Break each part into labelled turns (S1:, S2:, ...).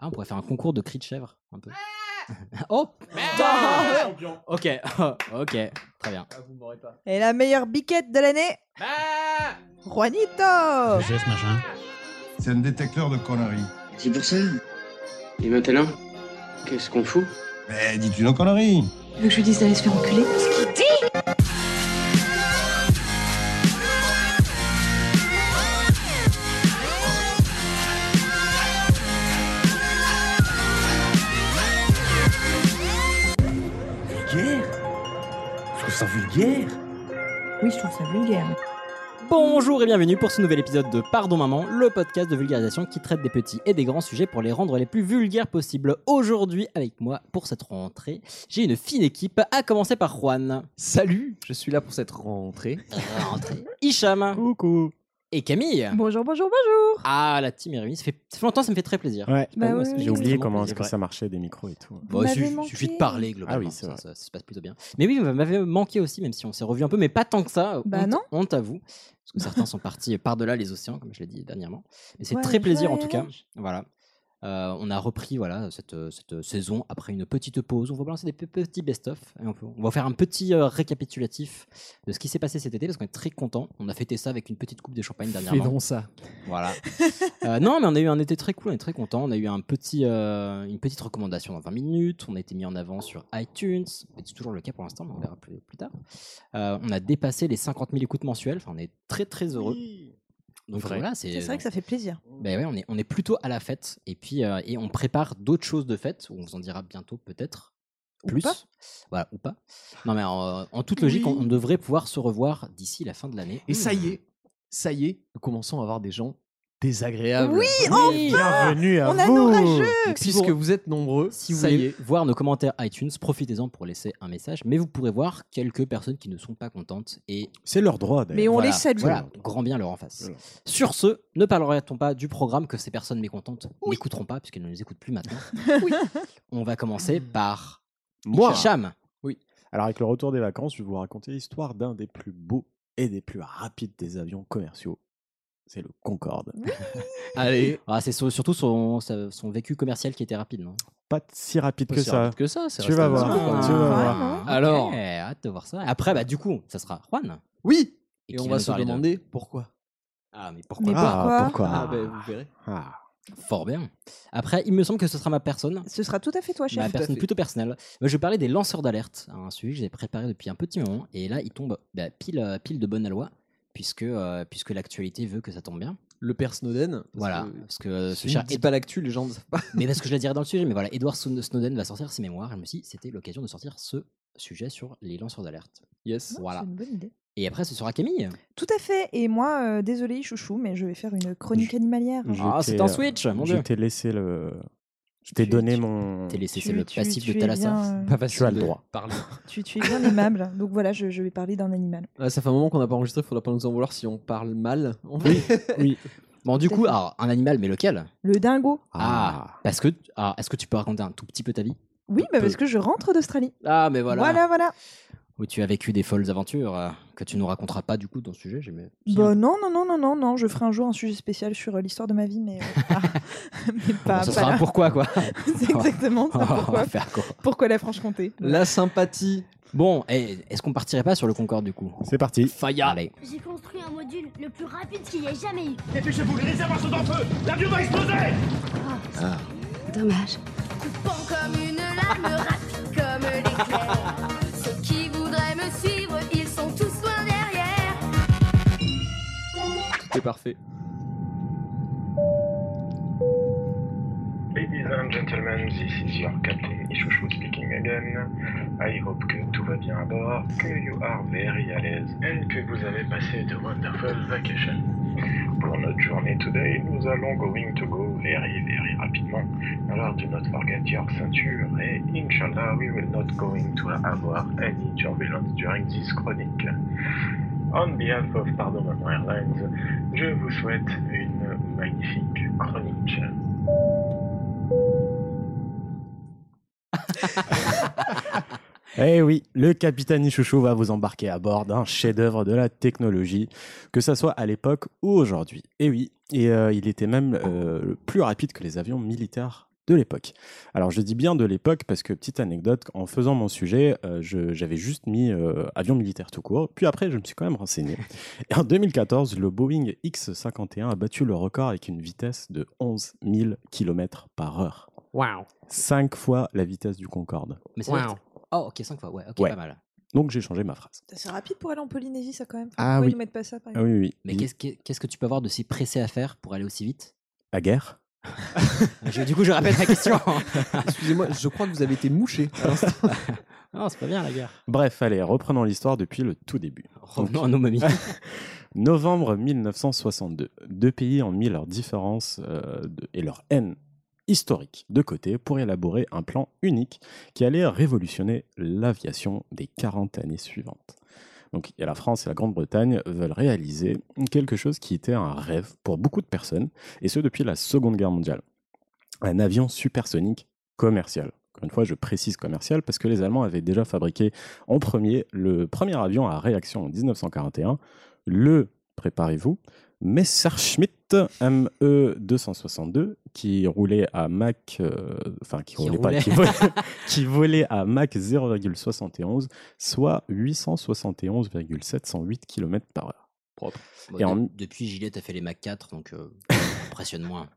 S1: Ah, on pourrait faire un concours de cris de chèvre, un peu. oh
S2: Champion.
S1: Ok, ok, très bien.
S2: Ah, vous m'aurez pas.
S3: Et la meilleure biquette de l'année
S2: Ah
S3: Juanito
S4: J'ai ce machin.
S5: C'est un détecteur de conneries.
S6: C'est pour ça. Et maintenant, qu'est-ce qu'on fout
S5: Mais dis-tu une connerie
S7: veux que je lui dise d'aller se faire enculer
S8: Vulgaire Je trouve ça vulgaire
S7: Oui, je trouve ça vulgaire.
S1: Bonjour et bienvenue pour ce nouvel épisode de Pardon Maman, le podcast de vulgarisation qui traite des petits et des grands sujets pour les rendre les plus vulgaires possibles. Aujourd'hui, avec moi, pour cette rentrée, j'ai une fine équipe, à commencer par Juan,
S2: Salut, je suis là pour cette rentrée.
S1: Hicham Coucou. et Camille.
S3: Bonjour, bonjour, bonjour
S1: Ah, la team est réunie, ça fait, ça fait longtemps, ça me fait très plaisir.
S4: Ouais.
S3: Bah oui, oui, oui.
S4: J'ai oublié
S1: Extrêmement
S4: comment
S1: plaisir,
S4: est-ce que
S1: ouais.
S4: ça marchait des micros et tout.
S1: Bon, Bah,
S3: Vous
S1: il
S3: m'avez
S1: suffit,
S3: manqué.
S1: suffit de parler globalement.
S4: Ah oui, c'est
S1: ça,
S4: vrai.
S1: ça- ça se passe plutôt bien. Mais oui, vous m'avez manqué aussi, même si on s'est revu un peu, mais pas tant que ça.
S3: Bah
S1: honte,
S3: non.
S1: Honte à vous, parce que certains sont partis par-delà les océans, comme je l'ai dit dernièrement. Mais c'est
S3: Ouais,
S1: très plaisir en tout cas.
S3: voyage.
S1: Voilà. Euh, on a repris voilà cette, euh, cette, euh, saison après une petite pause. On va balancer des pe- petits best-of. et On, peut- on va faire un petit euh, récapitulatif de ce qui s'est passé cet été parce qu'on est très content. On a fêté ça avec une petite coupe de champagne dernièrement.
S2: ça.
S1: Voilà. Euh, non, mais on a eu un été très cool, on est très content. On a eu un petit, euh, une petite recommandation dans 20 minutes. On a été mis en avant sur iTunes. C'est toujours le cas pour l'instant, mais on verra plus, plus tard. Euh, on a dépassé les 50 000 écoutes mensuelles. Enfin, on est très très heureux. Donc
S4: Vrai.
S1: voilà, c'est
S3: C'est vrai que ça fait plaisir.
S1: ben ouais, on est, on est plutôt à la fête. Et puis, euh, et on prépare d'autres choses de fête. On vous en dira bientôt, peut-être.
S3: Ou
S1: Plus.
S3: pas.
S1: Voilà, ou pas. Non, mais en, en toute logique,
S2: Oui.
S1: on, on devrait pouvoir se revoir d'ici la fin de l'année.
S2: Et ça y est, ça y est, nous commençons à avoir des gens désagréables.
S3: Oui,
S4: Bienvenue à
S3: On a
S4: vous
S3: nos rageux
S2: Donc, Puisque vous êtes nombreux,
S1: Si vous
S2: ça y
S1: voulez
S2: est.
S1: voir nos commentaires iTunes, profitez-en pour laisser un message. Mais vous pourrez voir quelques personnes qui ne sont pas contentes et
S4: C'est leur droit
S3: Mais
S4: d'ailleurs.
S3: on
S1: voilà,
S3: les salue.
S1: Voilà, grand bien leur en face.
S4: Voilà.
S1: Sur ce, ne parlera-t-on pas du programme que ces personnes mécontentes n'écouteront pas puisqu'elles ne nous écoutent plus maintenant. On va commencer par
S4: Mmh. Moi
S1: Hicham.
S4: Alors avec le retour des vacances, je vais vous raconter l'histoire d'un des plus beaux et des plus rapides des avions commerciaux. C'est le Concorde.
S2: Allez,
S1: Ah, c'est sur- surtout son, sa- son vécu commercial qui était rapide, non
S4: Pas si rapide
S2: pas
S4: que
S2: si
S4: ça.
S2: rapide que ça, c'est
S4: Tu
S2: resté
S4: vas
S2: un
S4: voir.
S2: petit peu quand
S4: Ah.
S2: même.
S4: tu vas voir.
S1: ok,
S2: Alors.
S1: hâte de voir ça. Après, bah du coup, ça sera Juan.
S2: Oui.
S1: Et
S2: Et
S1: qui
S2: on
S1: va
S2: va
S1: nous
S2: se
S1: parler de-
S2: demander pourquoi.
S1: Ah, mais
S3: Mais
S1: pourquoi
S4: ah,
S3: pourquoi
S4: pourquoi
S2: Ah, ben vous verrez.
S4: Ah.
S1: Fort bien. Après, il me semble que ce sera ma personne
S3: Ce sera tout à fait toi,
S1: Ma
S3: chef.
S2: tout à
S1: personne
S2: fait.
S1: plutôt personnelle. Moi, je vais parler des lanceurs d'alerte, hein, un sujet que j'ai préparé depuis un petit moment, et là, il tombe bah, pile, euh, pile de bonne loi, puisque, euh, puisque l'actualité veut que ça tombe bien.
S2: Le père Snowden. parce
S1: voilà,
S2: que
S1: parce que euh, ce
S2: S'il
S1: cher
S2: ne dit pas l'actu, les gens ne savent pas.
S1: mais parce que je la dirai dans le sujet, mais voilà, Edward Sno- Snowden va sortir ses mémoires, et je me suis dit, c'était l'occasion de sortir ce sujet sur les lanceurs d'alerte.
S2: Yes.
S1: Voilà.
S3: C'est une bonne idée.
S1: Et après, ce sera Camille.
S3: Tout à fait. Et moi, euh, désolé, chouchou, mais je vais faire une chronique animalière.
S4: Je
S1: Ah, c'est
S4: t'ai-
S1: un switch, mon
S4: Je
S1: dieu.
S4: t'ai laissé le. Je t'ai
S3: Tu-
S4: donné
S3: tu-
S4: mon.
S1: T'es laissé,
S3: Tu-
S1: c'est le
S3: tu-
S1: passif
S3: tu
S1: de
S3: es
S1: Thalassa.
S3: bien, euh,
S2: Pas facile.
S4: Tu as le
S2: de
S4: droit.
S2: Parler.
S3: tu, tu es bien aimable. Donc voilà, je, je vais parler d'un animal.
S2: Ah, ça fait un moment qu'on n'a pas enregistré, faudra pas nous en vouloir si on parle mal. On va-
S4: Oui.
S1: Bon, du coup, alors, un animal, mais lequel
S3: Le dingo.
S1: Ah, parce que. ah, est-ce que tu peux raconter un tout petit peu ta vie
S3: Oui, bah parce que je rentre d'Australie.
S1: Ah, mais
S3: voilà. voilà.
S1: où tu as vécu des folles aventures euh, que tu nous raconteras pas du coup dans ce sujet. j'aimais-
S3: Bah non, non, non, non, non, non, je ferai un jour un sujet spécial sur euh, l'histoire de ma vie, mais, euh, ah, mais
S1: Bon,
S3: pas,
S1: ça
S3: pas
S1: sera
S3: là.
S1: un pourquoi quoi.
S3: C'est exactement
S1: On
S3: ça,
S1: va
S3: pourquoi,
S1: faire quoi
S3: pourquoi la Franche-Comté
S2: La sympathie.
S1: Bon, eh, est-ce qu'on partirait pas sur le Concorde du coup
S4: C'est parti.
S1: Faya Allez.
S9: J'ai construit un module le plus rapide qu'il y ait jamais eu.
S8: Dépêchez-vous, les réservoirs sont en feu L'avion va exploser
S7: Dommage.
S9: Coupant Ah. comme une lame, rapide comme l'éclair. Ceux qui voudraient me suivre, ils sont tous loin derrière.
S2: C'est parfait.
S10: Ladies and gentlemen, this is your Captain Ichouchou speaking again. I hope que tout va bien à bord, que you are very à l'aise and que vous avez passé de wonderful vacation. Pour notre journée today, nous allons going to go very very rapidement. Alors do not forget your ceinture et inshallah we will not going to avoir any turbulence during this chronique. On behalf of Pardon Maman Airlines, je vous souhaite une magnifique chronique.
S4: Eh oui, le capitaine Ichouchou va vous embarquer à bord d'un chef-d'œuvre de la technologie, que ça soit à l'époque ou aujourd'hui. Eh oui, et euh, il était même euh, plus rapide que les avions militaires de l'époque. Alors je dis bien de l'époque parce que, petite anecdote, en faisant mon sujet, euh, je- j'avais juste mis euh, avion militaire tout court, puis après je me suis quand même renseigné. Et en 2014, le Boeing X-51 a battu le record avec une vitesse de 11 000 km par heure.
S1: Waouh.
S4: Cinq fois la vitesse du Concorde.
S1: Mais c'est vrai que- Oh, ok, 5 fois. Ouais, ok,
S4: Ouais.
S1: pas mal.
S4: Donc j'ai changé ma phrase.
S3: C'est rapide pour aller en Polynésie, ça quand même.
S4: Ah
S3: Pourquoi
S4: oui.
S3: ils nous mettent pas ça par
S4: Ah oui, oui, oui.
S1: Mais
S4: Il-
S1: qu'est-ce que- qu'est-ce que tu peux avoir de si pressé à faire pour aller aussi vite
S4: La guerre
S1: Euh, Je- Du coup, je rappelle la question.
S2: Excusez-moi, je crois que vous avez été mouché. à l'instant.
S1: non, c'est pas bien la guerre.
S4: Bref, allez, reprenons l'histoire depuis le tout début.
S1: Revenons à nos mamies.
S4: Novembre 1962. Deux pays ont mis leurs différences euh, de- et leur haine historique de côté pour élaborer un plan unique qui allait révolutionner l'aviation des 40 années suivantes. Donc et la France et la Grande-Bretagne veulent réaliser quelque chose qui était un rêve pour beaucoup de personnes, et ce depuis la Seconde Guerre mondiale. Un avion supersonique commercial. Encore une fois, je précise commercial parce que les Allemands avaient déjà fabriqué en premier le premier avion à réaction en 1941, le, préparez-vous, Messerschmitt E ME 262 qui roulait à Mach, euh, enfin qui
S1: Qui
S4: roulait pas,
S1: roulait.
S4: qui volait, qui volait à Mach 0,71, soit 871,708 km par heure.
S1: Bon,
S4: Et
S1: de-
S4: en-
S1: Depuis, Gillette a fait les Mac 4, donc euh, impressionne moins.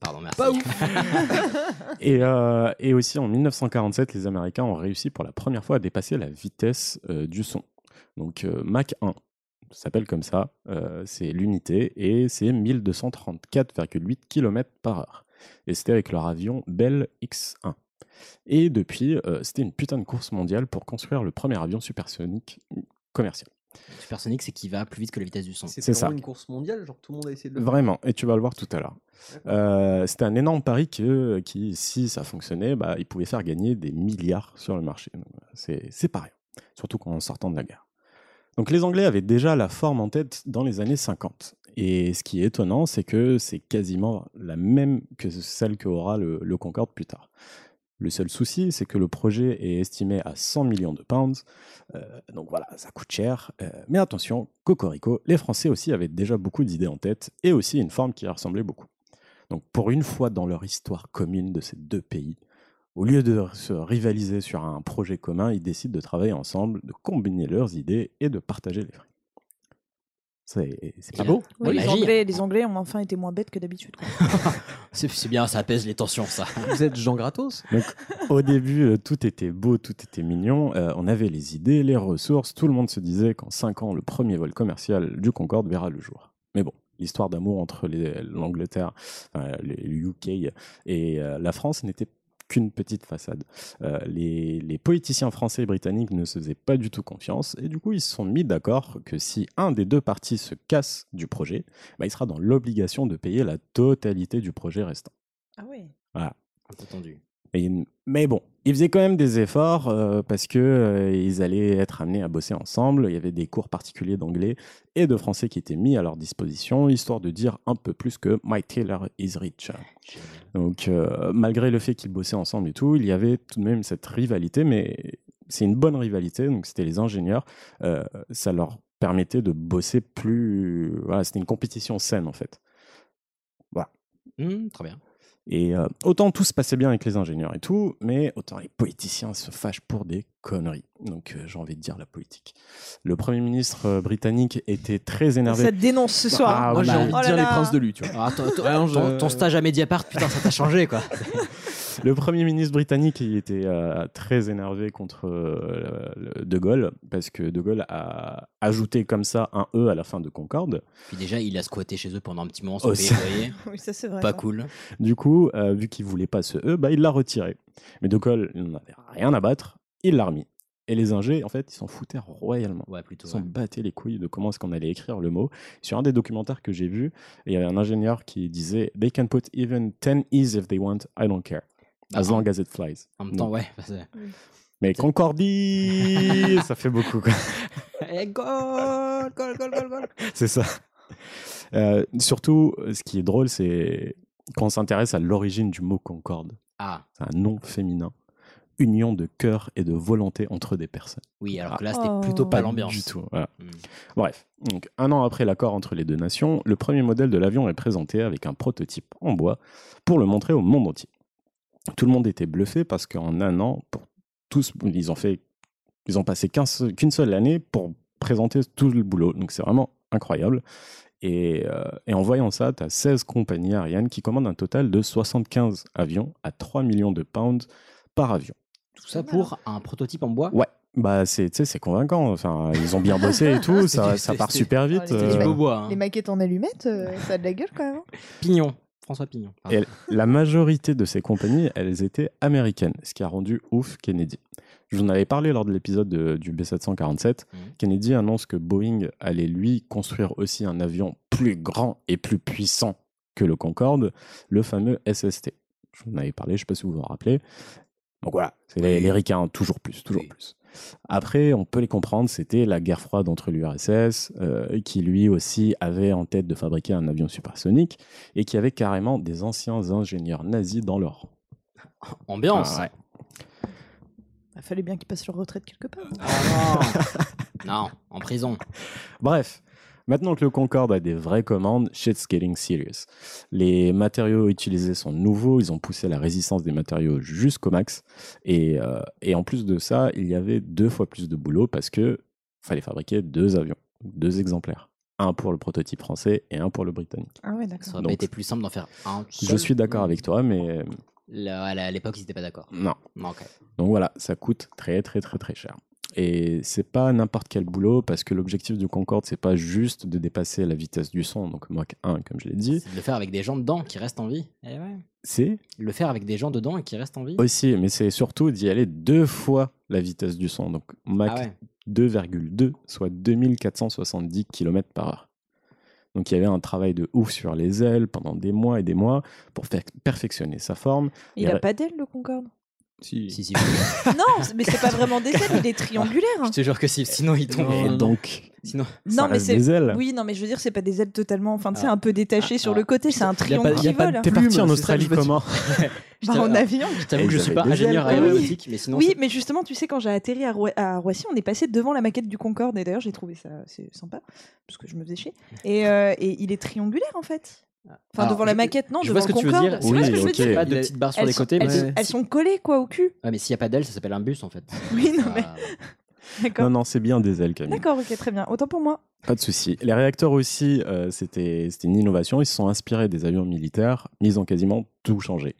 S1: Pardon, merci.
S3: Pas ouf.
S4: Et, euh, et aussi en 1947, les Américains ont réussi pour la première fois à dépasser la vitesse euh, du son. Donc euh, Mach 1, ça s'appelle comme ça, euh, c'est l'unité, et c'est 1234,8 km par heure. Et c'était avec leur avion Bell X1. Et depuis, euh, c'était une putain de course mondiale pour construire le premier avion supersonique commercial.
S1: Supersonic, c'est qui va plus vite que la vitesse du son.
S4: C'est
S2: C'était
S4: ça.
S2: vraiment une course mondiale, genre tout le monde a essayé de le faire.
S4: Vraiment, et tu vas le voir tout à l'heure. Euh, C'était un énorme pari que, qui, si ça fonctionnait, bah, il pouvait faire gagner des milliards sur le marché. Donc, voilà, C'est c'est pas rien, surtout qu'en sortant de la guerre. Donc les Anglais avaient déjà la forme en tête dans les années 50. Et ce qui est étonnant, c'est que c'est quasiment la même que celle que aura le, le Concorde plus tard. Le seul souci, c'est que le projet est estimé à 100 millions de pounds. Euh, donc voilà, ça coûte cher. Euh, mais attention, Cocorico, les Français aussi avaient déjà beaucoup d'idées en tête et aussi une forme qui y ressemblait beaucoup. Donc pour une fois dans leur histoire commune de ces deux pays, au lieu de se rivaliser sur un projet commun, ils décident de travailler ensemble, de combiner leurs idées et de partager les frais. C'est c'est pas
S1: Et- euh,
S4: beau
S1: Ouais,
S3: Oui, les
S1: magie.
S3: Anglais, les Anglais ont enfin été moins bêtes que d'habitude. quoi.
S1: hein. C'est c'est bien, ça apaise les tensions, ça.
S2: Vous êtes Jean Gratos
S4: Au début, euh, tout était beau, tout était mignon. Euh, on avait les idées, les ressources. Tout le monde se disait qu'en 5 ans, le premier vol commercial du Concorde verra le jour. Mais bon, l'histoire d'amour entre les- l'Angleterre, euh, le le UK et euh, la France n'était qu'une petite façade. Euh, les, les politiciens français et britanniques ne se faisaient pas du tout confiance et du coup ils se sont mis d'accord que si un des deux partis se casse du projet, bah, il sera dans l'obligation de payer la totalité du projet restant.
S3: Ah oui.
S1: Un peu tendu.
S4: Et- mais bon, ils faisaient quand même des efforts euh, parce que euh, ils allaient être amenés à bosser ensemble. Il y avait des cours particuliers d'anglais et de français qui étaient mis à leur disposition, histoire de dire un peu plus que My Taylor is rich. Donc, euh, malgré le fait qu'ils bossaient ensemble et tout, il y avait tout de même cette rivalité, mais c'est une bonne rivalité. Donc, c'était les ingénieurs, euh, ça leur permettait de bosser plus. Voilà, c'était une compétition saine en fait. Hmm,
S1: Hum, très bien.
S4: Et euh, autant tout se passait bien avec les ingénieurs et tout, mais autant les politiciens se fâchent pour des conneries. Donc euh, j'ai envie de dire la politique. Le Premier ministre euh, britannique était très énervé.
S3: Ça te dénonce ce soir.
S4: Ah,
S2: Moi, j'ai
S4: bah,
S2: envie de
S3: Oh là
S2: dire les
S3: là.
S2: princes de lui, tu vois.
S1: Ah, ton, ton-
S2: Vraiment, je-
S4: euh,
S1: ton- ton stage à Mediapart, putain, ça t'a changé, quoi.
S4: Le Premier ministre britannique il était euh, très énervé contre euh, le- De Gaulle, parce que De Gaulle a ajouté comme ça un E à la fin de Concorde.
S1: Puis déjà, il a squatté chez eux pendant un petit moment sans
S4: Oh,
S1: payer
S4: ça-
S1: le loyer.
S3: Oui, ça c'est vrai.
S1: Pas
S3: ça.
S1: cool.
S4: Du coup, euh, vu qu'il voulait pas ce E, bah, il l'a retiré. Mais De Gaulle il n'en avait rien à battre, il l'a remis. Et les ingés, en fait, ils s'en foutaient royalement.
S1: Ouais, plutôt.
S4: Ils s'en
S1: ouais.
S4: battaient les couilles de comment est-ce qu'on allait écrire le mot. Sur un des documentaires que j'ai vu, il y avait un ingénieur qui disait They can put even 10 E's if they want, I don't care. As long as it flies.
S1: Ah. En même temps, ouais. bah, c'est-
S4: Mais Concordie, ça fait beaucoup. quoi.
S1: Eh, goal, goal, goal, goal, goal.
S4: C'est ça. Euh, surtout, ce qui est drôle, c'est qu'on s'intéresse à l'origine du mot Concorde.
S1: Ah,
S4: C'est un nom féminin. union de cœur et de volonté entre des personnes.
S1: Oui, alors que
S4: Ah,
S1: là, c'était
S3: Oh.
S1: plutôt pas l'ambiance.
S4: du tout. voilà.
S1: Mm.
S4: Bref, donc un an après l'accord entre les deux nations, le premier modèle de l'avion est présenté avec un prototype en bois pour le montrer au monde entier. Tout le monde était bluffé parce qu'en un an, pour tous, ils ont fait, ils ont passé qu'un seul- qu'une seule année pour présenter tout le boulot. Donc c'est vraiment incroyable. Et, euh, et en voyant ça, tu as 16 compagnies aériennes qui commandent un total de 75 avions à 3 millions de pounds par avion.
S1: Tout ça pour un prototype en bois.
S4: Ouais, bah c'est, tu sais, c'est convaincant. Enfin, ils ont bien bossé et tout. ça,
S1: du-
S4: ça
S1: c'est-
S4: part
S1: c'est-
S4: super vite.
S3: c'est
S1: C'est
S4: euh,
S1: du beau bois. hein.
S3: Les maquettes en allumettes, euh, ça a de la gueule quand même.
S1: Pignon. François Pignon. Pardon.
S4: Et la majorité de ces compagnies, elles étaient américaines, ce qui a rendu ouf Kennedy. Je vous en avais parlé lors de l'épisode de- du B747.
S1: Mhm.
S4: Kennedy annonce que Boeing allait lui construire aussi un avion plus grand et plus puissant que le Concorde, le fameux SST. Je vous en avais parlé, je ne sais pas si vous vous en rappelez. Donc voilà, c'est les, les ricains, toujours plus, toujours
S1: Oui.
S4: plus. Après, on peut les comprendre, c'était la guerre froide entre l'URSS, euh, qui lui aussi avait en tête de fabriquer un avion supersonique, et qui avait carrément des anciens ingénieurs nazis dans leur... rang.
S1: Ambiance.
S4: Ah ouais.
S3: Il Bah, fallait bien qu'ils passent leur retraite quelque part. hein.
S4: Ah,
S1: Oh, non. non, en prison.
S4: Bref, maintenant que le Concorde a des vraies commandes, shit's getting serious. Les matériaux utilisés sont nouveaux, ils ont poussé la résistance des matériaux jusqu'au max. Et, euh, et en plus de ça, il y avait deux fois plus de boulot parce que fallait fabriquer deux avions, deux exemplaires. Un pour le prototype français et un pour le britannique.
S3: Ah ouais,
S1: Ça
S3: d'accord.
S1: aurait
S4: Donc,
S1: pas été plus simple d'en faire un.
S4: Je
S1: seul. Mmh.
S4: suis d'accord avec toi, mais euh,
S1: Là, à la- à l'époque, ils n'étaient pas d'accord.
S4: non.
S1: Non, ok.
S4: Donc voilà, ça coûte très très très très cher. Et c'est pas n'importe quel boulot parce que l'objectif du Concorde c'est pas juste de dépasser la vitesse du son, donc Mach 1 comme je l'ai dit.
S1: C'est de le faire avec des gens dedans qui restent en vie. Eh ouais.
S4: C'est
S1: Le faire avec des gens dedans et qui restent en vie.
S4: aussi, mais c'est surtout d'y aller deux fois la vitesse du son, donc Mach
S1: Ah ouais.
S4: 2,2, soit 2470 km par heure. Donc il y avait un travail de ouf sur les ailes pendant des mois et des mois pour faire perfectionner sa forme.
S3: Il
S4: Et
S3: a
S4: ré-
S3: pas d'aile le Concorde
S1: Si, si, oui.
S3: Non, mais c'est pas vraiment des ailes, il est triangulaire. hein.
S1: je te jure que si. Sinon, ils tombent.
S4: Et donc,
S1: Sinon,
S4: ça
S3: Non, mais
S4: reste
S3: c'est.
S4: des ailes. hein.
S3: Oui, non, mais je veux dire, c'est pas des ailes totalement. Enfin, tu sais,
S1: Ah.
S3: un peu détachées
S1: Ah,
S3: sur
S1: ah.
S3: le côté, c'est
S1: y
S3: un
S1: a
S3: triangle
S1: pas-
S3: qui
S1: y a pas Ah.
S3: vole.
S4: T'es
S1: Plume,
S4: parti en
S1: c'est ça,
S4: Australie
S1: je veux dire.
S4: comment
S1: je
S3: Bah,
S1: t'a-
S3: en avion.
S1: Je t'avoue
S4: Et
S1: que je
S4: ils
S1: suis
S4: avaient
S1: pas
S4: des
S1: ingénieur
S3: ailes, oui.
S1: aéronautique, mais sinon.
S3: Oui,
S1: c'est-
S3: mais justement, tu sais, quand j'ai atterri à, Roy- à Roissy, on est passé devant la maquette du Concorde. Et d'ailleurs, j'ai trouvé ça c'est sympa, parce que je me faisais chier. Et, euh, et il est triangulaire, en fait. Enfin,
S1: Alors,
S3: devant la
S1: je-
S3: maquette, non,
S1: je vois
S3: devant
S1: ce
S3: le
S1: que tu veux
S3: Concorde.
S1: dire.
S3: C'est
S4: Oui,
S3: pas ce que je veux
S1: Il
S4: ok.
S1: y a
S3: dire.
S1: Pas de petites barres sur
S3: Elles
S1: les
S3: sont-
S1: côtés.
S3: elles,
S1: mais-
S3: elles sont collées, quoi, au cul.
S1: Ouais, mais s'il n'y a pas d'ailes, ça s'appelle un bus en fait.
S3: Oui, non, mais
S1: Ah,
S3: d'accord.
S4: Non, non, c'est bien des ailes, Camille.
S3: D'accord, ok, très bien. Autant pour moi.
S4: Pas de souci. Les réacteurs aussi, euh, c'était c'était une innovation. Ils se sont inspirés des avions militaires, mais ils ont quasiment tout changé.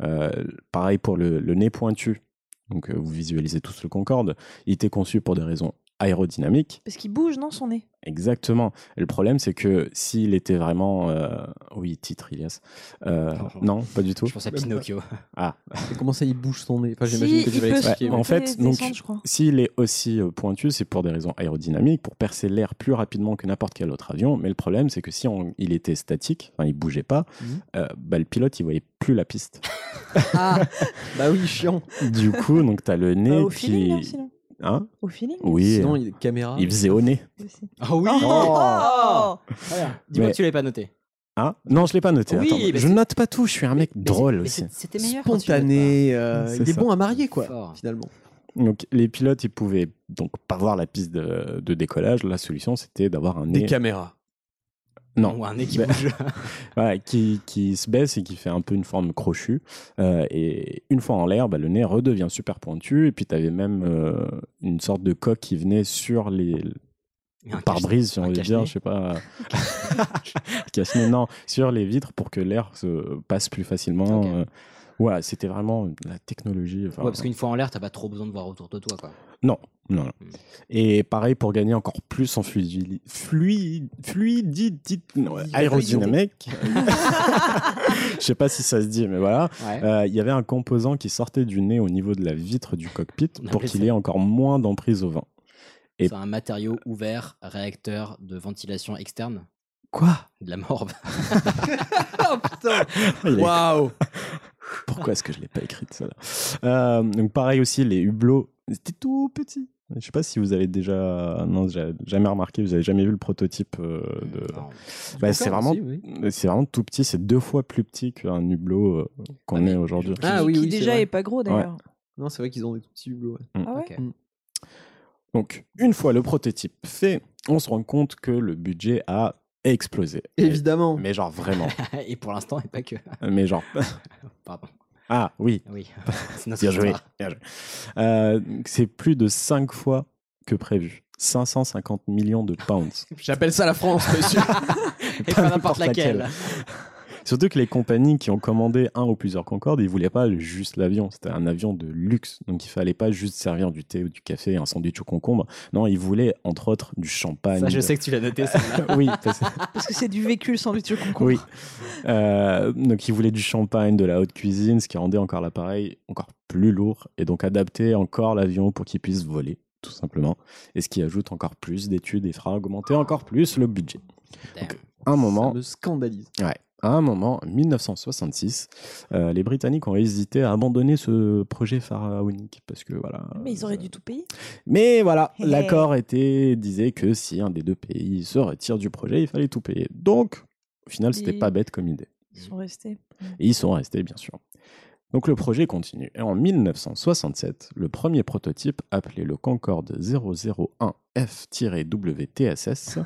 S4: Euh, pareil pour le, le nez pointu. Donc, euh, vous visualisez tous le Concorde. Il était conçu pour des raisons aérodynamiques.
S3: Parce qu'il bouge, non, son nez.
S4: Exactement. Et le problème, c'est que s'il était vraiment. euh, Oui, titre, Ilias. Euh, non, pas du tout.
S1: Je pense à Pinocchio.
S4: Ah,
S2: Et comment ça, il bouge son nez Enfin,
S3: Si,
S2: j'imagine que tu
S3: il
S2: vas
S3: peut
S2: expliquer.
S4: se-
S2: mais-
S4: En fait,
S3: Et
S4: donc-
S3: descendre, je crois.
S4: S'il est aussi euh, pointu, c'est pour des raisons aérodynamiques, pour percer l'air plus rapidement que n'importe quel autre avion. Mais le problème, c'est que si on- il était statique, enfin, il bougeait pas,
S2: Mhm.
S4: euh, bah, le pilote, il voyait plus la piste.
S2: Ah Bah oui, chiant.
S4: du coup, donc t'as le nez
S3: Bah, au
S4: qui,
S3: feeling, non, sinon.
S4: hein
S3: Au feeling
S4: Oui.
S2: Sinon,
S4: euh,
S2: il caméra.
S4: il faisait au nez.
S3: aussi.
S1: Ah oui
S3: Oh
S1: Voilà. Dis-moi
S4: Mais-
S1: que tu l'avais pas noté.
S4: Hein non, je l'ai pas noté.
S1: Oui,
S4: attends.
S1: mais
S4: je
S1: c'est-
S4: note pas tout. Je suis un mec
S1: Mais
S4: drôle
S1: c'est- mais
S4: aussi.
S1: c'est- C'était meilleur. quand tu l'avais
S2: Spontané. euh,
S4: C'est
S2: il est
S4: ça.
S2: bon à marier, quoi,
S1: Fort.
S2: finalement.
S4: Donc les pilotes, ils pouvaient donc pas voir la piste de, de décollage. La solution, c'était d'avoir un
S2: Des
S4: nez.
S2: caméras.
S1: pas.
S4: Non,
S1: Ou un nez qui
S4: Ben-
S1: bouge.
S4: Voilà, Bah, qui, qui se baisse et qui fait un peu une forme crochue. Euh, et une fois en l'air, bah, le nez redevient super pointu. Et puis, tu avais même euh, une sorte de coque qui venait sur les
S1: Mais un
S4: pare-brise, si
S1: cache- un
S4: on veut dire,
S1: cache-nez.
S4: je sais pas. Cache-nez, non, sur les vitres pour que l'air se passe plus facilement.
S1: Ok.
S4: Euh, voilà, c'était vraiment la technologie. enfin,
S1: Ouais, parce qu'une fois en l'air, t'as pas trop besoin de voir autour de toi, quoi.
S4: non, non.
S1: Mm.
S4: Et pareil, pour gagner encore plus en fluidi- flui- fluidité non, aérodynamique. Je sais pas si ça se dit, mais voilà.
S1: Ouais.
S4: Euh, Il y avait un composant qui sortait du nez au niveau de la vitre du cockpit
S1: On
S4: pour
S1: appelait
S4: qu'il
S1: ça-
S4: ait encore moins d'emprise au vent. et-
S1: C'est un matériau ouvert, réacteur de ventilation externe,
S2: Quoi
S1: de la morve.
S2: Oh putain
S4: Il est-
S2: Waouh
S4: Pourquoi est-ce que je l'ai pas écrite celle-là Euh, Donc pareil aussi, les hublots, c'était tout petit. Je sais pas si vous avez déjà, non, j'ai jamais remarqué, vous avez jamais vu le prototype euh, de.
S1: Non.
S3: Ah
S4: Bah, c'est
S2: Concorde
S4: vraiment,
S2: aussi,
S4: c'est vraiment tout petit. C'est deux fois plus petit qu'un hublot euh, qu'on
S1: Ah, mais-
S4: est aujourd'hui.
S1: Ah
S3: Qui-
S1: oui,
S3: qui
S1: oui, c'est
S3: déjà
S1: vrai.
S3: est pas gros d'ailleurs.
S2: Non, c'est vrai qu'ils ont des tout petits hublots. ouais.
S4: Mm.
S3: Ah ouais
S1: Ok.
S2: Mm.
S4: Donc, une fois le prototype fait, on se rend compte que le budget a explosé.
S2: Euh, Évidemment.
S4: Mais genre vraiment.
S1: Et pour l'instant, et pas que.
S4: mais genre.
S1: Pardon.
S4: Ah oui,
S1: Oui. C'est notre
S4: bien joué.
S1: histoire.
S4: bien joué. Euh, c'est plus de 5 fois que prévu. 550 millions de pounds.
S2: J'appelle ça la France, monsieur.
S1: Et pas n'importe laquelle.
S4: Surtout que les compagnies qui ont commandé un ou plusieurs Concorde, ils voulaient pas juste l'avion. C'était un avion de luxe. Donc il fallait pas juste servir du thé ou du café et un sandwich au concombre. Non, ils voulaient entre autres du champagne.
S1: Ça, je sais que tu l'as noté. Ça.
S4: oui, parce-
S3: Parce que c'est du vécu sans le tuer concombre.
S4: oui. Euh, donc ils voulaient du champagne, de la haute cuisine, ce qui rendait encore l'appareil encore plus lourd et donc adapter encore l'avion pour qu'il puisse voler, tout simplement. Et ce qui ajoute encore plus d'études et fera augmenter encore plus le budget.
S1: Damn.
S4: Donc, un moment,
S2: Ça me scandalise.
S4: Ouais. À un moment, en 1966, euh, les Britanniques ont hésité à abandonner ce projet pharaonique parce que voilà.
S3: Mais ils auraient
S4: euh,
S3: dû Eh. tout payer.
S4: Mais voilà,
S3: Hey.
S4: l'accord était disait que si un des deux pays se retire du projet, il fallait tout payer. Donc, au final, c'était
S3: Et-
S4: pas bête comme idée.
S3: Ils sont restés.
S4: Et ils sont restés, bien sûr. Donc le projet continue. Et en 1967, le premier prototype, appelé le Concorde 001F-WTSS,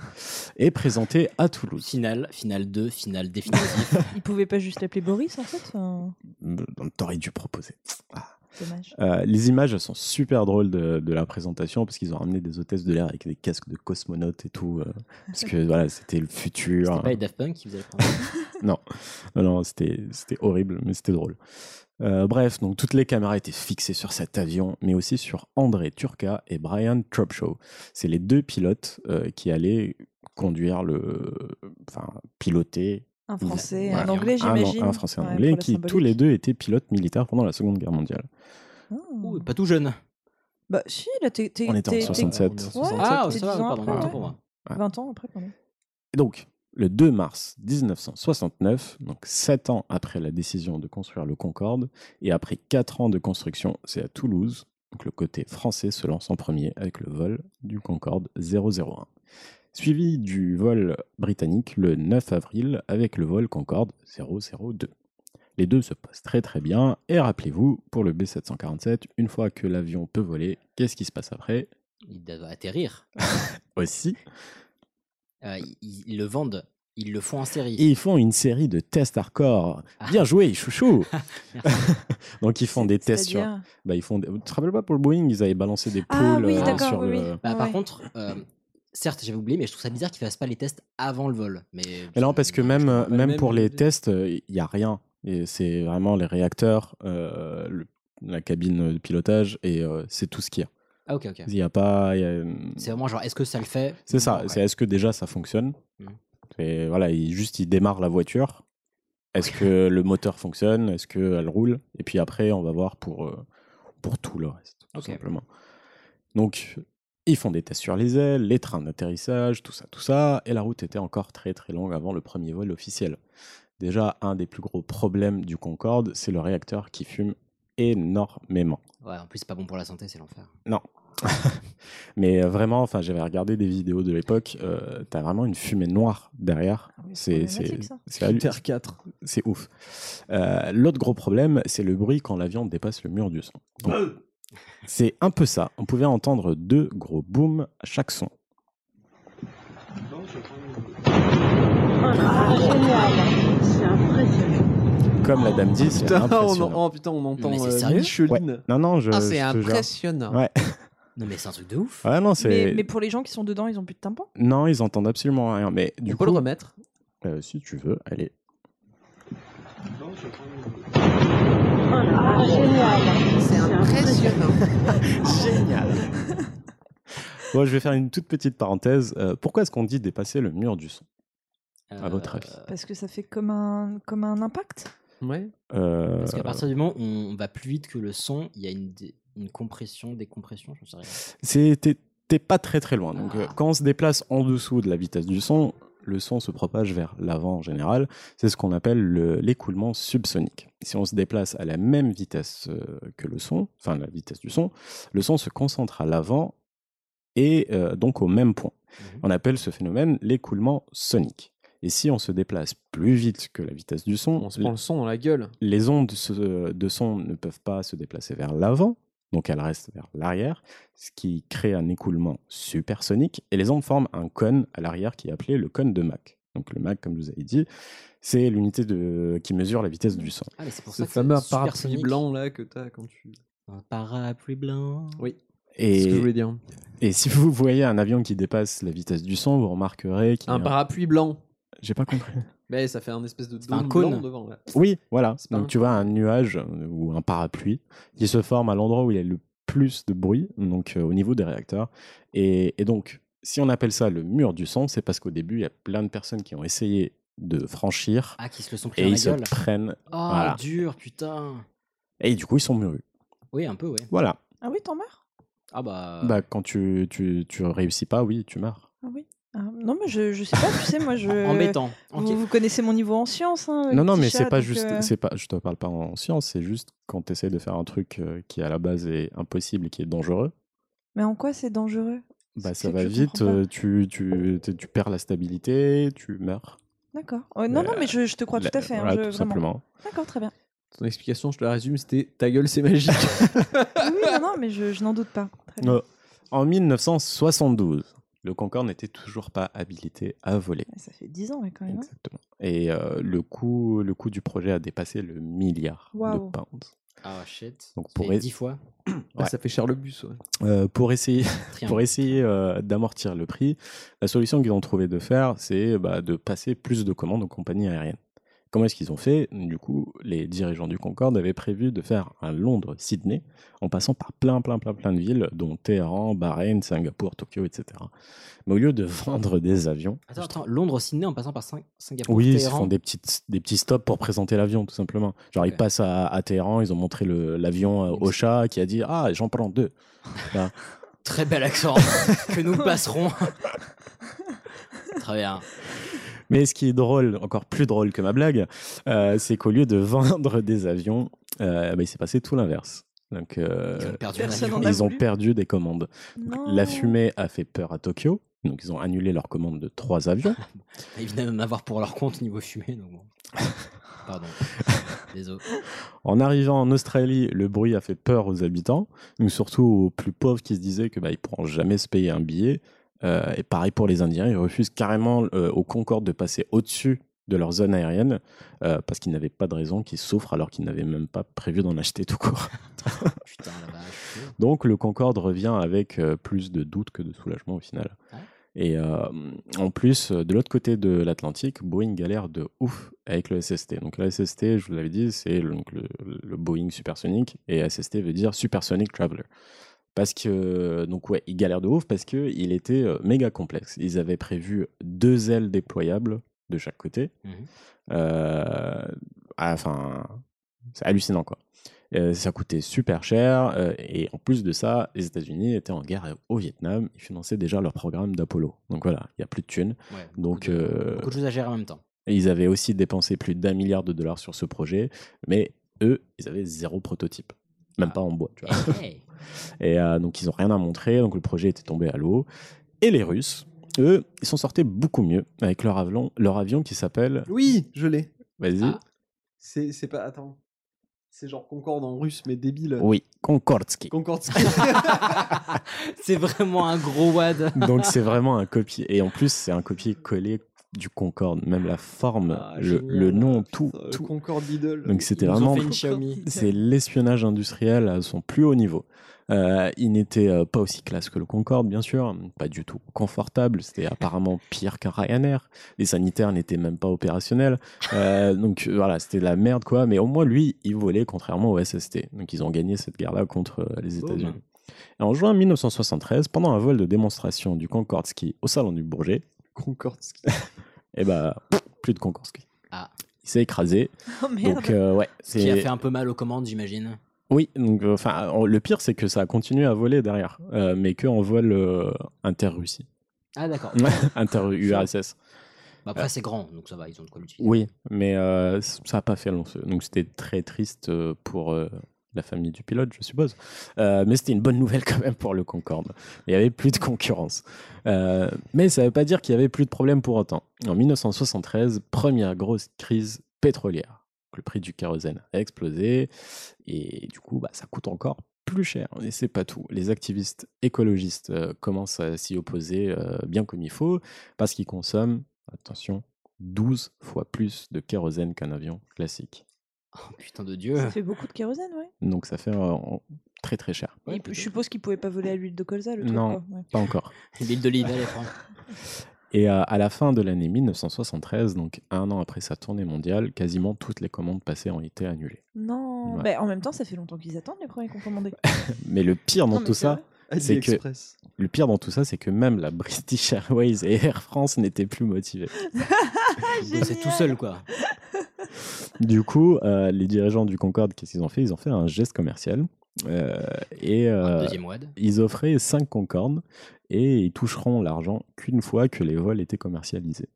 S4: est présenté à Toulouse.
S1: Finale, finale 2, finale définitive.
S3: Ils pouvaient pas juste l'appeler Boris en fait. enfin,
S4: Donc, T'aurais dû proposer.
S3: Dommage.
S4: Euh, les images elles sont super drôles de, de la présentation parce qu'ils ont ramené des hôtesses de l'air avec des casques de cosmonautes et tout. euh, parce que voilà, c'était le
S1: C'était
S4: futur.
S1: pas les Daft Punk qui faisaient
S3: Ah.
S1: prendre.
S4: Non, non, c'était c'était horrible, mais c'était drôle. Euh, bref, donc toutes les caméras étaient fixées sur cet avion, mais aussi sur André Turca et Brian Trubshaw. C'est les deux pilotes euh, qui allaient conduire le, enfin piloter
S3: Un français,
S4: Voilà.
S3: un anglais,
S4: un,
S3: j'imagine.
S4: Ah un français, un
S3: Ouais,
S4: anglais,
S3: pour la
S4: qui tous
S3: symbolique.
S4: les deux étaient pilotes militaires pendant la Seconde Guerre mondiale.
S3: Ah.
S1: Ouh, pas tout jeune.
S3: Bah si, là t'es. t'es-
S4: On était en
S3: t'es- t'es-
S4: 67.
S3: Ouais,
S1: Ah,
S3: t'es
S1: ça va,
S3: 10 ans
S1: pardon,
S3: après,
S1: autant
S3: ouais.
S1: pour moi.
S3: 20 ans après, pardon.
S4: Et donc, le 2 mars 1969, donc 7 ans après la décision de construire le Concorde, et après 4 ans de construction, c'est à Toulouse, donc le côté français se lance en premier avec le vol du Concorde 001. Suivi du vol britannique le 9 avril avec le vol Concorde 002. Les deux se passent très très bien, et rappelez-vous, pour le B747, une fois que l'avion peut voler, qu'est-ce qui se passe après
S1: Il doit atterrir.
S4: Aussi,
S1: Euh, ils, ils le vendent, ils le font en série.
S4: Et ils font une série de tests hardcore.
S2: Ah.
S4: Bien joué, chouchou Donc ils font des tests sur...
S3: C'est-à-dire-
S4: Bah, ils font des- Tu te rappelles pas pour le Boeing, ils avaient balancé des poules
S3: Ah oui,
S4: euh,
S1: d'accord,
S4: sur
S3: oui,
S4: le...
S3: oui.
S1: Bah, Par
S3: Ouais.
S1: contre, euh, certes, j'avais oublié, mais je trouve ça bizarre qu'ils fassent pas les tests avant le vol. Mais,
S4: Mais non, parce que même, euh,
S2: comprends pas le
S4: même
S2: même
S4: pour les
S2: idée.
S4: tests, euh, il n'y a rien. Et c'est vraiment les réacteurs, euh, le- la cabine de pilotage, et euh, c'est tout ce qu'il y a.
S1: Ah, ok, ok.
S4: Il n'y a pas... il y a- euh,
S1: C'est vraiment genre, est-ce que ça le fait
S4: C'est ça,
S1: Ouais.
S4: c'est est-ce que déjà ça fonctionne
S1: Mhm.
S4: Et voilà, il, juste il démarre la voiture. Est-ce que le moteur fonctionne Est-ce qu'elle roule Et puis après, on va voir pour, euh, pour tout le reste, tout
S1: Ok.
S4: simplement. Donc, ils font des tests sur les ailes, les trains d'atterrissage, tout ça, tout ça. Et la route était encore très très longue avant le premier vol officiel. Déjà, un des plus gros problèmes du Concorde, c'est le réacteur qui fume énormément.
S1: Ouais, en plus, c'est pas bon pour la santé, c'est l'enfer.
S4: Mais euh, vraiment, enfin, j'avais regardé des vidéos de l'époque. euh, T'as vraiment une fumée noire derrière.
S3: Ah oui,
S4: C'est
S3: c'est
S4: c'est
S3: problématique, ça.
S4: c'est hallu-
S2: Terre 4.
S4: c'est ouf. Euh, L'autre gros problème, c'est le bruit quand l'avion dépasse le mur du son. Donc,
S2: Euh.
S4: C'est un peu ça. On pouvait entendre deux gros booms à chaque son. Comme la dame dit, c'est
S2: Putain, on,
S4: impressionnant.
S2: en- oh, putain, on entend
S1: Mais c'est
S2: euh,
S1: sérieux
S2: Micheline.
S4: Non, non, je.
S2: Ah, c'est
S4: je te jure.
S2: impressionnant.
S4: Ouais.
S1: Non, mais c'est un truc de ouf.
S4: Ouais, non,
S3: Mais,
S4: c'est.
S3: mais pour les gens qui sont dedans, ils ont plus de tympan.
S4: Non, ils entendent absolument rien. Mais
S2: Du
S4: du
S2: on
S4: coup,
S2: peut le remettre.
S4: euh, si tu veux, allez.
S7: Ah,
S11: C'est impressionnant.
S4: Génial. Bon, je vais faire une toute petite parenthèse. Euh, pourquoi est-ce qu'on dit dépasser le mur du son
S1: Euh,
S4: À votre avis.
S3: Parce que ça fait comme un, comme un impact.
S2: Ouais.
S4: Euh,
S1: Parce qu'à partir du moment où on va plus vite que le son, il y a une, dé- une compression, décompression, je sais rien.
S4: c'est- T'es t'es pas très très loin. Donc,
S1: Ah.
S4: euh, quand on se déplace en dessous de la vitesse du son, le son se propage vers l'avant en général. C'est ce qu'on appelle le- l'écoulement subsonique. Si on se déplace à la même vitesse euh, que le son, enfin la vitesse du son, le son se concentre à l'avant et euh, donc au même point.
S1: Mhm.
S4: On appelle ce phénomène l'écoulement sonique. Et si on se déplace plus vite que la vitesse du son,
S2: On se prend le son dans la gueule.
S4: les ondes se- de son ne peuvent pas se déplacer vers l'avant, donc elles restent vers l'arrière, ce qui crée un écoulement supersonique, et les ondes forment un cône à l'arrière qui est appelé le cône de Mach. Donc le Mach, comme je vous avais dit, c'est l'unité de... qui mesure la vitesse du son.
S1: Ah, mais c'est pour
S2: Ce
S1: ça que
S2: fameux
S1: c'est
S2: parapluie
S1: supersonique.
S2: blanc là que t'as quand tu.
S1: Un parapluie blanc.
S2: Oui. C'est ce que je
S4: Et,
S2: voulais dire.
S4: et si vous voyez un avion qui dépasse la vitesse du son, vous remarquerez qu'il y a
S2: Un parapluie blanc.
S4: J'ai pas compris.
S2: Mais ça fait un espèce de
S1: fait un
S2: dôme
S1: cône.
S2: blanc devant. Là.
S4: Oui, voilà.
S2: C'est pas
S4: Donc
S2: un-
S4: tu vois un nuage euh, ou un parapluie qui se forme à l'endroit où il y a le plus de bruit, donc euh, au niveau des réacteurs. Et, et donc, si on appelle ça le mur du son, c'est parce qu'au début, il y a plein de personnes qui ont essayé de franchir
S1: Ah, qui se le sont pris
S4: et
S1: dans la
S4: ils se
S1: gueule.
S4: prennent.
S1: Oh,
S4: Voilà.
S1: dur, putain.
S4: Et du coup, ils sont murus.
S1: Oui, un peu, ouais.
S4: Voilà.
S3: Ah oui, t'en meurs
S1: Ah bah.
S4: Bah, quand tu, tu, tu réussis pas, oui, tu meurs.
S3: Ah oui. Ah, non, mais je, je sais pas, tu sais, moi je.
S1: Embêtant.
S3: Vous,
S1: Ok.
S3: vous connaissez mon niveau en sciences. hein,
S4: non,
S3: les
S4: non,
S3: petits
S4: mais
S3: chats,
S4: c'est pas
S3: donc,
S4: juste.
S3: euh,
S4: C'est pas. Je te parle pas en science. C'est juste quand tu essaies de faire un truc euh, qui à la base est impossible et qui est dangereux.
S3: Mais en quoi c'est dangereux C'est
S4: Bah, ça
S3: que
S4: va
S3: je
S4: vite,
S3: comprends pas.
S4: euh, tu, tu, tu, tu perds la stabilité, tu meurs.
S3: D'accord. Ouais, non,
S4: La-
S3: non, mais je, je te crois tout
S4: Euh, La-
S3: à fait. hein,
S4: voilà,
S3: je-
S4: tout
S3: vraiment.
S4: simplement.
S3: D'accord, très bien.
S2: Ton explication, je te la résume, c'était ta gueule, c'est magique.
S3: Oui, non, non, mais je, je n'en doute pas. Très bien.
S4: Euh, en 1972, le Concorde n'était toujours pas habilité à voler.
S3: Ça fait 10 ans, là, quand même. hein.
S4: Exactement. Et euh, le, coût, le coût du projet a dépassé le milliard
S3: Waouh.
S4: de pounds.
S1: Ah, shit.
S4: Donc,
S1: Ça
S4: pour
S1: fait
S4: être-
S1: 10 fois.
S2: Ah, ça fait cher le bus. Ouais.
S4: Euh, pour essayer,
S1: Triangle.
S4: pour essayer euh, d'amortir le prix, la solution qu'ils ont trouvé de faire, c'est bah, de passer plus de commandes aux compagnies aériennes. Comment est-ce qu'ils ont fait Du coup, les dirigeants du Concorde avaient prévu de faire un Londres-Sydney en passant par plein, plein, plein, plein de villes, dont Téhéran, Bahreïn, Singapour, Tokyo, etc. Mais au lieu de vendre des avions,
S1: Attends, attends, Londres, Sydney en passant par Sing- Singapour.
S4: oui, ils
S1: Téhéran.
S4: font des, petites, des petits stops pour présenter l'avion, tout simplement. Genre,
S1: Ok.
S4: ils passent à, à Téhéran, ils ont montré le- l'avion euh, au chat qui a dit Ah, j'en prends deux.
S1: Très bel accent hein, que nous passerons. Très bien.
S4: Mais ce qui est drôle, encore plus drôle que ma blague, euh, c'est qu'au lieu de vendre des avions, euh, bah, il s'est passé tout l'inverse. Donc, euh,
S1: Ils ont perdu un
S3: Personne
S1: avion.
S3: en a
S4: ils ont
S3: voulu.
S4: perdu des commandes. Donc,
S3: Non.
S4: la fumée a fait peur à Tokyo. Donc, ils ont annulé leur commande de trois avions.
S1: Ils venaient d'en avoir pour leur compte niveau fumée. Donc bon. Pardon. Désolé.
S4: En arrivant en Australie, le bruit a fait peur aux habitants, donc surtout aux plus pauvres qui se disaient que bah, ils pourront jamais se payer un billet. Euh, et pareil pour les Indiens, ils refusent carrément euh, aux Concorde de passer au-dessus de leur zone aérienne euh, parce qu'ils n'avaient pas de raison qu'ils souffrent alors qu'ils n'avaient même pas prévu d'en acheter tout court.
S1: Putain, la vache.
S4: Donc le Concorde revient avec euh, plus de doutes que de soulagement au final.
S1: Ouais.
S4: Et euh, en plus, euh, de l'autre côté de l'Atlantique, Boeing galère de ouf avec le SST. Donc le SST, je vous l'avais dit, c'est le, donc le- le Boeing supersonique et SST veut dire Supersonic Traveler. Parce que, euh, donc ouais, ils galèrent de ouf parce qu'il était euh, méga complexe. Ils avaient prévu deux ailes déployables de chaque côté.
S1: Mhm.
S4: Euh, ah, Enfin, c'est hallucinant quoi. Euh, ça coûtait super cher euh, et en plus de ça, les États-Unis étaient en guerre au Vietnam. Ils finançaient déjà leur programme d'Apollo. Donc voilà, il n'y a plus de thunes.
S1: Ouais, beaucoup
S4: Donc,
S1: de-
S4: euh,
S1: beaucoup de choses à gérer en même temps.
S4: Et ils avaient aussi dépensé plus d'un milliard de dollars sur ce projet, mais eux, ils avaient zéro prototype, même
S1: Ah.
S4: pas en bois. Tu vois.
S1: Hey.
S4: Et euh, donc ils n'ont rien à montrer, donc le projet était tombé à l'eau. Et les Russes, eux, ils s'en sortaient beaucoup mieux avec leur avion, leur avion qui s'appelle.
S2: Oui, je l'ai.
S4: Vas-y.
S1: Ah.
S2: C'est c'est pas. Attends. C'est genre Concorde en russe, mais débile.
S4: Oui, Konkordsky.
S2: Concorde.
S1: C'est vraiment un gros wad.
S4: Donc c'est vraiment un copier. Et en plus, c'est un copier-coller du Concorde. Même la forme,
S2: Ah,
S4: le,
S2: génial.
S4: le nom, tout.
S2: Putain,
S4: tout.
S2: Euh, Concorde Lidl.
S4: Donc c'était
S1: Ils nous ont
S4: vraiment.
S1: fait une Xiaomi.
S4: C'est l'espionnage industriel à son plus haut niveau. Euh, il n'était euh, pas aussi classe que le Concorde, bien sûr, pas du tout confortable. C'était apparemment pire qu'un Ryanair. Les sanitaires n'étaient même pas opérationnels. Euh, donc euh, voilà, c'était de la merde quoi. Mais au moins lui, il volait contrairement au SST. Donc ils ont gagné cette guerre-là contre euh, les
S1: Boum.
S4: États-Unis. Et En juin 1973, pendant un vol de démonstration du Concorde ski au salon du Bourget,
S2: Concorde.
S4: eh bah pff, plus de Concorde ski.
S1: Ah.
S4: Il s'est écrasé.
S3: Oh, merde.
S4: Donc euh, ouais,
S1: Ce qui a fait un peu mal aux commandes, j'imagine.
S4: oui, donc euh, enfin on- le pire c'est que ça a continué à voler derrière, euh, mais que en vol euh, inter-Russie,
S1: Ah, d'accord.
S4: inter-URSS.
S1: Bah, après, c'est grand, donc ça va, ils ont de quoi l'utiliser.
S4: Oui, mais euh, c- ça n'a pas fait long. ce- Donc c'était très triste euh, pour euh, la famille du pilote, je suppose. Euh, mais c'était une bonne nouvelle quand même pour le Concorde. Il n'y avait plus de concurrence. Euh, mais ça ne veut pas dire qu'il n'y avait plus de problème pour autant. En 1973, première grosse crise pétrolière. Le prix du kérosène a explosé et du coup, bah, ça coûte encore plus cher. Et c'est pas tout. Les activistes écologistes euh, commencent à s'y opposer euh, bien comme il faut parce qu'ils consomment, attention, 12 fois plus de kérosène qu'un avion classique.
S1: Oh putain de Dieu.
S3: Ça fait beaucoup de kérosène, ouais.
S4: Donc ça fait euh, très très cher.
S3: Et puis, je suppose qu'il pouvait pas voler à l'huile de colza, le truc.
S4: non,
S3: quoi, ouais.
S4: pas encore.
S1: L'île d'olive, allez, Franck.
S4: Et euh, à la fin de l'année 1973, donc un an après sa tournée mondiale, quasiment toutes les commandes passées ont été annulées.
S3: Non,
S4: Ouais.
S3: bah, en même temps, ça fait longtemps qu'ils attendent les premiers qu'on commandait.
S4: Mais le pire
S3: Non,
S4: dans
S3: mais
S4: tout
S3: c'est
S4: ça,
S3: vrai.
S4: c'est que le pire dans tout ça, c'est que même la British Airways et Air France n'étaient plus motivés.
S3: Ah,
S1: C'est tout seul, quoi.
S4: Du coup, euh, les dirigeants du Concorde, qu'est-ce qu'ils ont fait Ils ont fait un geste commercial. euh, et euh,
S1: deuxième WAD.
S4: ils offraient 5 Concordes et ils toucheront l'argent qu'une fois que les vols étaient commercialisés.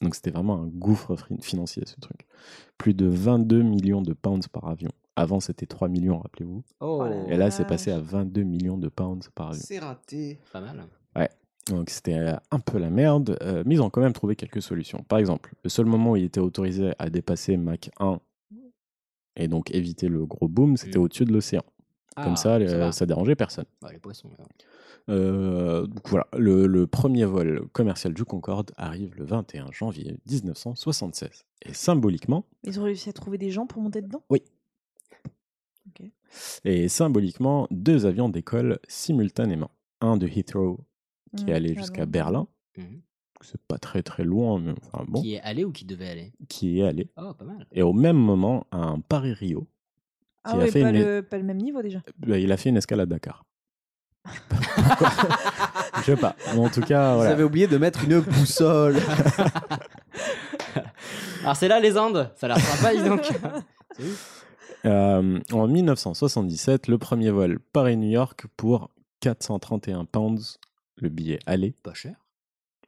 S4: Donc c'était vraiment un gouffre fri- financier ce truc. Plus de 22 millions de pounds par avion. Avant c'était 3 millions, rappelez-vous.
S2: Oh,
S4: et là c'est passé à 22 millions de pounds par avion.
S2: C'est raté.
S1: Pas mal.
S4: Ouais. Donc c'était euh, un peu la merde, euh, mais ils ont quand même trouvé quelques solutions. Par exemple, le seul moment où il était autorisé à dépasser Mach 1 et donc éviter le gros boom, c'était au-dessus de l'océan.
S1: Ah,
S4: Comme ça,
S1: ça
S4: euh,
S1: va.
S4: ça dérangeait personne.
S1: Ouais, les poissons. alors.
S4: Euh, donc voilà, le, le premier vol commercial du Concorde arrive le 21 janvier 1976. Et symboliquement,
S3: Ils ont réussi à trouver des gens pour monter dedans
S4: Oui.
S3: Ok.
S4: et symboliquement, deux avions décollent simultanément. Un de Heathrow qui
S1: Mhm,
S3: Mmh,
S4: est allé
S3: ah
S1: pas
S4: jusqu'à
S1: loin.
S4: Berlin.
S1: Mhm.
S4: C'est pas très très loin, mais enfin bon,
S1: Qui est allé ou qui devait aller
S4: qui est allé.
S1: Oh, pas mal.
S4: Et au même moment, un Paris-Rio, qui
S3: Ah
S4: a
S3: ouais,
S4: fait
S3: pas,
S4: une-
S3: le, pas le même niveau déjà.
S4: bah, il a fait une escale à Dakar. Pourquoi Je sais pas. Mais en tout cas,
S2: Vous
S4: voilà.
S2: avez oublié de mettre une boussole.
S1: Alors, Ah, c'est là les Indes. Ça leur sera pas, Ah, dis donc. C'est ouf.
S4: Euh, en 1977, le premier vol Paris-New York pour 431 pounds le billet aller
S1: Pas cher.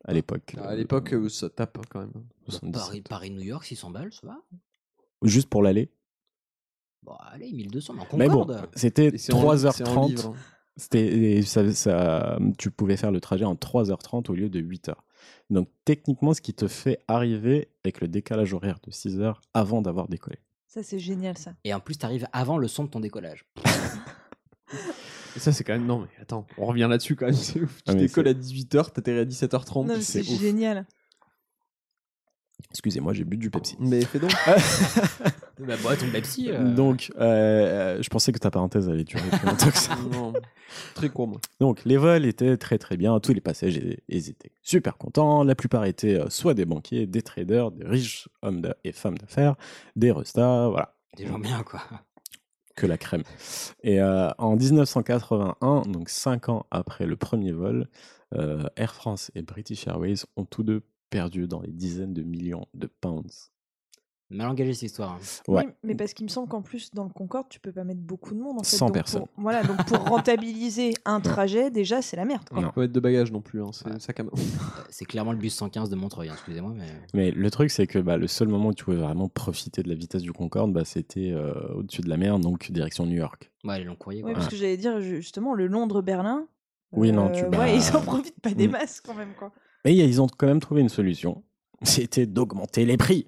S4: à l'époque.
S2: À l'époque, euh, ça tape quand même.
S4: 77.
S1: Paris, Paris-New York, 600 balles, ça va
S4: Euh, Juste pour l'aller.
S1: Bon, allez, 1200, mais en
S4: Mais bon,
S1: Concorde.
S4: c'était
S2: Et c'est en- c'est en
S4: 3h30.
S2: livre. hein.
S4: C'était, et ça, ça- tu pouvais faire le trajet en 3h30 au lieu de 8h. Donc techniquement, ce qui te fait arriver avec le décalage horaire de 6h avant d'avoir décollé.
S3: Ça, c'est génial ça.
S1: Et en plus, t'arrives avant le son de ton décollage.
S2: Et ça, c'est quand même. Non, mais attends, on revient là-dessus quand même. C'est ouf. Tu
S4: Ah, mais
S2: décolles à 18h, t'atterris à 17h30.
S3: Non, mais
S2: c'est
S3: c'est
S2: ouf.
S3: génial.
S4: Excusez-moi, j'ai bu du Pepsi.
S2: Mais fais donc.
S1: bah, bon, ton Pepsi. euh,
S4: Donc, euh, je pensais que ta parenthèse allait durer plus longtemps que ça.
S2: Non, Très court, moi.
S4: Donc les vols étaient très très bien, tous les passagers ils étaient super contents, la plupart étaient euh, soit des banquiers, des traders, des riches hommes d'a- et femmes d'affaires, des restas, voilà,
S1: Des gens bien, quoi.
S4: que la crème. Et euh, en 1981, donc 5 ans après le premier vol, euh, Air France et British Airways ont tous deux perdu dans les dizaines de millions de pounds.
S1: Mal engagé cette histoire. hein.
S4: Ouais.
S3: Oui, mais parce qu'il me semble qu'en plus, dans le Concorde, tu peux pas mettre beaucoup de monde. En fait.
S4: 100
S3: Donc, pour-
S4: personnes.
S3: voilà, donc pour rentabiliser un trajet, déjà, c'est la merde. Quoi.
S4: Non.
S2: Pas être de bagages non plus. Hein. C'est sac à main.
S1: Euh, C'est clairement le bus 115 de Montreuil, hein, excusez-moi, mais.
S4: Mais le truc, c'est que bah, le seul moment où tu pouvais vraiment profiter de la vitesse du Concorde, bah, c'était euh, au-dessus de la mer, donc direction New York.
S1: Ouais, les longs courriers, quoi.
S3: Oui, parce que j'allais dire, ju- justement, le Londres-Berlin. euh,
S4: Oui, non, tu-
S3: ouais,
S4: bah,
S3: ils en profitent pas des
S4: mm.
S3: masses quand même. Quoi.
S4: Mais ils ont quand même trouvé une solution. C'était d'augmenter les prix.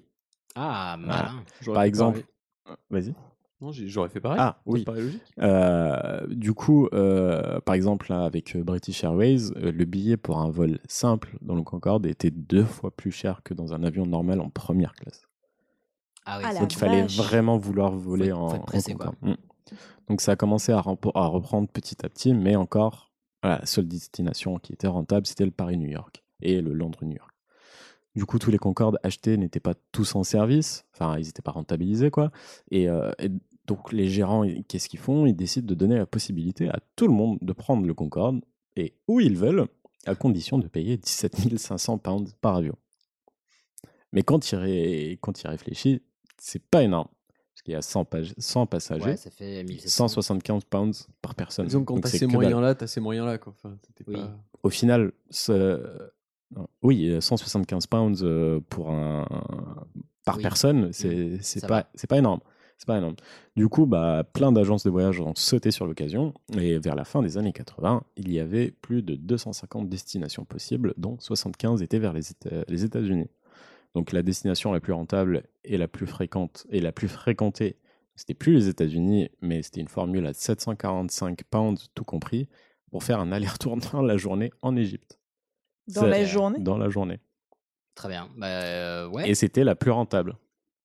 S1: Ah, malin.
S2: J'aurais
S4: Par
S2: fait
S4: exemple.
S2: pareil.
S4: Vas-y.
S2: Non, j'ai- j'aurais fait pareil.
S4: Ah,
S2: Ça
S4: oui.
S2: paraît logique.
S4: Euh, du coup, euh, par exemple, là, avec euh, British Airways, euh, le billet pour un vol simple dans le Concorde était deux fois plus cher que dans un avion normal en première classe.
S1: Ah oui,
S3: Ah, la
S1: faut
S4: Donc
S1: qu'il
S4: il
S1: fasse-
S4: fallait
S3: vache.
S4: vraiment vouloir
S1: Faut
S4: voler
S1: être-
S4: en,
S1: faut être
S4: en
S1: pressé, quoi.
S4: Concorde. Mm. Donc ça a commencé à, rempo- à reprendre petit à petit, mais encore, voilà, la seule destination qui était rentable, c'était le Paris-New York et le Londres-New York. Du coup, tous les Concorde achetés n'étaient pas tous en service, enfin, ils n'étaient pas rentabilisés, quoi. Et, euh, et donc, les gérants, ils- qu'est-ce qu'ils font Ils décident de donner la possibilité à tout le monde de prendre le Concorde et où ils veulent, à condition de payer 17 500 pounds par avion. Mais quand il, ré- quand il réfléchit, c'est pas énorme. Parce qu'il y a 100, page- 100 passagers,
S1: Ouais, ça fait 1700.
S4: 175 pounds par personne.
S2: Disons que quand
S4: Donc
S2: t'as
S4: c'est
S2: ces
S4: que dalle.
S2: moyens-là, t'as ces moyens-là. quoi. Enfin, t'étais
S1: Oui.
S2: pas-
S4: Au final, ce- non, oui, euh, 175 pounds euh, pour un... par
S1: Oui.
S4: personne, c'est c'est
S1: Ça
S4: pas, c'est pas énorme. C'est pas énorme. Du coup, bah, plein d'agences de voyage ont sauté sur l'occasion. Et vers la fin des années 80, il y avait plus de 250 destinations possibles, dont 75 étaient vers les, Éta- les États-Unis. Donc la destination la plus rentable et la plus fréquente et la plus fréquentée, c'était plus les États-Unis, mais c'était une formule à 745 pounds tout compris pour faire un aller-retour dans la journée en Égypte.
S3: Dans
S4: C'est-
S3: la journée
S4: Dans la journée.
S1: Très bien. Bah, euh, ouais.
S4: Et c'était la plus rentable.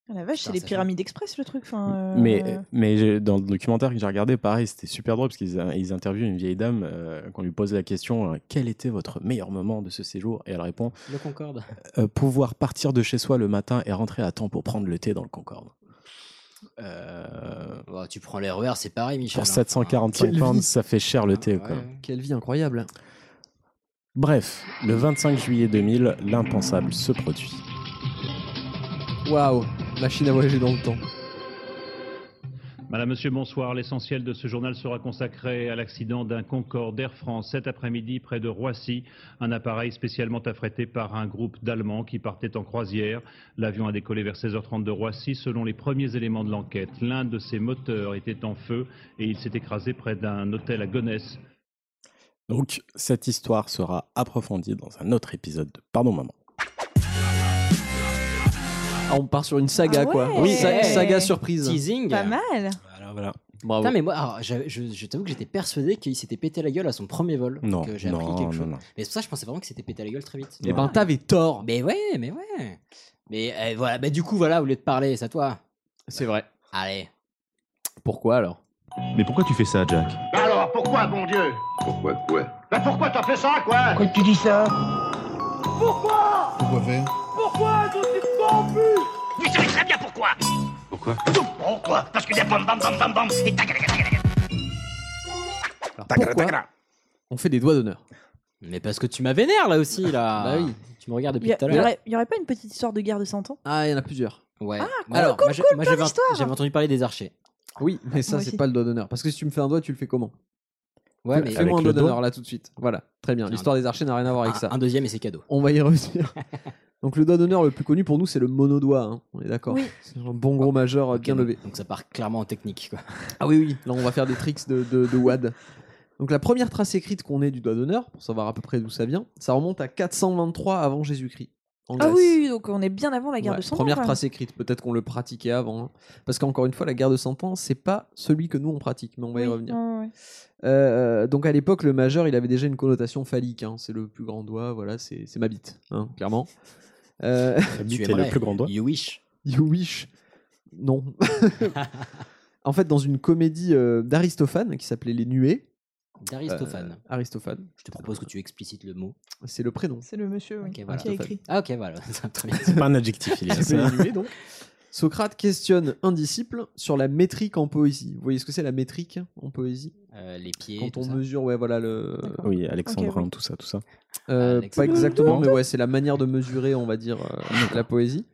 S3: Ah la vache, c'est
S1: Putain,
S3: les
S1: ça
S3: pyramides express le truc. Enfin, euh,
S4: Mais, mais j'ai- dans le documentaire que j'ai regardé, pareil, c'était super drôle parce qu'ils ils interviewent une vieille dame euh, qu'on lui pose la question euh, quel était votre meilleur moment de ce séjour Et elle répond
S1: Le Concorde.
S4: Euh, pouvoir partir de chez soi le matin et rentrer à temps pour prendre le thé dans le Concorde.
S1: Bah, tu prends les RER, c'est pareil, Michel.
S4: euh, Pour
S1: hein.
S4: 745
S1: Quelle
S4: pounds,
S1: vie.
S4: ça fait cher le thé.
S1: ouais,
S4: quoi.
S1: ouais.
S2: Quelle vie incroyable. hein.
S4: Bref, le 25 juillet 2000, l'impensable se produit.
S2: Waouh, machine à voyager dans le temps.
S12: Madame, Monsieur, bonsoir. L'essentiel de ce journal sera consacré à l'accident d'un Concorde Air France cet après-midi près de Roissy, un appareil spécialement affrété par un groupe d'Allemands qui partaient en croisière. L'avion a décollé vers 16h30 de Roissy. Selon les premiers éléments de l'enquête, l'un de ses moteurs était en feu et il s'est écrasé près d'un hôtel à Gonesse.
S4: Donc, cette histoire sera approfondie dans un autre épisode de Pardon Maman.
S2: Ah, on part sur une saga,
S1: Ah
S2: quoi.
S1: ouais. Oui.
S2: Sa- saga surprise.
S1: Teasing. Ah
S3: Pas mal.
S4: Voilà, voilà.
S2: Bravo.
S1: Putain, mais moi, alors, j'avais- je, je t'avoue que j'étais persuadé qu'il s'était pété la gueule à son premier vol.
S4: Non,
S1: que j'ai appris
S4: non,
S1: quelque
S4: non,
S1: chose.
S4: non.
S1: Mais c'est pour ça, que je pensais vraiment que c'était pété la gueule très vite.
S2: Eh ben, t'avais tort.
S1: Mais ouais, mais ouais. Mais euh, voilà, bah, du coup, voilà, au lieu de parler, c'est à toi.
S2: C'est vrai.
S1: Allez.
S2: Pourquoi alors
S13: Mais pourquoi tu fais ça, Jack
S8: Bah alors, pourquoi, bon Dieu
S13: Pourquoi quoi
S8: Bah pourquoi t'as fait ça, quoi
S13: Pourquoi tu dis ça
S8: Pourquoi
S13: Pourquoi faire
S8: Pourquoi tout de suite en plus Vous savez très bien pourquoi Pourquoi Pourquoi Parce que des bam bam bam bam bam et tac tac tac tac.
S2: Pourquoi On fait des doigts d'honneur.
S1: Mais parce que tu m'as vénère là aussi, là.
S2: Bah oui.
S1: Tu me regardes
S3: Il
S1: depuis
S3: y, a-
S1: tout à
S3: il y
S1: l'heure.
S3: aurait- il y aurait pas une petite histoire de guerre de 100 ans
S2: Ah, il y en a plusieurs.
S1: Ouais.
S3: cool,
S1: Alors,
S3: cool,
S1: moi, j'ai-
S3: cool,
S1: moi,
S3: plein
S1: j'avais ent-
S3: d'histoires.
S1: j'avais entendu parler des archers.
S2: Oui, mais ça,
S3: Moi
S2: c'est
S3: aussi.
S2: pas le doigt d'honneur. Parce que si tu me fais un doigt, tu le fais comment
S1: Ouais, mais euh,
S2: Fais-moi un
S4: Avec
S2: doigt
S4: le doigt
S2: d'honneur là tout de suite. Voilà, très bien. L'histoire des archers n'a rien à voir avec
S1: un,
S2: ça.
S1: un deuxième et c'est cadeau.
S2: On va y revenir. Donc, le doigt d'honneur le plus connu pour nous, c'est le monodoigt. hein. On est d'accord
S3: Oui.
S2: C'est un bon gros majeur euh, bien
S1: Ok, donc-
S2: levé.
S1: Donc ça part clairement en technique, quoi.
S2: Ah oui, oui, là on va faire des tricks de, de, de WAD. Donc la première trace écrite qu'on ait du doigt d'honneur, pour savoir à peu près d'où ça vient, ça remonte à 423 avant Jésus-Christ. en
S3: Ah
S2: Grèce.
S3: oui, oui, donc on est bien avant la guerre
S2: Ouais,
S3: de 100 ans.
S2: première
S3: quand même.
S2: trace écrite, peut-être qu'on le pratiquait avant. hein. Parce qu'encore une fois, la guerre de 100 ans, c'est pas celui que nous on pratique, mais on va y
S3: Oui,
S2: revenir.
S3: ouais, ouais.
S2: Euh, donc à l'époque, le majeur, il avait déjà une connotation phallique. hein. C'est le plus grand doigt, voilà, c'est c'est ma bite, hein, clairement. Euh,
S1: Tu
S4: Bite est le
S1: aimerais.
S4: plus grand doigt.
S1: You wish.
S2: You wish Non. en fait, dans une comédie euh, d'Aristophane qui s'appelait Les Nuées.
S1: D'Aristophane.
S2: euh, Aristophane,
S1: Je te propose que tu explicites le mot.
S2: c'est le prénom.
S3: C'est le monsieur oui,
S1: Ok, voilà.
S3: qui a écrit.
S1: Ah ok, voilà. Très bien.
S4: C'est pas un adjectif, il y a
S2: C'est
S4: ça.
S2: Les Nuées, donc. Socrate questionne un disciple sur la métrique en poésie. Vous voyez ce que c'est la métrique en poésie
S1: Euh, les pieds.
S2: Quand
S1: tout
S2: on
S1: ça.
S2: mesure, ouais, voilà le.
S3: D'accord.
S4: Oui, Alexandrin,
S3: Ok, oui.
S4: tout ça, tout ça.
S2: Euh,
S1: Alex-
S2: pas exactement, mais ouais, c'est la manière de mesurer, on va dire, euh, la poésie.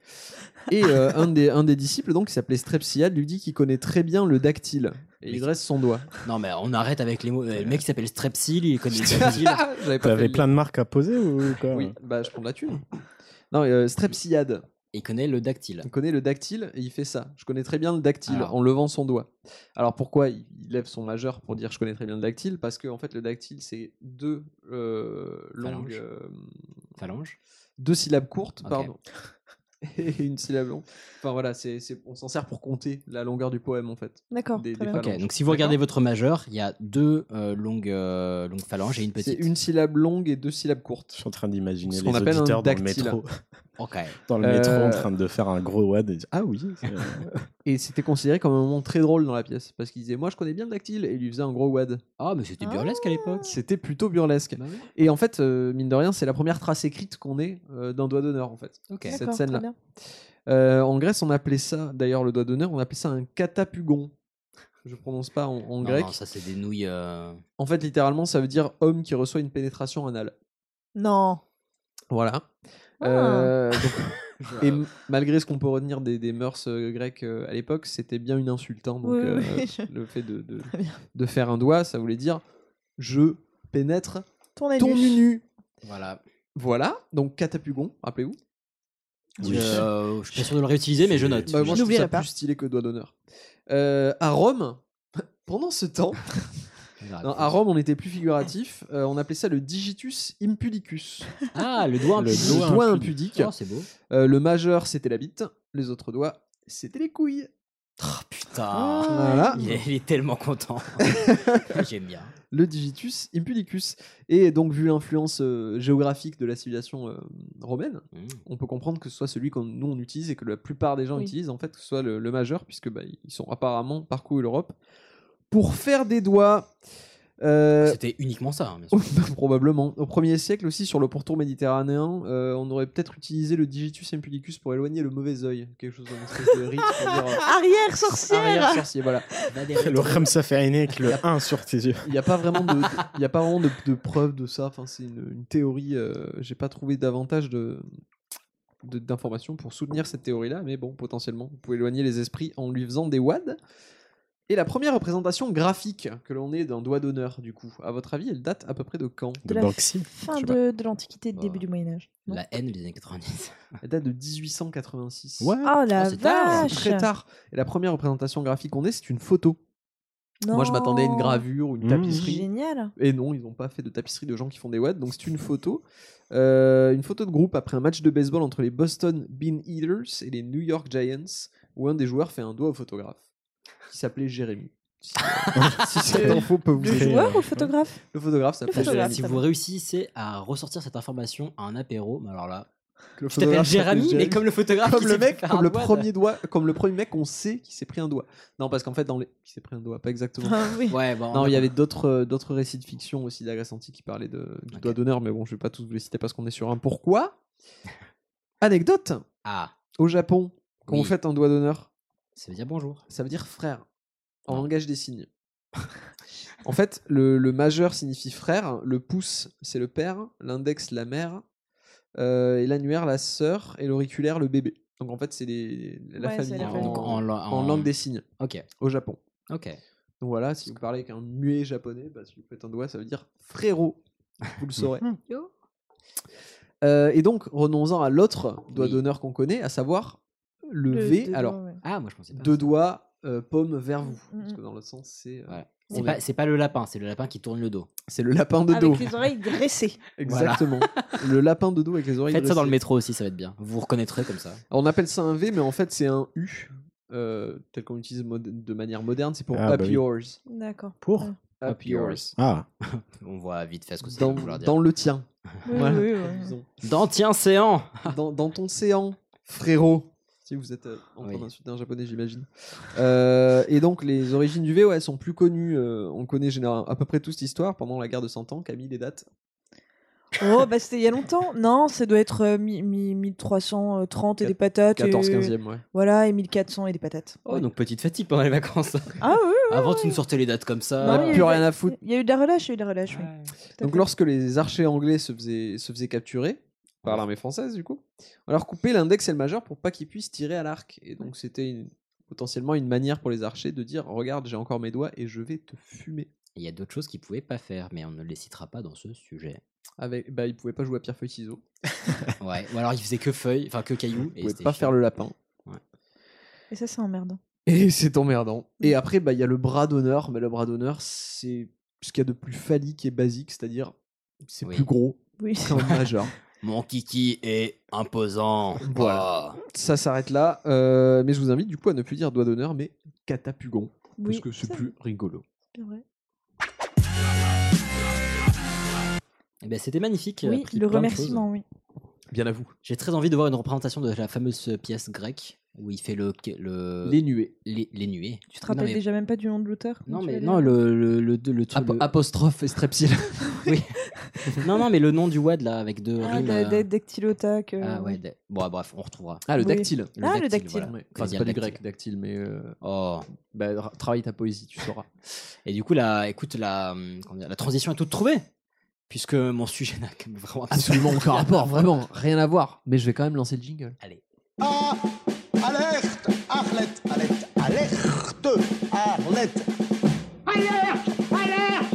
S2: Et euh, un, des, un des disciples, donc, qui s'appelait Strepsiade, lui dit qu'il connaît très bien le dactyle. Et il
S1: Mais-
S2: dresse son doigt.
S1: Non mais on arrête avec les mots. Euh, Le mec qui s'appelle Strepsil, il connaît les dactyles.
S2: J'avais pas fait
S4: T'avais
S2: le
S4: plein de marques à poser ou quoi
S2: lien. Oui, bah je prends de la thune. Non, euh, Strepsiade,
S1: Il connaît le dactyle.
S2: il connaît le dactyle et il fait ça. Je connais très bien le dactyle
S1: Alors.
S2: en levant son doigt. Alors pourquoi il il lève son majeur pour dire je connais très bien le dactyle Parce que en fait le dactyle c'est deux euh, longues,
S1: Phalanges.
S2: euh,
S1: Phalange.
S2: deux syllabes courtes,
S1: Ok.
S2: pardon, et une syllabe longue. Enfin voilà, c'est c'est- on s'en sert pour compter la longueur du poème en fait.
S3: D'accord.
S2: Des-
S3: très
S2: des
S3: bien.
S2: Phalange.
S1: Ok, donc si vous regardez votre majeur, il y a deux euh, longues, euh, longues phalanges et une
S2: C'est
S1: petite.
S2: une syllabe longue et deux syllabes courtes.
S4: Je suis en train d'imaginer
S2: Ce
S4: les
S2: qu'on appelle un
S4: auditeurs dans le
S2: dactyle.
S4: métro,
S1: Ok.
S4: dans le
S2: Euh,
S4: métro en train de faire un gros wad et dire Ah oui, c'est-
S2: Et c'était considéré comme un moment très drôle dans la pièce parce qu'il disait moi je connais bien le dactyle et il lui faisait un gros wad.
S1: Ah mais c'était burlesque à l'époque.
S2: C'était plutôt burlesque.
S1: Bah oui.
S2: Et en fait, euh, mine de rien, c'est la première trace écrite qu'on ait euh, d'un doigt d'honneur, en fait.
S1: Ok.
S2: Cette
S3: D'accord,
S2: scène-là.
S3: très bien.
S2: Euh, en Grèce, on appelait ça, d'ailleurs, le doigt d'honneur, on appelait ça un catapugon. Je prononce pas en, en
S1: Non,
S2: grec.
S1: non, ça c'est des nouilles. euh,
S2: En fait, littéralement, ça veut dire homme qui reçoit une pénétration anale.
S3: Non.
S2: Voilà.
S3: Ah.
S2: Euh, donc- et
S1: euh,
S2: m- malgré ce qu'on peut retenir des, des mœurs euh, grecques euh, à l'époque, c'était bien une insulte. hein, donc,
S3: Oui, oui,
S2: euh,
S3: oui, je-
S2: le fait de, de-
S3: Très bien.
S2: de faire un doigt, ça voulait dire je pénètre
S3: Ton anus.
S2: ton menu.
S1: Voilà.
S2: Voilà, donc catapugon, rappelez-vous.
S1: Oui. Euh, je suis pas sûr de le réutiliser, mais je note.
S2: Bah, moi, je trouve
S1: N'oublierai
S2: ça
S1: pas.
S2: plus stylé que doigt d'honneur. Euh, à Rome, pendant ce temps,
S1: Ah,
S2: non, à Rome, on était plus figuratif. euh, on appelait ça le digitus impudicus.
S1: Ah, le doigt impudique.
S2: Le doigt impudique.
S1: Oh, c'est beau.
S2: Euh, le majeur, c'était la bite. Les autres doigts, c'était les couilles.
S1: Oh,
S2: Ah.
S1: Putain.
S2: Voilà.
S1: Il, est, il est tellement content. J'aime bien.
S2: le digitus impudicus. Et donc, vu l'influence euh, géographique de la civilisation euh, romaine,
S1: Hmm.
S2: on peut comprendre que ce soit celui que nous on utilise et que la plupart des gens
S1: Oui.
S2: utilisent, en fait, que ce soit le, le majeur, puisque bah, ils sont apparemment parcours l'Europe pour faire des doigts. Euh,
S1: C'était uniquement ça, hein, bien
S2: probablement. Au 1er siècle aussi, sur le pourtour méditerranéen, euh, on aurait peut-être utilisé le digitus impudicus pour éloigner le mauvais œil, quelque chose comme espèce de rite pour dire, euh,
S3: Arrière sorcière
S2: Arrière sorcier, voilà.
S4: Le Ramsa Ferriné avec le 1 sur tes yeux.
S2: Il n'y a pas vraiment de, il y a pas vraiment de, de preuves de ça. Enfin, c'est une, une théorie. euh, J'ai pas trouvé davantage de de- d'informations pour soutenir cette théorie-là, mais bon, potentiellement, vous pouvez éloigner les esprits en lui faisant des wads. Et la première représentation graphique que l'on ait d'un doigt d'honneur, du coup, à votre avis, elle date à peu près de quand
S3: De la fin de, de l'Antiquité, début du Moyen-Âge.
S1: La haine des années 90.
S2: Elle date de 1886.
S1: Ouais.
S3: Oh la
S2: Oh, c'est tard,
S3: vache
S2: c'est Très tard. Et la première représentation graphique qu'on ait, c'est une photo. Moi, je m'attendais à une
S3: Non.
S2: gravure ou une
S3: Mmh.
S2: tapisserie.
S3: Génial.
S2: Et non, ils n'ont pas fait de tapisserie de gens qui font des wads. Donc, c'est une photo. Euh, une photo de groupe après un match de baseball entre les Boston Bean Eaters et les New York Giants, où un des joueurs fait un doigt au photographe, qui s'appelait Jérémy. Si, si cette info peut vous
S3: Le
S2: aider.
S3: joueur ou le photographe
S2: Le photographe
S1: Parce que
S2: s'appelait Jérémy.
S1: si vous réussissez à ressortir cette information à un apéro, mais alors là,
S2: Le
S1: tu t'appelles
S2: photographe s'appelait
S1: Jérémy, mais
S2: Jérémy.
S1: comme le photographe,
S2: comme
S1: qui
S2: le
S1: s'est
S2: mec,
S1: fait
S2: comme
S1: un
S2: le
S1: doigt,
S2: premier doigt, comme le premier mec, on sait qu'il s'est pris un doigt. Non, parce qu'en fait, dans les, qui s'est pris un doigt, pas exactement.
S1: Ah oui. Ouais, bon,
S2: non,
S1: on
S2: il y
S1: a-
S2: avait d'autres, euh, d'autres récits de fiction aussi de la Grèce antique qui parlaient de, du doigt d'honneur, mais bon, je vais pas tous vous les citer parce qu'on est sur un pourquoi. Anecdote.
S1: Ah.
S2: Au Japon, quand
S1: Oui.
S2: on fait un doigt d'honneur,
S1: ça veut dire bonjour.
S2: Ça veut dire frère en langage des signes. En fait, le, le majeur signifie frère, le pouce c'est le père, l'index la mère, euh, et l'annuaire la sœur, et l'auriculaire le bébé. Donc en fait, c'est les- la
S1: Ouais, c'est
S2: famille
S1: la
S2: en,
S1: famille. Donc, en la-
S2: en
S1: en-
S2: langue des signes
S1: Ok.
S2: au Japon.
S1: Ok.
S2: Donc voilà, si vous parlez avec un muet japonais, bah, si vous faites un doigt, ça veut dire frérot. Vous le saurez.
S1: Hum.
S2: Euh, et donc, renonçant à l'autre doigt d'honneur qu'on connaît, à savoir le,
S1: Le
S2: V.
S1: deux
S2: alors,
S1: doigts, Hum, ouais. Ah, moi, je pensais pas à
S2: deux
S1: ça.
S2: doigts, euh, paume vers vous.
S3: Mm,
S2: Parce
S3: mm.
S2: que dans l'autre sens, c'est. euh, on
S1: C'est
S2: est-
S1: pas, c'est pas le lapin, c'est le lapin qui tourne le dos.
S2: C'est le lapin de
S3: Avec
S2: dos.
S3: les oreilles graissées.
S2: Exactement. le lapin de dos avec les oreilles.
S1: Faites ça dans le
S2: dressées.
S1: métro aussi, ça va être bien. Vous vous reconnaîtrez comme ça.
S2: On appelle ça un V, mais en fait, c'est un U, euh, tel qu'on l'utilise mod- de manière moderne. C'est pour
S1: Ah, bah
S2: up
S1: oui.
S2: yours.
S3: D'accord.
S1: Pour
S2: Up yours.
S4: Ah.
S1: On voit vite fait ce que c'est.
S2: Dans, dans le tien.
S1: Oui, oui, oui.
S2: disons.
S1: Dans tien séant.
S2: dans, dans ton séant, frérot. Si vous êtes euh, en train d'insulter un japonais, j'imagine. Euh, et donc, les origines du V, ouais, elles sont plus connues. euh, on connaît général, à peu près toute l'histoire. Pendant la guerre de 100 ans, Camille, les dates.
S3: Oh, bah c'était il y a longtemps. Non, ça doit être euh, mi- mi- 1330 et des patates. et-
S1: 14-15e, ouais.
S3: Voilà, et 1400 et des patates.
S1: Oh, donc petite fatigue pendant les vacances.
S3: Ah oui,
S1: Avant, tu ne sortais les dates comme ça.
S3: Non,
S2: Bah
S3: il y a eu de- Il y a eu de la relâche, il y a eu de la relâche, oui. Tout à
S2: Donc
S3: fait.
S2: lorsque les archers anglais se faisaient, se faisaient capturer par l'armée française, du coup, on leur coupait l'index et le majeur pour pas qu'ils puissent tirer à l'arc. Et donc c'était une- potentiellement une manière pour les archers de dire regarde, j'ai encore mes doigts et je vais te fumer.
S1: Il y a d'autres choses qu'ils pouvaient pas faire, mais on ne les citera pas dans ce sujet.
S2: Avec, bah, ils pouvaient pas jouer à pierre feuille ciseaux.
S1: Ouais. Ou alors ils faisaient que feuilles, enfin que cailloux.
S2: Ils pouvaient pas faire le lapin.
S3: Et ça, c'est emmerdant.
S2: Et c'est emmerdant. Et après, bah, il y a le bras d'honneur, mais le bras d'honneur, c'est ce qu'il y a de plus phallique et basique, c'est-à-dire c'est plus gros
S3: Oui.
S2: qu'un majeur.
S1: Mon kiki est imposant. Ah.
S2: Voilà. Ça s'arrête là, euh, mais je vous invite du coup à ne plus dire doigt d'honneur, mais catapugon,
S3: Oui,
S2: parce que c'est
S3: ça-
S2: plus rigolo.
S3: C'est vrai.
S1: Eh ben, c'était magnifique.
S3: Oui,
S1: appris
S3: le
S1: plein de
S3: remerciement,
S1: choses.
S3: oui.
S2: Bien à vous.
S1: J'ai très envie de voir une représentation de la fameuse euh, pièce grecque où il fait le. le...
S2: Les nuées.
S1: Les, les nuées.
S3: Tu te rappelles déjà même pas du nom de l'auteur
S1: Non,
S3: tu
S1: mais
S3: l'as
S1: non,
S3: dit
S1: le, le, le, le, le-
S2: Apo-
S1: le-
S2: Apostrophe et strepsil.
S1: oui. Non, non, mais le nom du WAD là avec deux
S3: Ah,
S1: rimes.
S3: da-
S1: euh,
S3: da- dactylotac. euh,
S1: Ah ouais,
S3: oui.
S1: da- bon, ah, bref, on retrouvera.
S2: Ah, le dactyle.
S3: Ah, le dactyle. Ouais.
S2: Enfin,
S1: Comédien
S2: c'est pas du
S1: dactyle.
S2: grec, dactyle, mais. euh,
S1: Oh.
S2: bah, ra- travaille ta poésie, tu sauras.
S1: Et du coup, la, écoute, la, hum, comment dire, la transition est toute trouvée. Puisque mon sujet n'a que- vraiment
S2: Absolument aucun rapport, vraiment, rien à voir. Mais je vais quand même lancer le jingle.
S1: Allez.
S8: Alerte Arlette Alerte Alerte Arlette Alerte Alerte Alerte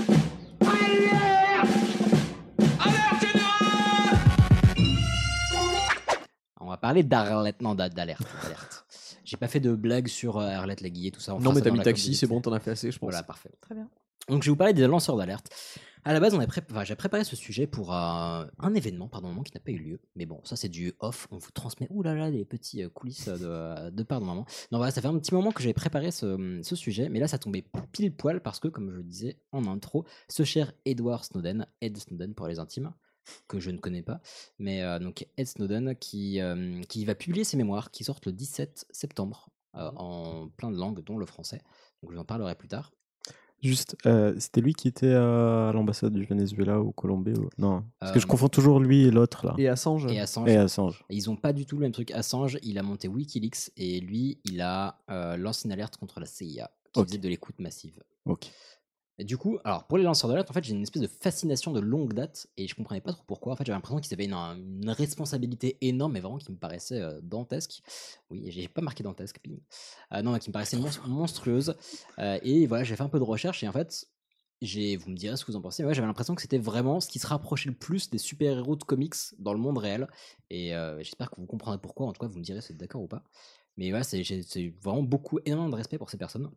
S8: Alerte générale
S1: On va pas parlé d'Arlette, non d'a- d'alerte. d'alerte. J'ai pas fait de blague sur euh, Arlette la Guillet, tout ça. on
S2: Non,
S1: fera
S2: mais
S1: ça
S2: t'as
S1: dans
S2: mis
S1: la
S2: taxi,
S1: com-
S2: c'est bon, t'en as fait assez, je pense.
S1: Voilà, parfait.
S3: Très bien.
S1: Donc je vais vous parler des lanceurs d'alerte. À la base, on a pré- enfin, j'ai préparé ce sujet pour euh, un événement, pardon, moment qui n'a pas eu lieu. Mais bon, ça c'est du off. On vous transmet, ouh là là, les petits euh, coulisses euh, de, euh, de part de maman. Non, voilà, ça fait un petit moment que j'avais préparé ce, ce sujet, mais là ça tombait pile poil parce que, comme je le disais en intro, ce cher Edward Snowden, Ed Snowden pour les intimes, que je ne connais pas, mais euh, donc Ed Snowden qui, euh, qui va publier ses mémoires qui sortent le 17 septembre euh, en plein de langues, dont le français. Donc je vous en parlerai plus tard.
S4: Juste, euh, c'était lui qui était à l'ambassade du Venezuela ou Colombie ou- Non, parce que je
S1: Euh,
S4: confonds toujours lui et l'autre là.
S2: Et Assange.
S1: Et Assange.
S4: Et Assange.
S1: Et Ils ont pas du tout le même truc. Assange, il a monté Wikileaks et lui, il a euh, lancé une alerte contre la CIA qui faisait de l'écoute massive.
S4: Ok.
S1: Et du coup, alors pour les lanceurs d'alerte, en fait, j'ai une espèce de fascination de longue date et je comprenais pas trop pourquoi. En fait, j'avais l'impression qu'ils avaient une, une responsabilité énorme, mais vraiment qui me paraissait euh, dantesque. Oui, j'ai pas marqué dantesque, ping. Euh, non, mais qui me paraissait mon- monstrueuse. Euh, et voilà, j'ai fait un peu de recherche et en fait, j'ai, vous me direz ce que vous en pensez, mais ouais, j'avais l'impression que c'était vraiment ce qui se rapprochait le plus des super-héros de comics dans le monde réel. Et euh, j'espère que vous comprendrez pourquoi. En tout cas, vous me direz si vous êtes d'accord ou pas. Mais voilà, c'est j'ai- c'est vraiment beaucoup, énormément de respect pour ces personnes.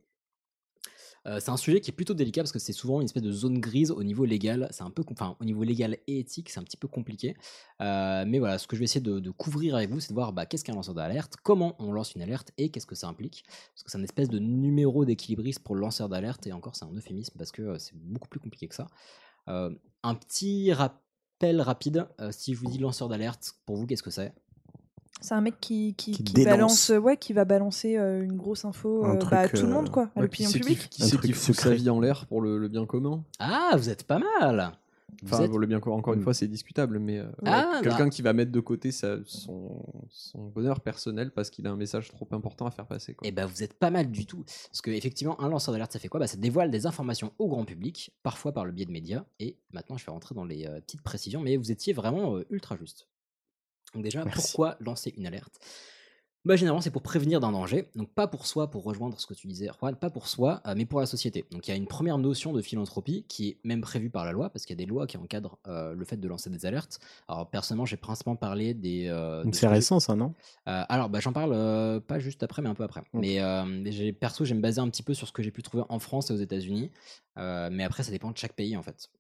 S1: Euh, c'est un sujet qui est plutôt délicat parce que c'est souvent une espèce de zone grise au niveau légal. C'est un peu, com- enfin, au niveau légal et éthique, c'est un petit peu compliqué. Euh, mais voilà, ce que je vais essayer de, de couvrir avec vous, c'est de voir bah, qu'est-ce qu'un lanceur d'alerte, comment on lance une alerte et qu'est-ce que ça implique. Parce que c'est un espèce de numéro d'équilibriste pour le lanceur d'alerte et encore, c'est un euphémisme parce que euh, c'est beaucoup plus compliqué que ça. Euh, un petit rappel rapide. euh, si je vous dis lanceur d'alerte, pour vous, qu'est-ce que c'est
S3: C'est un mec qui, qui,
S1: Qui
S3: qui
S1: dénonce.
S3: balance, ouais, qui va balancer euh, une grosse info
S1: Un
S3: euh, bah, à
S1: truc,
S3: tout le
S1: euh,
S3: monde, quoi, à
S1: ouais,
S2: Qui
S3: l'opinion
S2: c'est qui,
S3: publique.
S2: qui
S1: Un
S2: c'est
S1: truc
S2: qui fout sa
S1: secret.
S2: vie en l'air pour le, le bien commun
S1: Ah, vous êtes pas mal Vous
S2: Enfin,
S1: êtes- Hmm.
S2: pour le bien commun, encore une fois, c'est discutable, mais euh,
S1: Ah,
S2: ouais, quelqu'un
S1: bah.
S2: qui va mettre de côté sa- son, son bonheur personnel parce qu'il a un message trop important à faire passer. Quoi.
S1: Et ben vous êtes pas mal du tout. Parce que effectivement, un lanceur d'alerte, ça fait quoi bah, Ça dévoile des informations au grand public, parfois par le biais de médias. Et maintenant, je vais rentrer dans les euh, petites précisions, mais vous étiez vraiment euh, ultra juste. Donc déjà, pourquoi lancer une alerte bah, Généralement, c'est pour prévenir d'un danger. Donc pas pour soi, pour rejoindre ce que tu disais, Juan, pas pour soi, euh, mais pour la société. Donc il y a une première notion de philanthropie qui est même prévue par la loi, parce qu'il y a des lois qui encadrent euh, le fait de lancer des alertes. Alors personnellement, j'ai principalement parlé des... euh,
S4: Donc
S1: de
S4: c'est
S1: sujets-
S4: récent ça, non
S1: euh, alors, bah, j'en parle euh, pas juste après, mais un peu après. Mais euh, mais j'ai- perso, je vais me baser un petit peu sur ce que j'ai pu trouver en France et aux États-Unis. Euh, mais après, ça dépend de chaque pays en fait.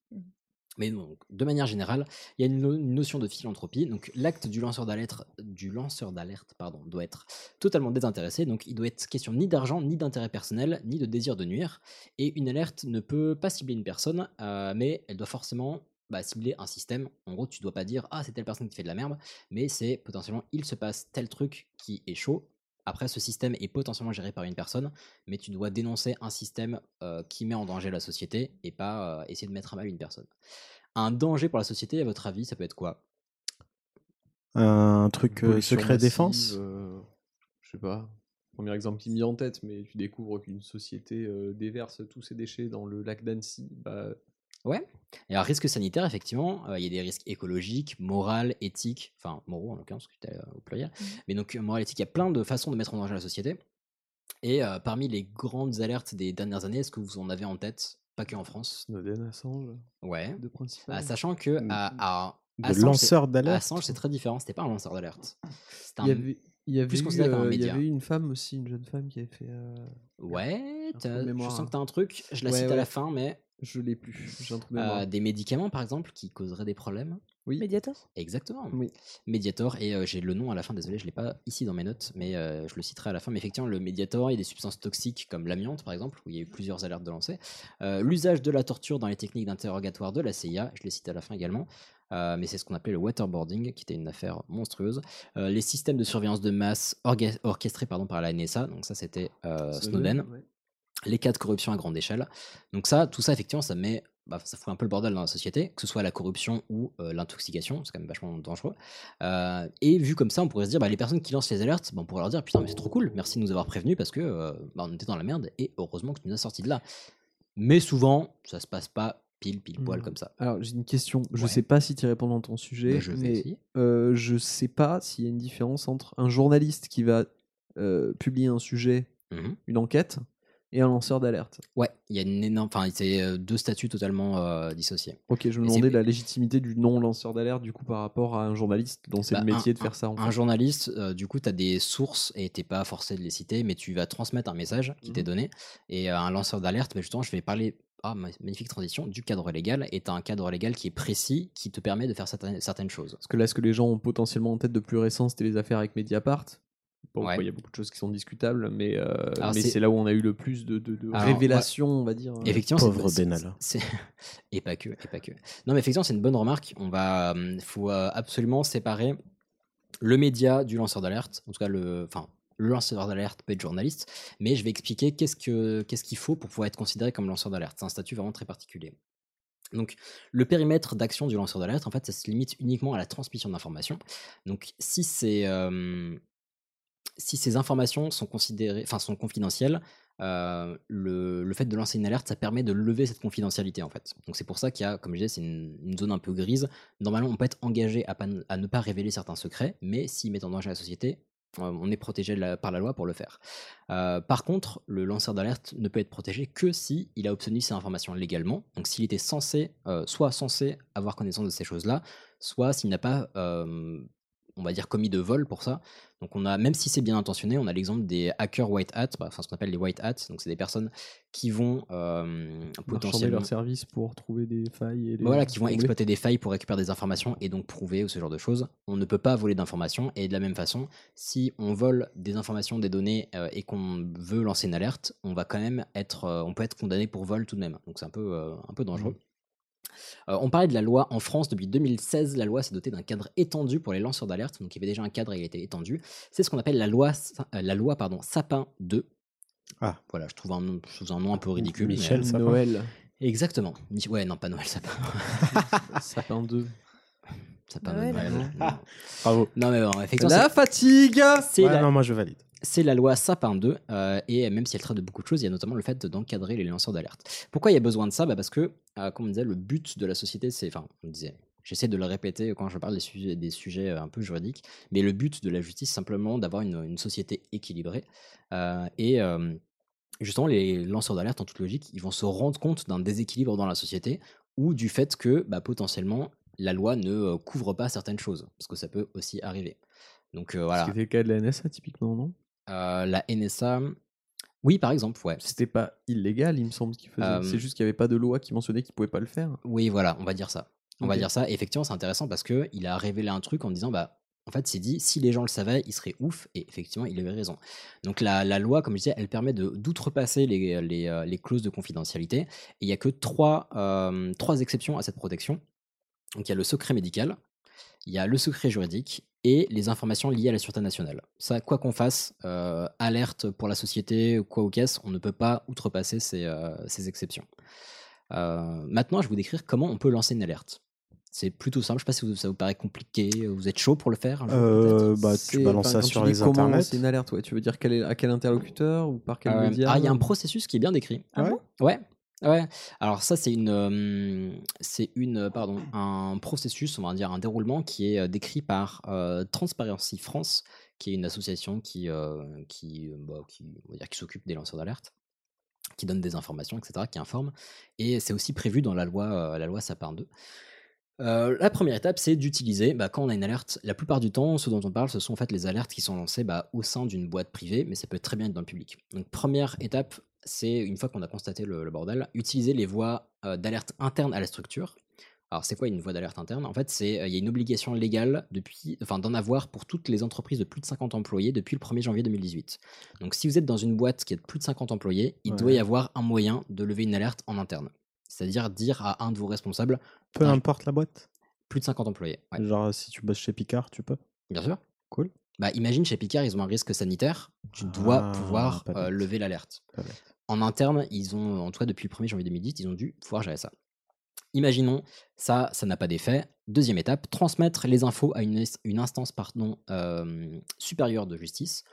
S1: Mais donc, de manière générale, il y a une, no- une notion de philanthropie. Donc, l'acte du lanceur d'alerte, du lanceur d'alerte, pardon, doit être totalement désintéressé. Donc, il doit être question ni d'argent, ni d'intérêt personnel, ni de désir de nuire. Et une alerte ne peut pas cibler une personne, euh, mais elle doit forcément bah, cibler un système. En gros, tu dois pas dire ah c'est telle personne qui fait de la merde, mais c'est potentiellement il se passe tel truc qui est chaud. Après, ce système est potentiellement géré par une personne, mais tu dois dénoncer un système euh, qui met en danger la société et pas euh, essayer de mettre à mal une personne. Un danger pour la société, à votre avis, ça peut être quoi
S4: Un truc euh,
S2: Pollution
S4: secret
S2: massive,
S4: défense
S2: euh, Je sais pas. Premier exemple qui me vient en tête, mais tu découvres qu'une société euh, déverse tous ses déchets dans le lac d'Annecy. Bah,
S1: Ouais. Et alors, risque sanitaire, effectivement, euh, il y a des risques écologiques, moraux, éthiques, enfin, moraux en l'occurrence, parce que tu au pluriel. Mais donc, euh, moral, éthique, il y a plein de façons de mettre en danger la société. Et euh, parmi les grandes alertes des dernières années, est-ce que vous en avez en tête Pas que en France.
S2: Snowden, Assange.
S1: Ouais.
S2: De principal.
S1: Ah, sachant
S2: Mmh,
S1: que. À, à-
S4: de
S1: Assange, c'est-
S4: lanceur d'alerte.
S1: Assange, c'est très différent. C'était pas un lanceur d'alerte. C'était
S2: Il y
S1: un-
S2: avait, il y avait
S1: plus
S2: eu,
S1: considéré comme un
S2: euh, il y
S1: média.
S2: avait eu une femme aussi, une jeune femme qui avait fait. euh,
S1: Ouais,
S2: un trou de
S1: t'as- je
S2: mémoire,
S1: sens
S2: hein.
S1: que t'as un truc. Je la
S2: Ouais,
S1: cite à
S2: ouais.
S1: la fin, mais.
S2: Je l'ai plus. J'ai un trou de
S1: Euh,
S2: mémoire.
S1: des médicaments, par exemple, qui causeraient des problèmes.
S2: Oui.
S3: Mediator
S1: Exactement.
S2: Oui.
S1: Mediator, et euh, j'ai le nom à la fin, désolé, je ne l'ai pas ici dans mes notes, mais euh, je le citerai à la fin. Mais effectivement, le Mediator, il y a des substances toxiques comme l'amiante, par exemple, où il y a eu plusieurs alertes de lancer. Euh, L'usage de la torture dans les techniques d'interrogatoire de la CIA, je les cite à la fin également. Euh, mais c'est ce qu'on appelait le waterboarding, qui était une affaire monstrueuse. Euh, les systèmes de surveillance de masse orga- orchestrés pardon, par la NSA, donc ça c'était euh, Snowden
S2: Snowden, ouais.
S1: les cas de corruption à grande échelle. Donc ça, tout ça, effectivement, ça met, bah, ça fout un peu le bordel dans la société, que ce soit la corruption ou euh, l'intoxication, c'est quand même vachement dangereux. Euh, et vu comme ça, on pourrait se dire, bah, les personnes qui lancent les alertes, bah, on pourrait leur dire, putain, mais c'est trop cool, merci de nous avoir prévenus parce que euh, bah, on était dans la merde et heureusement que tu nous as sortis de là. Mais souvent, ça se passe pas pile pile poil
S2: Hmm.
S1: comme ça.
S2: Alors, j'ai une question. Je sais pas si tu réponds dans ton sujet,
S1: Bah, je vais
S2: mais
S1: essayer.
S2: euh, je sais pas s'il y a une différence entre un journaliste qui va euh, publier un sujet,
S1: Mhm.
S2: une enquête, et un lanceur d'alerte.
S1: Ouais, il y a une énorme. Enfin, c'est euh, deux statuts totalement euh, dissociés.
S2: Ok, je me
S1: Et
S2: demandais
S1: c'est-
S2: la légitimité du non lanceur d'alerte du coup par rapport à un journaliste dont c'est
S1: Bah,
S2: le métier
S1: un-
S2: de faire ça. En
S1: Un
S2: fait.
S1: journaliste, euh, du coup, tu as des sources et t'es pas forcé de les citer, mais tu vas transmettre un message qui t'est donné. Et euh, un lanceur d'alerte, mais justement, je vais parler, ah, ma- magnifique transition, du cadre légal. Et tu un cadre légal qui est précis, qui te permet de faire certaines, certaines choses.
S2: Parce que là, ce que les gens ont potentiellement en tête de plus récent, c'était les affaires avec Mediapart. Bon,
S1: Ouais.
S2: Il y a beaucoup de choses qui sont discutables, mais, euh,
S1: Alors,
S2: mais
S1: c'est-
S2: c'est là où on a eu le plus de, de- de
S1: Alors,
S2: révélations,
S1: ouais.
S2: on va dire. euh,
S1: Effectivement, c'est- c'est- c'est- et pas que, et pas que. Non, mais effectivement, c'est une bonne remarque. On va, euh, faut euh, absolument séparer le média du lanceur d'alerte. En tout cas, le, enfin, le lanceur d'alerte peut être journaliste, mais je vais expliquer qu'est-ce que, qu'est-ce qu'il faut pour pouvoir être considéré comme lanceur d'alerte. C'est un statut vraiment très particulier. Donc, le périmètre d'action du lanceur d'alerte, en fait, ça se limite uniquement à la transmission d'informations. Donc, si c'est euh, si ces informations sont considérées, enfin sont confidentielles, euh, le, le fait de lancer une alerte, ça permet de lever cette confidentialité en fait. Donc c'est pour ça qu'il y a, comme je disais, c'est une, une zone un peu grise. Normalement, on peut être engagé à, pas ne- à ne pas révéler certains secrets, mais s'ils mettent en danger la société, euh, on est protégé de la- par la loi pour le faire. Euh, par contre, le lanceur d'alerte ne peut être protégé que si il a obtenu ces informations légalement. Donc s'il était censé, euh, soit censé avoir connaissance de ces choses-là, soit s'il n'a pas euh, on va dire commis de vol pour ça. Donc on a, même si c'est bien intentionné, on a l'exemple des hackers white hat, bah, enfin ce qu'on appelle les white hats. Donc c'est des personnes qui vont euh,
S2: Potentiellement.
S1: potentiellement,
S2: leur service pour trouver des failles. Et les-
S1: voilà, qui vont
S2: trouver.
S1: exploiter des failles pour récupérer des informations et donc prouver ou ce genre de choses. On ne peut pas voler d'informations et de la même façon, si on vole des informations, des données euh, et qu'on veut lancer une alerte, on va quand même être, euh, on peut être condamné pour vol tout de même. Donc c'est un peu, euh, un peu dangereux.
S4: Mmh.
S1: Euh, on parlait de la loi en France depuis 2016. La loi s'est dotée d'un cadre étendu pour les lanceurs d'alerte. Donc il y avait déjà un cadre et il a été étendu. C'est ce qu'on appelle la loi, Sa- euh, la loi pardon, Sapin 2.
S4: Ah.
S1: Voilà, je trouve un nom, je trouve un nom un peu ridicule. mais- euh,
S4: Michel Sapin. Noël.
S1: Exactement. Mich- Ouais, non, pas Noël Sapin.
S2: Sapin 2.
S1: Sapin
S2: Noël.
S1: de Noël.
S2: Ah.
S1: Bravo. Non, mais bon, effectivement.
S2: La
S1: c'est-
S2: fatigue
S1: C'est la-
S4: non, moi je valide.
S1: c'est la loi Sapin 2, euh, et même si elle traite de beaucoup de choses, il y a notamment le fait d'encadrer les lanceurs d'alerte. Pourquoi il y a besoin de ça bah Parce que, euh, comme on disait, le but de la société, c'est. Enfin, on disait. J'essaie de le répéter quand je parle des sujets, des sujets euh, un peu juridiques, mais le but de la justice, c'est simplement d'avoir une, une société équilibrée. euh, et. euh, justement, les lanceurs d'alerte, en toute logique, ils vont se rendre compte d'un déséquilibre dans la société ou du fait que bah, potentiellement la loi ne euh, couvre pas certaines choses, parce que ça peut aussi arriver. Donc euh, voilà.
S2: C'était le cas de la NSA, typiquement, non
S1: Euh, la NSA. Oui, par exemple, ouais.
S2: C'était pas illégal, il me semble qu'il faisait.
S1: Euh,
S2: C'est juste qu'il n'y avait pas de loi qui mentionnait qu'il pouvait pas le faire.
S4: Euh,
S1: Oui, voilà, on va dire ça. On va
S2: Ok.
S1: dire ça. Et effectivement, c'est intéressant parce que il a révélé un truc en disant, bah, en fait, il s'est dit, si les gens le savaient, ils seraient ouf. Et effectivement, il avait raison. Donc la, la loi, comme je disais, elle permet de- d'outrepasser les, les, euh, les clauses de confidentialité. Et il n'y a que trois, euh, trois exceptions à cette protection. Donc il y a le secret médical, il y a le secret juridique et les informations liées à la sûreté nationale. Ça, quoi qu'on fasse, euh, alerte pour la société, quoi ou caisse, on ne peut pas outrepasser ces, euh, ces exceptions. Euh, maintenant, je vais vous décrire comment on peut lancer une alerte. C'est plutôt simple, je ne sais pas si vous- ça vous paraît compliqué, vous êtes chaud pour le faire un jour,
S4: Euh,
S1: peut-être
S4: bah,
S2: C'est-
S4: tu balances
S2: enfin,
S4: ça
S2: quand tu
S4: sur
S2: dis
S4: les
S2: comment
S4: internets.
S2: lancer une alerte, ouais. Tu veux dire quel est- à quel interlocuteur ou par quel
S1: Euh,
S2: média
S1: ah, il y a un processus qui est bien décrit.
S2: Ah Ouais.
S1: ouais. Ouais. Alors ça c'est une, euh, c'est une, euh, pardon, un processus, on va dire un déroulement qui est euh, décrit par euh, Transparency France, qui est une association qui, euh, qui, euh, bah, qui, on va dire, qui s'occupe des lanceurs d'alerte, qui donne des informations, etc., qui informe. Et c'est aussi prévu dans la loi, euh, la loi Sapin 2. Euh, la première étape, c'est d'utiliser, bah, quand on a une alerte, la plupart du temps, ce dont on parle, ce sont en fait les alertes qui sont lancées bah, au sein d'une boîte privée, mais ça peut très bien être dans le public. Donc, première étape, c'est, une fois qu'on a constaté le, le bordel, utiliser les voies euh, d'alerte interne à la structure. Alors, c'est quoi une voie d'alerte interne En fait, c'est euh, il y a une obligation légale depuis, enfin, d'en avoir pour toutes les entreprises de plus de 50 employés depuis le 1er janvier 2018. Donc, si vous êtes dans une boîte qui a plus de 50 employés, il
S4: Ouais.
S1: doit y avoir un moyen de lever une alerte en interne. C'est-à-dire dire à un de vos responsables,
S4: Peu importe la boîte.
S1: plus de 50 employés. ouais.
S4: Genre, si tu bosses chez Picard, tu peux.
S1: Bien sûr.
S4: Mmh. Cool.
S1: Bah, imagine chez Picard, ils ont un risque sanitaire. Tu dois
S4: Ah,
S1: pouvoir
S4: pas
S1: euh,
S4: bête.
S1: lever l'alerte.
S4: Pas bête.
S1: En interne, ils ont, en tout cas depuis le 1er janvier 2010, ils ont dû pouvoir gérer ça. Imaginons, ça, ça n'a pas d'effet. Deuxième étape, transmettre les infos à une, ins- une instance pardon, euh, supérieure de justice.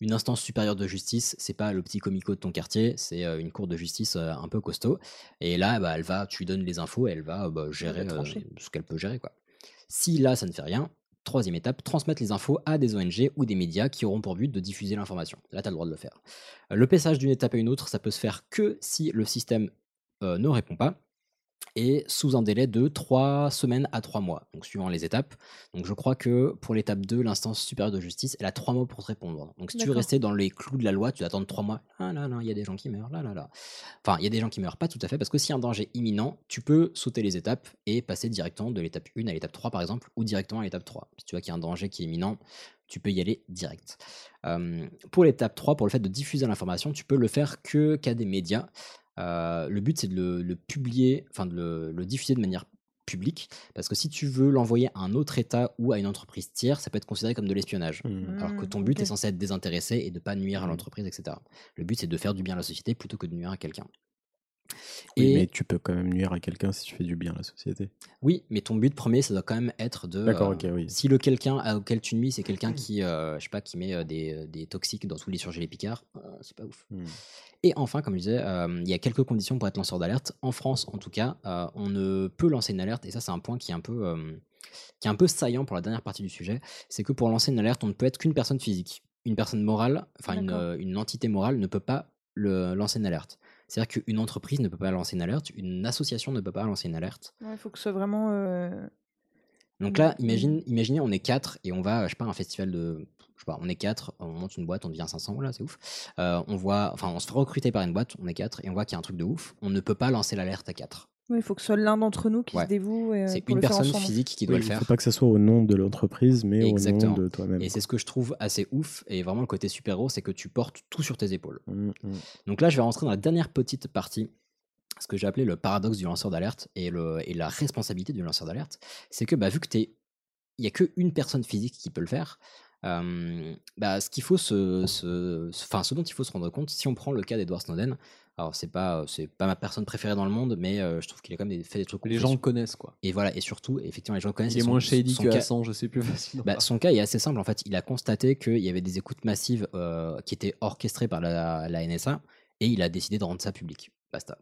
S1: Une instance supérieure de justice, c'est pas le petit comico de ton quartier, c'est euh, une cour de justice euh, un peu costaud. Et là, bah, elle va, tu lui donnes les infos et elle va euh, bah, gérer euh,
S2: trancher.
S1: ce qu'elle peut gérer. Quoi. Si là, ça ne fait rien, Troisième étape, transmettre les infos à des ONG ou des médias qui auront pour but de diffuser l'information. Là, tu as le droit de le faire. Euh, Le passage d'une étape à une autre, ça peut se faire que si le système euh, ne répond pas et sous un délai de 3 semaines à 3 mois, donc suivant les étapes. Donc je crois que pour l'étape 2, l'instance supérieure de justice, elle a 3 mois pour te répondre. Donc si tu veux
S14: D'accord.
S1: rester dans les clous de la loi, tu attends 3 mois. Ah là là, il y a des gens qui meurent, là là là. Enfin, il y a des gens qui meurent pas tout à fait, parce que s'il y a un danger imminent, tu peux sauter les étapes et passer directement de l'étape 1 à l'étape 3 par exemple, ou directement à l'étape 3. Si tu vois qu'il y a un danger qui est imminent, tu peux y aller direct. Euh, pour l'étape 3, pour le fait de diffuser l'information, tu peux le faire que qu'à des médias. Euh, le but, c'est de le, le publier, enfin de le, le diffuser de manière publique, parce que si tu veux l'envoyer à un autre État ou à une entreprise tiers, ça peut être considéré comme de l'espionnage,
S4: Mm.
S1: alors
S4: Mmh,
S1: que ton but
S14: ok.
S1: est censé être désintéressé et de pas nuire à l'entreprise, etc. Le but, c'est de faire du bien à la société plutôt que de nuire à quelqu'un.
S4: Oui,
S1: Et-
S4: mais tu peux quand même nuire à quelqu'un si tu fais du bien à la société.
S1: Oui, mais ton but premier, ça doit quand même être de.
S4: D'accord,
S1: euh,
S4: ok, oui. Mmh.
S1: Si le quelqu'un à- auquel tu nuis, c'est quelqu'un qui, euh, je sais pas, qui met euh, des, euh, des toxiques dans tous les surgelés Picard, euh, c'est pas ouf.
S4: Mm.
S1: Et enfin, comme je disais, euh, il y a quelques conditions pour être lanceur d'alerte. En France, en tout cas, euh, on ne peut lancer une alerte, et ça, c'est un point qui est un peu, euh, qui est un peu saillant pour la dernière partie du sujet. C'est que pour lancer une alerte, on ne peut être qu'une personne physique. Une personne morale, enfin une,
S14: D'accord.
S1: euh, une entité morale, ne peut pas le, lancer une alerte. C'est-à-dire qu'une entreprise ne peut pas lancer une alerte, une association ne peut pas lancer une alerte.
S3: Il faut que ce soit vraiment. euh,
S1: Donc là,
S3: Mhm.
S1: imagine, imaginez, on est quatre et on va, je sais pas, à un festival de, je sais pas, on est quatre, on monte une boîte, on devient 500, voilà, c'est ouf. Euh, on voit, enfin, on se fait recruter par une boîte, on est quatre et on voit qu'il y a un truc de ouf. On ne peut pas lancer l'alerte à quatre.
S3: Oui, il faut que ce soit l'un d'entre nous qui
S1: Ouais.
S3: se dévoue. et, euh,
S1: C'est
S3: pour
S1: une
S3: le faire
S1: personne
S3: ensemble.
S1: physique qui doit
S4: Oui,
S1: le faire.
S4: Il faut pas que ça soit au nom de l'entreprise, mais
S1: Exactement.
S4: au nom de toi-même.
S1: Et c'est ce que je trouve assez ouf et vraiment le côté super héros, c'est que tu portes tout sur tes épaules.
S4: Mm,
S1: Donc là, je vais rentrer dans la dernière petite partie, ce que j'ai appelé le paradoxe du lanceur d'alerte et, le- et la responsabilité du lanceur d'alerte. C'est que bah, vu que t'es- il n'y a qu'une personne physique qui peut le faire, euh, bah, ce, qu'il faut se, se- se- enfin, ce dont il faut se rendre compte, si on prend le cas d'Edward Snowden, alors c'est pas, c'est pas ma personne préférée dans le monde, mais euh, je trouve qu'il a quand même des- fait des trucs
S2: Les
S1: cool.
S2: gens le connaissent, quoi.
S1: Et voilà, et surtout, effectivement, les gens le connaissent.
S2: Il est
S1: et son-
S2: moins shady
S1: son
S2: que
S1: cas-
S2: Assange, c'est plus facile.
S1: bah, son cas est assez simple en fait. Il a constaté qu'il y avait des écoutes massives euh, qui étaient orchestrées par la, la NSA et il a décidé de rendre ça public. Basta.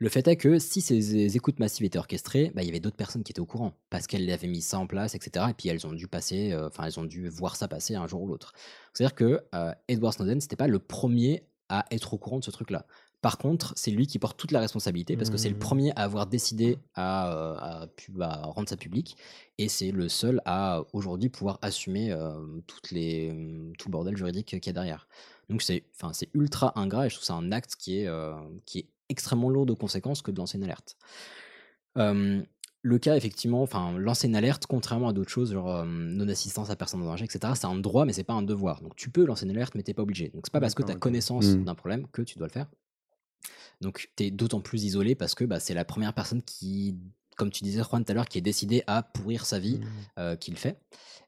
S1: Le fait est que si ces écoutes massives étaient orchestrées, bah, il y avait d'autres personnes qui étaient au courant parce qu'elles avaient mis ça en place, etc. Et puis elles ont dû passer, euh, enfin elles ont dû voir ça passer un jour ou l'autre. C'est-à-dire que euh, Edward Snowden, c'était pas le premier à être au courant de ce truc-là. Par contre, c'est lui qui porte toute la responsabilité parce que c'est le
S14: Mhm.
S1: premier à avoir décidé à, euh, à pu- à rendre ça public et c'est le seul à aujourd'hui pouvoir assumer euh, toutes les, mmh, tout le bordel juridique qu'il y a derrière. Donc c'est enfin, c'est ultra ingrat et je trouve ça un acte qui est, euh, qui est extrêmement lourd de conséquences que de lancer une alerte. Euh, le cas, effectivement, enfin, lancer une alerte, contrairement à d'autres choses, genre euh, non-assistance à personne en danger, etc., c'est un droit, mais c'est pas un devoir. Donc tu peux lancer une alerte, mais t'es pas obligé. Donc c'est pas parce que tu as connaissance
S4: Mm.
S1: d'un problème que tu dois le faire. Donc t'es d'autant plus isolé parce que bah, c'est la première personne qui, comme tu disais Juan tout à l'heure, qui est décidée à pourrir sa vie, euh, qui le fait.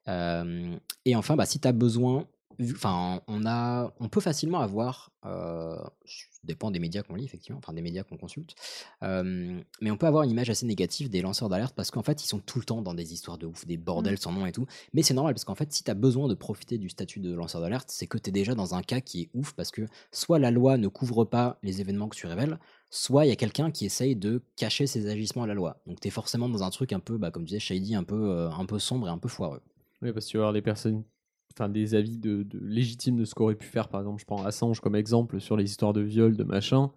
S1: Euh, et enfin, bah, si t'as besoin, vu- enfin, on a, on peut facilement avoir, euh, ça dépend des médias qu'on lit effectivement, enfin des médias qu'on consulte, euh, mais on peut avoir une image assez négative des lanceurs d'alerte parce qu'en fait ils sont tout le temps dans des histoires de ouf, des bordels sans nom et tout. Mais c'est normal parce qu'en fait si t'as besoin de profiter du statut de lanceur d'alerte, c'est que t'es déjà dans un cas qui est ouf parce que soit la loi ne couvre pas les événements que tu révèles, soit il y a quelqu'un qui essaye de cacher ses agissements à la loi. Donc t'es forcément dans un truc un peu, bah, comme tu disais Shady, un peu, euh, un peu sombre et un peu foireux.
S2: Oui, parce que tu vas avoir des personnes, enfin des avis de, de- légitimes de ce qu'aurait pu faire. Par exemple, je prends Assange comme exemple sur les histoires de viol, de machin.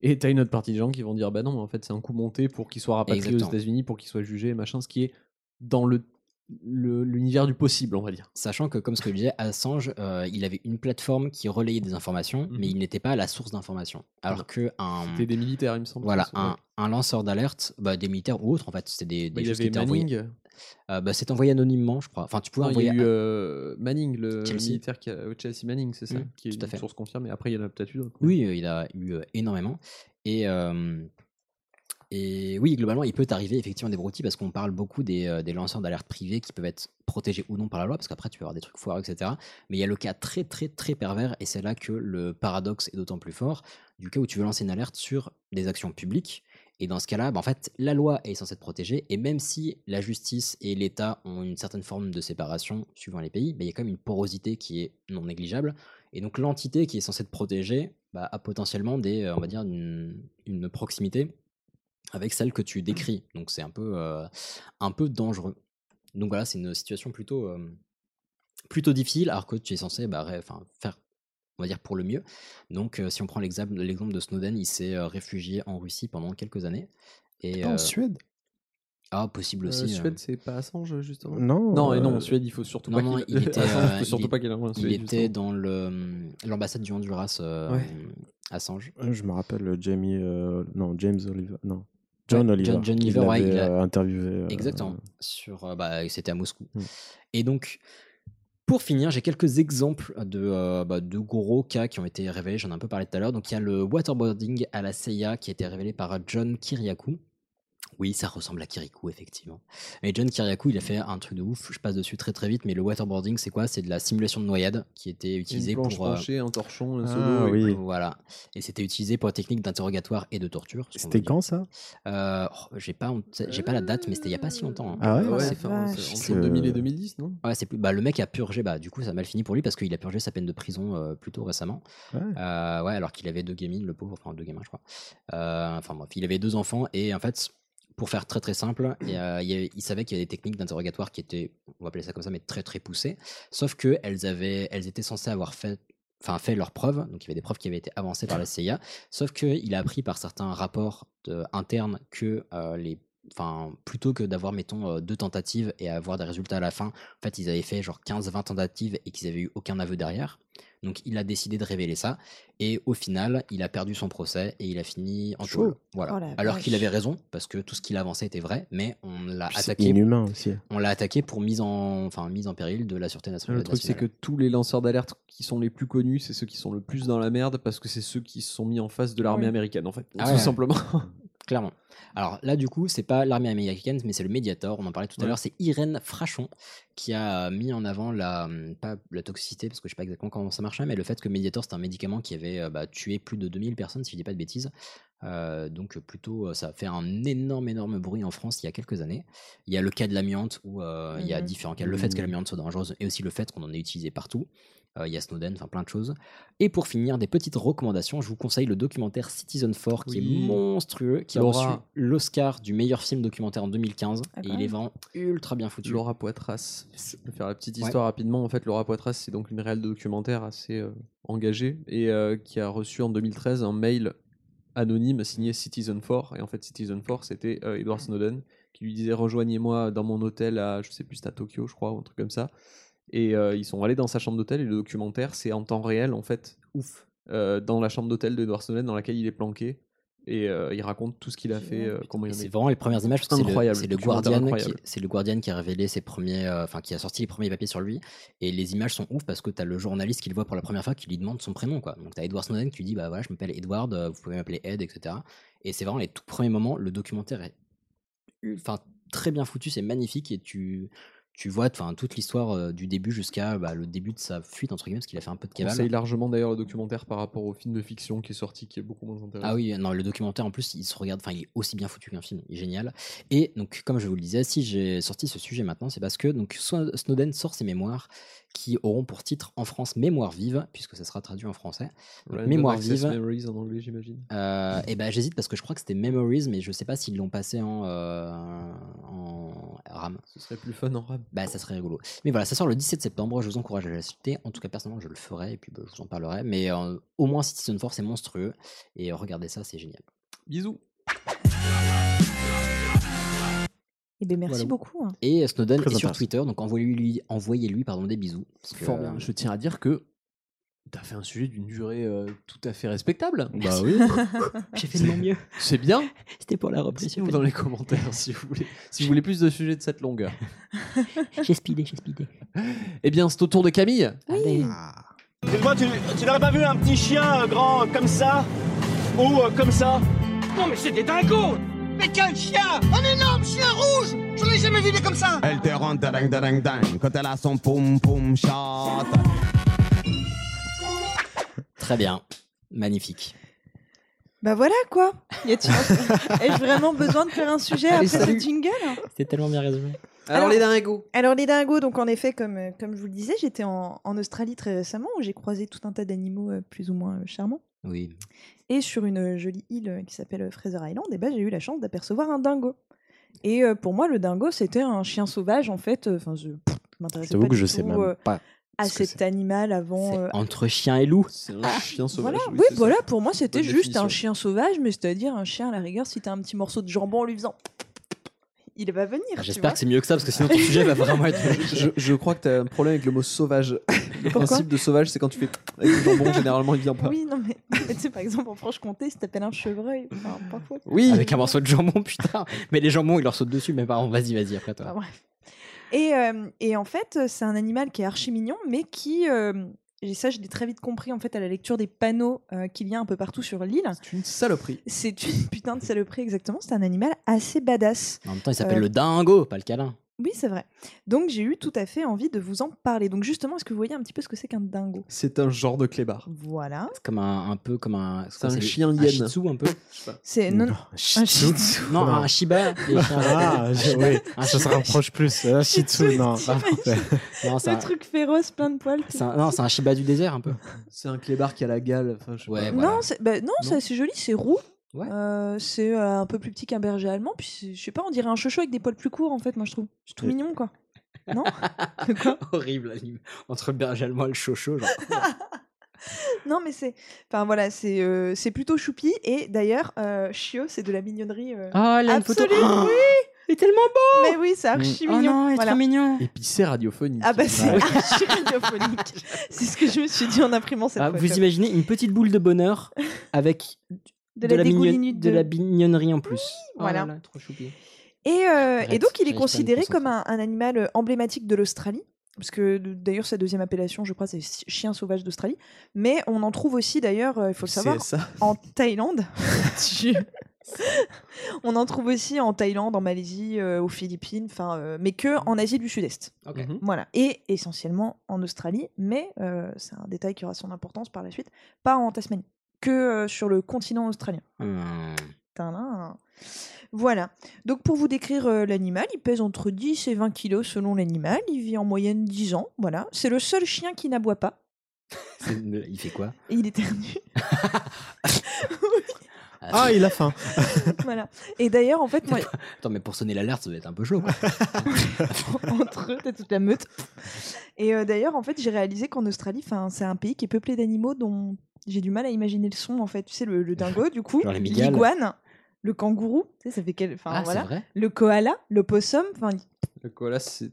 S2: Et t'as une autre partie de gens qui vont dire, bah non, mais en fait, c'est un coup monté pour qu'il soit rapatrié aux
S1: Exactement.
S2: États-Unis, pour qu'il soit jugé, machin, ce qui est dans le le- l'univers du possible, on va dire.
S1: Sachant que, comme ce que je disais, Assange, euh, il avait une plateforme qui relayait des informations, mais il n'était pas la source d'informations. Alors
S2: Mmh Non.
S1: que un.
S2: C'était des militaires, il me semble.
S1: Voilà,
S2: qui sont-
S1: un,
S2: ouais.
S1: un lanceur d'alerte, bah, des militaires ou autres, en fait, c'était des,
S2: Bah,
S1: des
S2: il y
S1: choses qui
S2: avait
S1: étaient envoyées.
S2: Manning.
S1: Euh, bah, c'est envoyé anonymement, je crois. Enfin, tu pouvais
S2: Non, il y
S1: envoyer.
S2: a eu
S1: à-
S2: euh, Manning, le
S1: Chelsea.
S2: militaire qui a, Chelsea Manning, c'est ça
S1: Mm,
S2: Qui est
S1: tout à
S2: une
S1: fait.
S2: source confirmée. Après, il y en a peut-être eu d'autres.
S1: Oui, euh, il a eu euh, énormément. Et, euh, et oui, globalement, il peut arriver effectivement des broutilles parce qu'on parle beaucoup des, euh, des lanceurs d'alerte privés qui peuvent être protégés ou non par la loi, parce qu'après, tu peux avoir des trucs foireux, etc. Mais il y a le cas très, très, très pervers, et c'est là que le paradoxe est d'autant plus fort, du cas où tu veux lancer une alerte sur des actions publiques. Et dans ce cas-là, bah, en fait, la loi est censée te protéger, et même si la justice et l'État ont une certaine forme de séparation suivant les pays, mais il y a quand même une porosité qui est non négligeable. Et donc l'entité qui est censée te protéger bah, a potentiellement des, euh, on va dire, une, une
S2: Mmh.
S1: proximité avec celle que tu décris. Donc c'est un peu, euh, un peu dangereux. Donc voilà, c'est une situation plutôt, euh, plutôt difficile, alors que tu es censé bah, ré- enfin, faire, on va dire, pour le mieux. Donc euh, si on prend l'exemple l'exemple de Snowden, il s'est euh, réfugié en Russie pendant quelques années. Et,
S2: Pas en
S1: euh,
S2: Suède
S1: Ah, possible
S2: Euh,
S1: aussi. euh,
S2: Suède, c'est pas Assange, justement
S4: Non,
S2: Non, et non,
S4: euh,
S2: en Suède, il faut surtout
S1: non,
S2: pas
S1: non,
S2: qu'il-
S1: il était,
S2: Assange,
S1: euh,
S2: faut surtout
S1: il-
S2: pas qu'il en
S1: il était dans le, l'ambassade du Honduras, euh,
S2: Ouais.
S1: Assange.
S4: Euh, Je me rappelle euh, Jamie, euh, non James Oliver, non John
S1: Ouais,
S4: Oliver.
S1: John, John
S4: qui
S1: Oliver, ouais,
S4: l'avait,
S1: il a-
S4: euh, interviewé. euh,
S1: Exactement. Sur, euh, bah, c'était à Moscou. Et donc, pour finir, j'ai quelques exemples de, euh, bah, de gros cas qui ont été révélés. J'en ai un peu parlé tout à l'heure. Donc, il y a le waterboarding à la CIA qui a été révélé par John Kiriakou. Oui, ça ressemble à Kirikou, effectivement. Mais John Kiriakou, il a fait un truc de ouf. Je passe dessus très très vite, mais le waterboarding, c'est quoi C'est de la simulation de noyade qui était utilisée
S2: Une planche
S1: pour. euh,
S2: penchée, un torchon, un
S1: ah,
S2: solo.
S1: oui. Voilà. Et c'était utilisé pour la technique d'interrogatoire et de torture. ce qu'on
S4: C'était
S1: veut dire.
S4: quand ça
S1: Euh, oh, J'ai pas, honte- j'ai pas la date, mais c'était il y a pas si longtemps. hein.
S4: Ah ouais Ouais,
S1: c'est
S2: enfin,
S1: c'est-
S2: c'est
S1: c'est-
S2: entre 2000 et 2010, non
S1: Ouais, c'est plus. Bah, le mec a purgé. Bah, du coup, ça a mal fini pour lui parce qu'il a purgé sa peine de prison euh, plutôt récemment.
S4: Ouais.
S1: Euh, ouais, alors qu'il avait deux gamines, le pauvre. Enfin, deux gamins, je crois. Euh, enfin, bref, il avait deux enfants et en fait, pour faire très très simple,
S4: Mmh.
S1: et, euh, il, y avait- il savait qu'il y avait des techniques d'interrogatoire qui étaient, on va appeler ça comme ça, mais très très poussées. Sauf que elles avaient, elles étaient censées avoir fait. Enfin, fait leurs preuves, donc il y avait des preuves qui avaient été avancées
S4: Ah.
S1: par la CIA, sauf qu'il a appris par certains rapports de- internes que euh, les enfin plutôt que d'avoir mettons euh, deux tentatives et avoir des résultats à la fin en fait ils avaient fait genre 15 20 tentatives et qu'ils avaient eu aucun aveu derrière donc il a décidé de révéler ça et au final il a perdu son procès et il a fini en
S4: Chaud.
S1: tôle voilà
S4: Oh la
S1: alors qu'il
S4: vache.
S1: avait raison parce que tout ce qu'il avançait était vrai mais on l'a
S4: Puis C'est
S1: attaqué
S4: inhumain aussi.
S1: on l'a attaqué pour mise en enfin mise en péril de la sûreté nationale
S2: Le truc, c'est que tous les lanceurs d'alerte qui sont les plus connus, c'est ceux qui sont le plus dans la merde parce que c'est ceux qui se sont mis en face de l'armée
S1: Oui.
S2: américaine, en fait.
S1: Ah
S2: tout
S1: ouais.
S2: simplement.
S1: Clairement. Alors là, du coup, c'est pas l'armée américaine, mais c'est le Mediator. On en parlait tout à
S2: Ouais.
S1: l'heure. C'est Irène Frachon qui a euh, mis en avant la hum, pas la toxicité, parce que je sais pas exactement comment ça marchait, mais le fait que Mediator c'est un médicament qui avait euh, bah, tué plus de 2000 personnes, si je dis pas de bêtises. Euh, donc euh, plutôt, euh, ça a fait un énorme, énorme bruit en France il y a quelques années. Il y a le cas de l'amiante où euh, il y a
S2: Mhm.
S1: différents cas. Le fait que
S2: Mhm.
S1: l'amiante soit dangereuse et aussi le fait qu'on en ait utilisé partout. Euh, Il y a Snowden, enfin plein de choses. Et pour finir, des petites recommandations. Je vous conseille le documentaire Citizen 4 qui
S2: Oui.
S1: est monstrueux, qui
S2: Laura.
S1: a reçu l'Oscar du meilleur film documentaire en 2015.
S2: Ah,
S1: et
S2: quand
S1: il est
S2: même.
S1: vraiment ultra bien foutu.
S2: Laura Poitras. Je vais faire la petite
S1: Ouais.
S2: histoire rapidement. En fait, Laura Poitras, c'est donc une réelle de documentaire assez euh, engagée et euh, qui a reçu en 2013 un mail anonyme signé Citizen 4. Et en fait, Citizen 4, c'était euh, Edward Snowden qui lui disait Rejoignez-moi dans mon hôtel à, je sais plus, c'était à Tokyo, je crois, ou un truc comme ça. Et euh, ils sont allés dans sa chambre d'hôtel et le documentaire, c'est en temps réel, en fait, ouf, euh, dans la chambre d'hôtel d'Edward Snowden dans laquelle il est planqué. Et euh, il raconte tout ce qu'il a fait, euh, comment il
S1: Et
S2: en
S1: c'est
S2: est.
S1: vraiment les premières images parce que c'est le,
S2: Incroyable,
S1: c'est le
S2: documentaire
S1: Guardian qui,
S2: incroyable.
S1: c'est le Guardian qui a révélé ses premiers euh, enfin qui a sorti les premiers papiers sur lui et les images sont ouf parce que t'as le journaliste qui le voit pour la première fois qui lui demande son prénom quoi donc t'as Edward Snowden qui lui dit bah voilà je m'appelle Edward euh, vous pouvez m'appeler Ed etc et c'est vraiment les tout premiers moments le documentaire est enfin très bien foutu c'est magnifique et tu tu vois enfin toute l'histoire euh, du début jusqu'à bah, le début de sa fuite entre guillemets parce qu'il a fait un peu de
S2: Je
S1: cavale
S2: conseille largement d'ailleurs le documentaire par rapport au film de fiction qui est sorti, qui est beaucoup moins intéressant.
S1: Ah oui, non, le documentaire en plus, il se regarde, enfin, il est aussi bien foutu qu'un film, il est génial. Et donc, comme je vous le disais, si j'ai sorti ce sujet maintenant, c'est parce que donc Sno- Snowden sort ses mémoires qui auront pour titre en France Mémoire vive, puisque ça sera traduit en français. Donc,
S2: Random
S1: Mémoire
S2: Access
S1: vive.
S2: Memories en anglais, j'imagine.
S1: euh, et ben j'hésite parce que je crois que c'était Memories, mais je sais pas s'ils l'ont passé en, euh, en RAM.
S2: Ce serait plus fun en RAM.
S1: Bah, ça serait rigolo. Mais voilà, ça sort le 17 septembre. Je vous encourage à l'acheter. En tout cas, personnellement, je le ferai et puis bah, je vous en parlerai. Mais euh, au moins, Citizen Force, c'est monstrueux. Et euh, regardez ça, c'est génial.
S2: Bisous.
S3: Eh bien, merci
S1: Voilà.
S3: beaucoup. hein.
S1: Et Snowden
S4: Très
S1: est sur
S4: intéressant.
S1: Twitter, donc envoyez-lui envoyez-lui pardon des bisous. parce que- euh,
S14: Fort bien. Je tiens à dire que t'as fait un sujet d'une durée euh, tout à fait respectable.
S4: Bah oui.
S1: J'ai fait de mon mieux.
S14: C'est bien.
S1: C'était pour la reprise.
S14: Dites-nous dans les commentaires si vous voulez,
S2: si vous voulez plus de sujets de cette longueur.
S1: j'ai speedé, j'ai speedé.
S14: Eh bien, c'est au tour de Camille.
S5: Ah.
S15: Toi, tu, tu n'aurais pas vu un petit chien euh, grand euh, comme ça Ou euh, comme ça Non, mais c'est des dingos
S8: Mais quel chien Un énorme chien rouge Je l'ai jamais vu comme ça
S5: Elle te rend ding ding ding quand elle a son poum poum chat.
S1: Très bien, magnifique.
S3: Bah voilà quoi. Y a-t-il Ai-je vraiment besoin de faire un sujet
S1: Allez,
S3: après ce
S1: salut.
S3: jingle
S1: C'était tellement bien résumé.
S3: Alors, les
S2: dingos.
S3: Alors les dingos, donc en effet, comme, euh, comme je vous le disais, j'étais en, en Australie très récemment où j'ai croisé tout un tas d'animaux euh, plus ou moins euh, charmants.
S1: Oui.
S3: Et sur une euh, jolie île euh, qui s'appelle euh, Fraser Island, eh ben, j'ai eu la chance d'apercevoir un dingo. Et euh, pour moi, le dingo, c'était un chien sauvage, en fait. euh, Enfin, je, pff, je m'intéressais
S1: t'avoue
S3: pas
S1: que
S3: du
S1: je sais
S3: tout,
S1: même
S3: euh,
S1: pas
S3: à
S1: ce que
S3: cet animal avant. euh,
S1: Entre chien et loup. C'est un
S2: chien
S3: voilà, oui, voilà, pour moi c'était juste un chien sauvage, mais c'est-à-dire un chien à la rigueur, si t'as un petit morceau de jambon en lui faisant. Il va venir. tu
S1: Ah, J'espère
S3: vois.
S1: que c'est mieux que ça, parce que sinon ton sujet va vraiment être.
S2: Je, je crois que t'as un problème avec le mot sauvage. Le principe de sauvage, c'est quand tu fais avec le jambon, généralement il vient pas.
S3: Oui, non, mais mais tu sais, par exemple, en Franche-Comté, si t'appelles un chevreuil, enfin, parfois.
S1: Oui. Avec un morceau de jambon, putain. Mais les jambons, ils leur sautent dessus, mais parents, vas-y, vas-y, après toi.
S3: Enfin, bref. Et, euh, et en fait, c'est un animal qui est archi mignon, mais qui. euh, et ça, je l'ai très vite compris en fait à la lecture des panneaux euh, qu'il y a un peu partout sur l'île.
S2: C'est une saloperie.
S3: C'est une putain de saloperie, exactement. C'est un animal assez badass.
S1: En même temps, il s'appelle
S3: Euh,
S1: le dingo, pas le câlin.
S3: Oui, c'est vrai. Donc, j'ai eu tout à fait envie de vous en parler. Donc, justement, est-ce que vous voyez un petit peu ce que c'est qu'un dingo
S2: C'est un genre de clébard.
S3: Voilà.
S1: C'est comme un, un peu comme un.
S2: C'est un
S1: le-
S2: chien
S1: Un
S2: hyène.
S1: shih tzu, un peu.
S3: C'est non,
S1: Un
S3: shih tzu.
S1: Non, un shiba. les chiens-
S4: Ah, je- oui,
S1: Un
S4: ça se
S1: shiba.
S4: rapproche plus. Un Shih Tzu, non.
S1: Non, c'est un-
S3: le truc féroce, plein de poils.
S1: c'est un- non, c'est un shiba du désert, un peu.
S2: C'est un clébard qui a la gale. Enfin, je sais
S1: Ouais,
S2: pas.
S1: eh, voilà.
S3: Non, c'est bah, non, c'est assez joli, c'est roux.
S1: Ouais.
S3: Euh, c'est euh, un peu plus petit qu'un berger allemand. Puis, c'est- je sais pas, on dirait un chocho avec des poils plus courts, en fait, moi, je trouve. C'est tout
S1: Oui.
S3: mignon, quoi.
S1: Horrible, l'anime. Entre le berger allemand et le chocho, genre.
S3: Non, mais c'est. Enfin, voilà, c'est euh, c'est plutôt choupi. Et d'ailleurs, euh, Chio, c'est de la mignonnerie. euh,
S1: Ah, là, une photo.
S3: absolue,
S1: Ah,
S3: oui
S1: Il est tellement
S3: beau Mais oui, c'est archi
S1: Oh
S3: mignon.
S1: non, il est
S3: voilà.
S1: trop mignon.
S2: Et puis c'est radiophonique.
S3: Ah, bah, c'est archi radiophonique. c'est ce que je me suis dit en imprimant cette
S1: Ah,
S3: photo.
S1: vous imaginez une petite boule de bonheur avec
S3: De la
S1: mignon-
S3: dégoulinure
S1: de
S3: de-
S1: la mignonnerie en plus. Oh
S3: voilà.
S1: là là, trop choupi.
S3: Et, euh,
S1: Arrête,
S3: et donc, il est
S1: j'arrive pas à me
S3: considéré
S1: concentrer.
S3: comme un, un animal euh, emblématique de l'Australie. Parce que d- d'ailleurs, sa deuxième appellation, je crois, c'est chi- chien sauvage d'Australie. Mais on en trouve aussi, d'ailleurs, euh, il faut le savoir,
S2: ça.
S3: en Thaïlande. Tu- on en trouve aussi en Thaïlande, en Malaisie, euh, aux Philippines, enfin, euh, mais que en Asie du Sud-Est.
S1: Ok.
S3: Voilà. Et essentiellement en Australie, mais euh, c'est un détail qui aura son importance par la suite, pas en Tasmanie, que euh, sur le continent australien.
S1: Hmm.
S3: Tadam. Voilà. Donc pour vous décrire euh, l'animal, il pèse entre 10 et 20 kilos selon l'animal. Il vit en moyenne 10 ans. Voilà. C'est le seul chien qui n'aboie pas.
S1: C'est- Il fait quoi
S3: Et il éternue.
S4: Ah, il a faim.
S3: voilà. Et d'ailleurs, en fait, moi,
S1: Attends, mais pour sonner l'alerte, ça doit être un peu chaud. quoi.
S3: entre eux, t'as toute la meute. Et euh, d'ailleurs, en fait, j'ai réalisé qu'en Australie, 'fin, c'est un pays qui est peuplé d'animaux dont j'ai du mal à imaginer le son, en fait. Tu sais, le, le dingo, du coup,
S1: Genre les migales.
S3: l'iguane, le kangourou, tu sais, ça fait quel... enfin,
S1: Ah, c'est
S3: voilà.
S1: vrai
S3: le koala, le possum, enfin, il-
S2: Le koala, c'est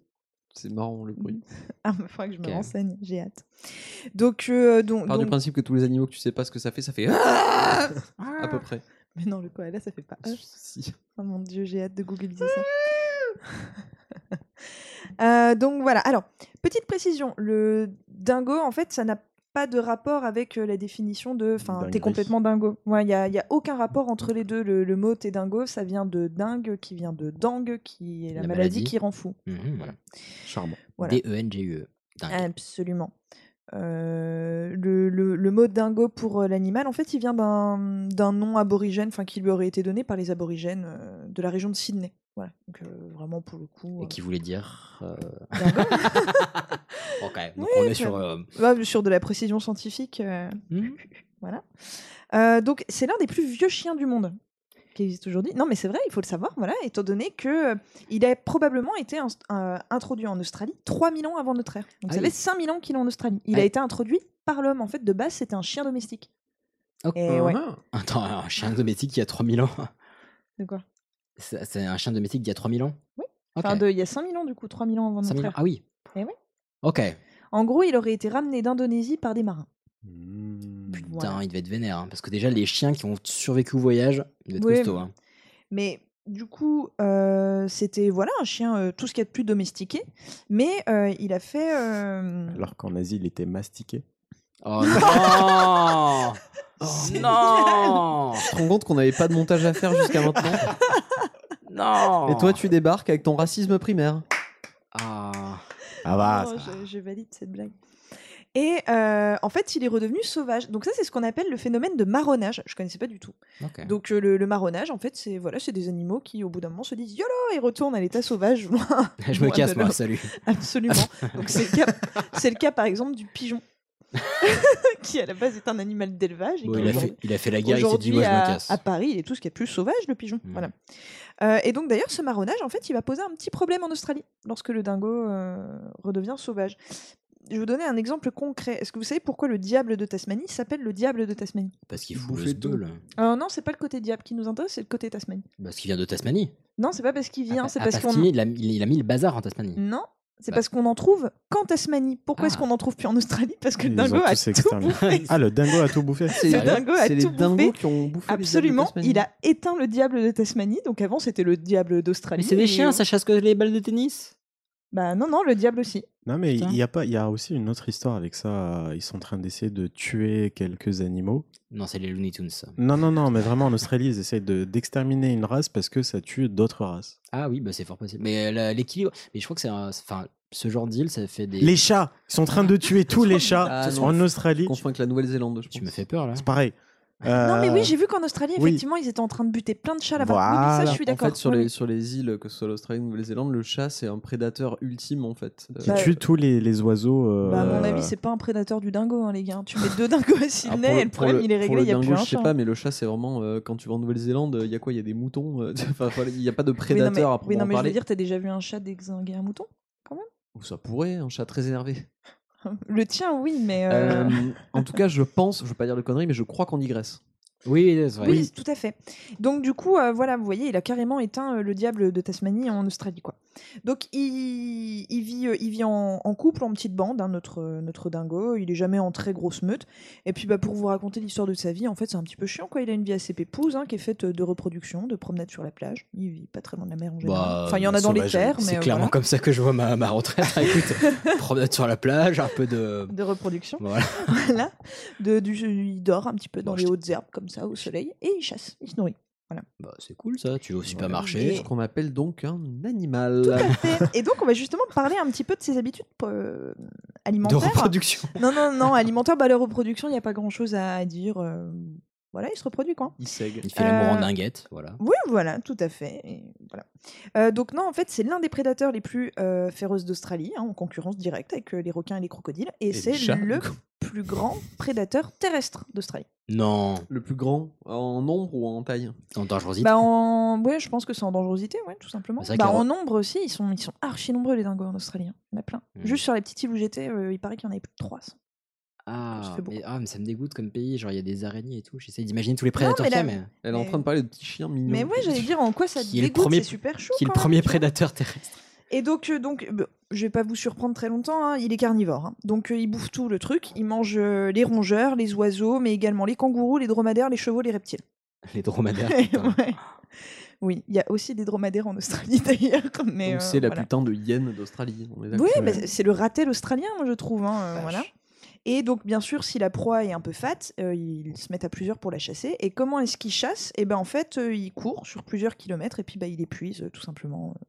S2: c'est marrant le bruit.
S3: ah, mais faudra que je me
S2: Ok.
S3: renseigne, j'ai hâte. Donc, euh, donc,
S2: Par du
S3: donc-
S2: principe que tous les animaux que tu sais pas ce que ça fait, ça fait Ah à peu près.
S3: Mais non, le koala, ça fait pas. Ah,
S2: Si.
S3: Oh mon dieu, j'ai hâte de googliser ça. Euh, donc voilà. Alors, petite précision, le dingo, en fait, ça n'a pas de rapport avec euh, la définition de. Enfin, t'es
S7: Dinguerie.
S3: complètement dingo. Il n'y a, y a aucun rapport entre les deux. Le, le mot t'es dingo, ça vient de dingue, qui vient de dangue, qui est la,
S1: La
S3: maladie,
S1: maladie.
S3: qui rend fou.
S1: Mhm.
S4: Charmant.
S3: Voilà.
S1: D-E-N-G-U-E. Dingue.
S3: Absolument. Euh, le, le- le mot dingo pour euh, l'animal, en fait, il vient d'un d'un nom aborigène, enfin qui lui aurait été donné par les aborigènes euh, de la région de Sydney. Voilà. Donc euh, vraiment pour le coup.
S1: Et qui voulait dire. euh,
S3: Dingo.
S1: ok, donc
S3: Oui,
S1: on est
S3: bah,
S1: sur. euh,
S3: bah, sur de la précision scientifique. euh,
S1: Mmh.
S3: Voilà. Euh, donc c'est l'un des plus vieux chiens du monde qui existe aujourd'hui. Non, mais c'est vrai, il faut le savoir. Voilà, étant donné que euh, il a probablement été inst- euh, introduit en Australie 3000 ans avant notre ère. Donc
S1: Ah
S3: ça
S1: oui.
S3: fait 5000 ans qu'il est en Australie. Il
S1: Ah.
S3: a été introduit par l'homme. En fait, de base, c'était un chien domestique.
S1: ok.
S3: Et ouais.
S1: Attends, un chien domestique qui a 3000 ans.
S3: De quoi
S1: C'est c'est un chien domestique d'il y a 3000 ans
S3: Oui.
S1: Ok.
S3: Enfin, de- il y a 5000 ans, du coup, 3000 ans avant notre
S1: 5000 ans.
S3: ère.
S1: Ah oui.
S3: Eh ouais.
S1: Ok.
S3: En gros, il aurait été ramené d'Indonésie par des marins.
S4: Hmm.
S1: Putain,
S3: Voilà.
S1: il devait être vénère. hein, parce que déjà, les chiens qui ont survécu au voyage, ils doivent être
S3: Ouais,
S1: costauds. hein.
S3: Mais du coup, euh, c'était voilà un chien, euh, tout ce qu'il y a de plus domestiqué. Mais euh, il a fait. euh,
S4: Alors qu'en Asie, il était mastiqué.
S1: Oh non Non
S2: Tu te rends compte qu'on n'avait pas de montage à faire jusqu'à maintenant
S1: Non
S2: Et toi, tu débarques avec ton racisme primaire.
S1: Ah.
S4: Ah
S5: bah,
S3: Non, Oh, je, je valide cette blague. Et euh, en fait, il est redevenu sauvage. Donc ça, c'est ce qu'on appelle le phénomène de marronnage. Je connaissais pas du tout.
S1: Ok.
S3: Donc euh, le, le marronnage, en fait, c'est voilà, c'est des animaux qui, au bout d'un moment, se disent yolo et retournent à l'état sauvage. loin-
S1: je me
S3: loin
S1: casse,
S3: de
S1: moi,
S3: leur-
S1: salut.
S3: Absolument. Donc c'est le cas. C'est le cas, par exemple, du pigeon. qui à la base est un animal d'élevage. et
S1: Bon,
S3: qui
S1: il a
S3: aujourd'hui-
S1: fait- il a fait la guerre, il s'est dit,
S3: aujourd'hui,
S1: moi, je me
S3: à-
S1: casse.
S3: À Paris, il est tout ce qui est plus sauvage, le pigeon.
S1: Mm.
S3: Voilà. Euh, et donc d'ailleurs, ce marronnage, en fait, il va poser un petit problème en Australie lorsque le dingo euh, redevient sauvage. Je vais vous donner un exemple concret. Est-ce que vous savez pourquoi le diable de Tasmanie s'appelle le diable de Tasmanie
S1: Parce qu'il fout le sbeul.
S3: Euh, Non, c'est pas le côté diable qui nous intéresse, c'est le côté Tasmanie.
S1: Parce qu'il vient de Tasmanie.
S3: Non, c'est pas parce qu'il vient, c'est
S1: Ah,
S3: parce, qu'on. Mm.
S1: qu'il a, il, il a mis le bazar en Tasmanie.
S3: Non, c'est
S1: Bah. Ah.
S3: parce qu'on en trouve qu'en Tasmanie. Pourquoi est-ce qu'on en trouve plus en Australie Parce que le
S4: Ils ont
S3: dingo a
S4: tous
S3: tout
S4: exterminé.
S3: bouffé.
S4: Ah, le dingo a tout bouffé.
S3: Le dingo a tout bouffé.
S2: les
S3: Absolument,
S2: diables de
S3: il a éteint le diable de Tasmanie. Donc avant, c'était le diable d'Australie.
S1: Mais c'est des
S3: et-
S1: chiens, ça chasse que les balles de tennis
S3: Bah non, non, le diable aussi.
S4: Non, mais
S3: Putain.
S4: il y, a pas- il y a aussi une autre histoire avec ça. Ils sont en train d'essayer de tuer quelques animaux.
S1: Non, c'est les Looney Tunes. ça.
S4: Non, non, non, mais vraiment en Australie, ils essayent de- d'exterminer une race parce que ça tue d'autres races.
S1: Ah oui, bah c'est fort possible. Mais euh, la- l'équilibre. Mais je crois que c'est un. Enfin, ce genre d'île, ça fait des.
S4: Les chats Ils sont en train de tuer tous les chats
S1: Ah, non.
S4: en Australie.
S2: Confond avec la Nouvelle-Zélande, je pense.
S1: Tu me fais peur là.
S4: C'est pareil.
S3: Non, mais
S4: Euh,
S3: oui, j'ai vu qu'en Australie,
S4: oui.
S3: effectivement, ils étaient en train de buter plein de chats là-bas. Oui, oui, ça, je suis d'accord.
S2: En fait, sur,
S3: Oui,
S2: les,
S3: oui.
S2: sur les îles, que ce soit l'Australie ou la Nouvelle-Zélande, le chat, c'est un prédateur ultime, en fait.
S4: Qui
S3: Bah,
S4: tue tous les, les oiseaux. euh,
S3: Bah, à mon avis, c'est pas un prédateur du dingo, hein, les gars. Tu mets deux dingos à
S2: Ah, pour
S3: Sydney et le
S2: pour
S3: problème, il est
S2: pour
S3: réglé, il
S2: le
S3: n'y a
S2: dingo,
S3: plus un
S2: Je sais
S3: chat.
S2: pas, mais le chat, c'est vraiment euh, quand tu vas en Nouvelle-Zélande, il y a quoi Il y a des moutons. euh, Enfin, voilà, il n'y a pas de
S3: Oui, non,
S2: prédateur
S3: mais,
S2: à
S3: oui, non,
S2: proprement
S3: mais je veux
S2: parler.
S3: dire, t'as déjà vu un chat déxinguer un mouton
S2: Ou Ça pourrait, un chat très énervé.
S3: Le tien, oui, mais. euh,
S2: Euh, en tout cas, je pense, je veux pas dire de conneries, mais je crois qu'on digresse.
S1: Oui, c'est
S3: Oui, c'est tout à fait. Donc du coup, euh, voilà, vous voyez, il a carrément éteint euh, le diable de Tasmanie en Australie, quoi. Donc il, il vit, euh, il vit en, en couple, en petite bande, hein, notre, euh, notre dingo. Il est jamais en très grosse meute. Et puis bah, pour vous raconter l'histoire de sa vie, en fait, c'est un petit peu chiant, quoi. Il a une vie assez pépouse, hein, qui est faite euh, de reproduction, de promenades sur la plage. Il vit pas très loin de la mer en général.
S1: Bah,
S3: enfin, il y en a dans les
S1: sauvage,
S3: terres, mais
S1: C'est
S3: euh,
S1: clairement
S3: voilà.
S1: comme ça que je vois ma, ma retraite. Écoute, promenade sur la plage, un peu de.
S3: de reproduction.
S1: Voilà.
S3: Voilà. De, du, il dort un petit peu dans
S1: Bon,
S3: les
S1: je-
S3: hautes herbes comme ça au soleil et il chasse, il se nourrit. Voilà.
S1: Bah, c'est cool ça, tu vas au
S2: C'est
S1: supermarché.
S2: ce qu'on appelle donc un animal.
S3: Et donc, on va justement parler un petit peu de ses habitudes euh,
S2: De
S3: alimentaires.
S2: reproduction.
S3: Non, non, non, alimentaire, bah, la reproduction, il n'y a pas grand chose à dire. euh, voilà, il se reproduit, quoi.
S2: Il sègue.
S1: Il fait l'amour en
S3: Euh,
S1: dinguette, voilà.
S3: Oui, voilà, tout à fait. et voilà. Euh, donc non, en fait, c'est l'un des prédateurs les plus euh, féroces d'Australie, hein, en concurrence directe avec euh, les requins et les crocodiles, et,
S1: Et les
S3: c'est
S1: chats.
S3: le plus grand prédateur terrestre d'Australie.
S1: Non.
S2: Le plus grand, en nombre ou en taille
S1: En dangerosité.
S3: Bah en... ouais, je pense que c'est en dangerosité, ouais, tout simplement.
S1: C'est vrai
S3: Bah,
S1: que la-
S3: en nombre aussi, ils sont, ils sont archi nombreux les dingos en Australie. hein. Il y en a plein.
S1: Mmh.
S3: Juste sur les petites îles où j'étais, euh, il paraît qu'il y en avait plus de 300. Ça
S1: Ah
S3: fait
S1: mais, ah, mais ça me dégoûte comme pays. Genre, il y a des araignées et tout. J'essaie d'imaginer tous les prédateurs
S3: mais
S1: qu'il y a,
S3: la-
S1: mais.
S2: Elle est en
S3: Mais-
S2: train de parler de petits chiens mignons.
S3: Mais ouais, j'allais dire en quoi ça te
S1: Qui est le
S3: dégoûte,
S1: premier-
S3: c'est super chaud.
S1: Qui est le
S3: quand même.
S1: premier prédateur terrestre
S3: Et donc, euh, donc bah, je vais pas vous surprendre très longtemps, hein, il est carnivore. hein. Donc euh, il bouffe tout le truc, il mange euh, les rongeurs, les oiseaux, mais également les kangourous, les dromadaires, les chevaux, les reptiles.
S1: Les dromadaires.
S3: Ouais. Oui, il y a aussi des dromadaires en Australie d'ailleurs. Mais,
S2: Donc
S3: euh,
S2: c'est la
S3: voilà.
S2: putain de hyène d'Australie. on est d'accord.
S3: Oui, mais c'est- c'est le ratel australien, moi, je trouve. hein, euh, voilà. Et donc, bien sûr, si la proie est un peu fat, euh, ils se mettent à plusieurs pour la chasser. Et comment est-ce qu'ils chassent Eh ben, en fait, euh, ils courent sur plusieurs kilomètres et puis bah, il épuise euh, tout simplement euh,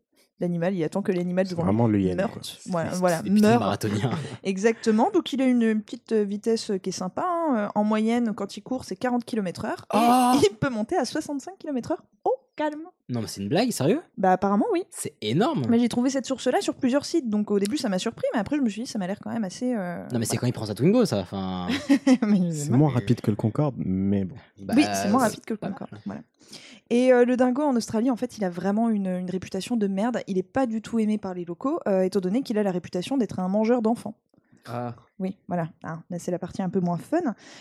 S3: l'animal. Il attend que l'animal devant
S4: vraiment
S3: lui
S4: le hyène,
S3: meure.
S4: quoi.
S3: Voilà,
S1: C'est-
S3: voilà,
S1: c'est des putains de
S3: meure.
S1: marathoniens.
S3: Exactement. Donc, il a une petite euh, vitesse qui est sympa. hein. En moyenne, quand il court, c'est 40 km/h. Et il peut monter à 65 km/h. Oh, calme
S1: Non, mais c'est une blague, sérieux
S3: Bah, apparemment, oui.
S1: C'est énorme.
S3: mais j'ai trouvé cette source-là sur plusieurs sites, donc au début ça m'a surpris, mais après je me suis dit ça m'a l'air quand même assez. euh,
S1: Non, mais c'est quand il prend sa Twingo, ça. Enfin,
S4: C'est moins rapide que le Concorde, mais bon.
S1: Bah,
S3: oui, c'est moins rapide que le Concorde. Voilà. Et euh, le dingo en Australie, en fait, il a vraiment une, une réputation de merde. Il n'est pas du tout aimé par les locaux, euh, étant donné qu'il a la réputation d'être un mangeur d'enfants. Oui, voilà. Ah, là, c'est la partie un peu moins fun.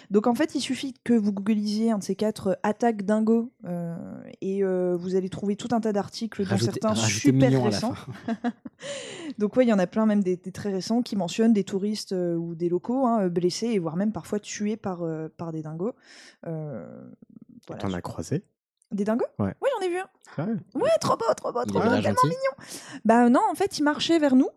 S3: Donc, en fait, il suffit que vous googlisiez un de ces quatre euh, attaques dingo euh, et euh, vous allez trouver tout un tas d'articles, dont
S1: Rajoutez-
S3: certains
S1: rajoutez
S3: super
S1: mignon à la
S3: récents. Donc, ouais, il y en a plein, même des, des très récents, qui mentionnent des touristes euh, ou des locaux hein, blessés et voire même parfois tués par, euh, par des dingos. Euh, voilà.
S4: T'en as croisé
S3: Des dingos
S4: Ouais.
S3: Oui, j'en ai vu un.
S4: Sérieux
S3: Ouais, trop beau, trop beau,
S4: Il
S3: trop
S4: avait
S3: beau,
S4: l'air
S3: tellement
S4: gentil.
S3: mignon. Bah non, en fait, il marchait vers nous.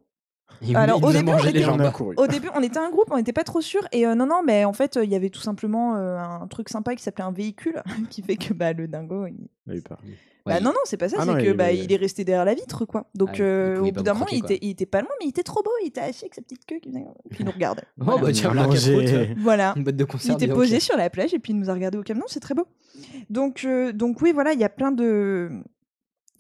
S1: Il-
S3: Alors
S1: il
S3: au
S1: nous a
S3: début, on
S1: mangé les
S3: était,
S1: jambes. On a couru.
S3: au début, on était un groupe, on n'était pas trop sûr. Et euh, non, non, mais en fait, euh, il y avait tout simplement euh, un truc sympa qui s'appelait un véhicule, qui fait que bah le dingo. il-
S4: Il a eu peur.
S3: Bah non, non, c'est pas ça.
S4: Ah
S3: c'est
S4: non,
S3: que
S4: il
S3: bah
S4: avait-
S3: il est resté derrière la vitre, quoi.
S1: Ah,
S3: Donc
S1: il- il pouvait
S3: euh, au
S1: pas
S3: bout
S1: vous
S3: d'un moment,
S1: croquer,
S3: il
S1: quoi.
S3: était, il était pas loin, mais il était trop beau. Il était haché avec sa petite queue qui faisait- Puis il nous regardait.
S1: Oh, bah, tiens,
S4: On a
S1: là,
S4: mangé-
S1: quatre autres.
S3: Voilà.
S1: Une boîte de
S3: Il
S1: conserve.
S3: était
S1: bien,
S3: posé
S1: ok.
S3: sur la plage et puis il nous a regardé au camion, c'est très beau. Donc, euh, donc oui, voilà, il y a plein de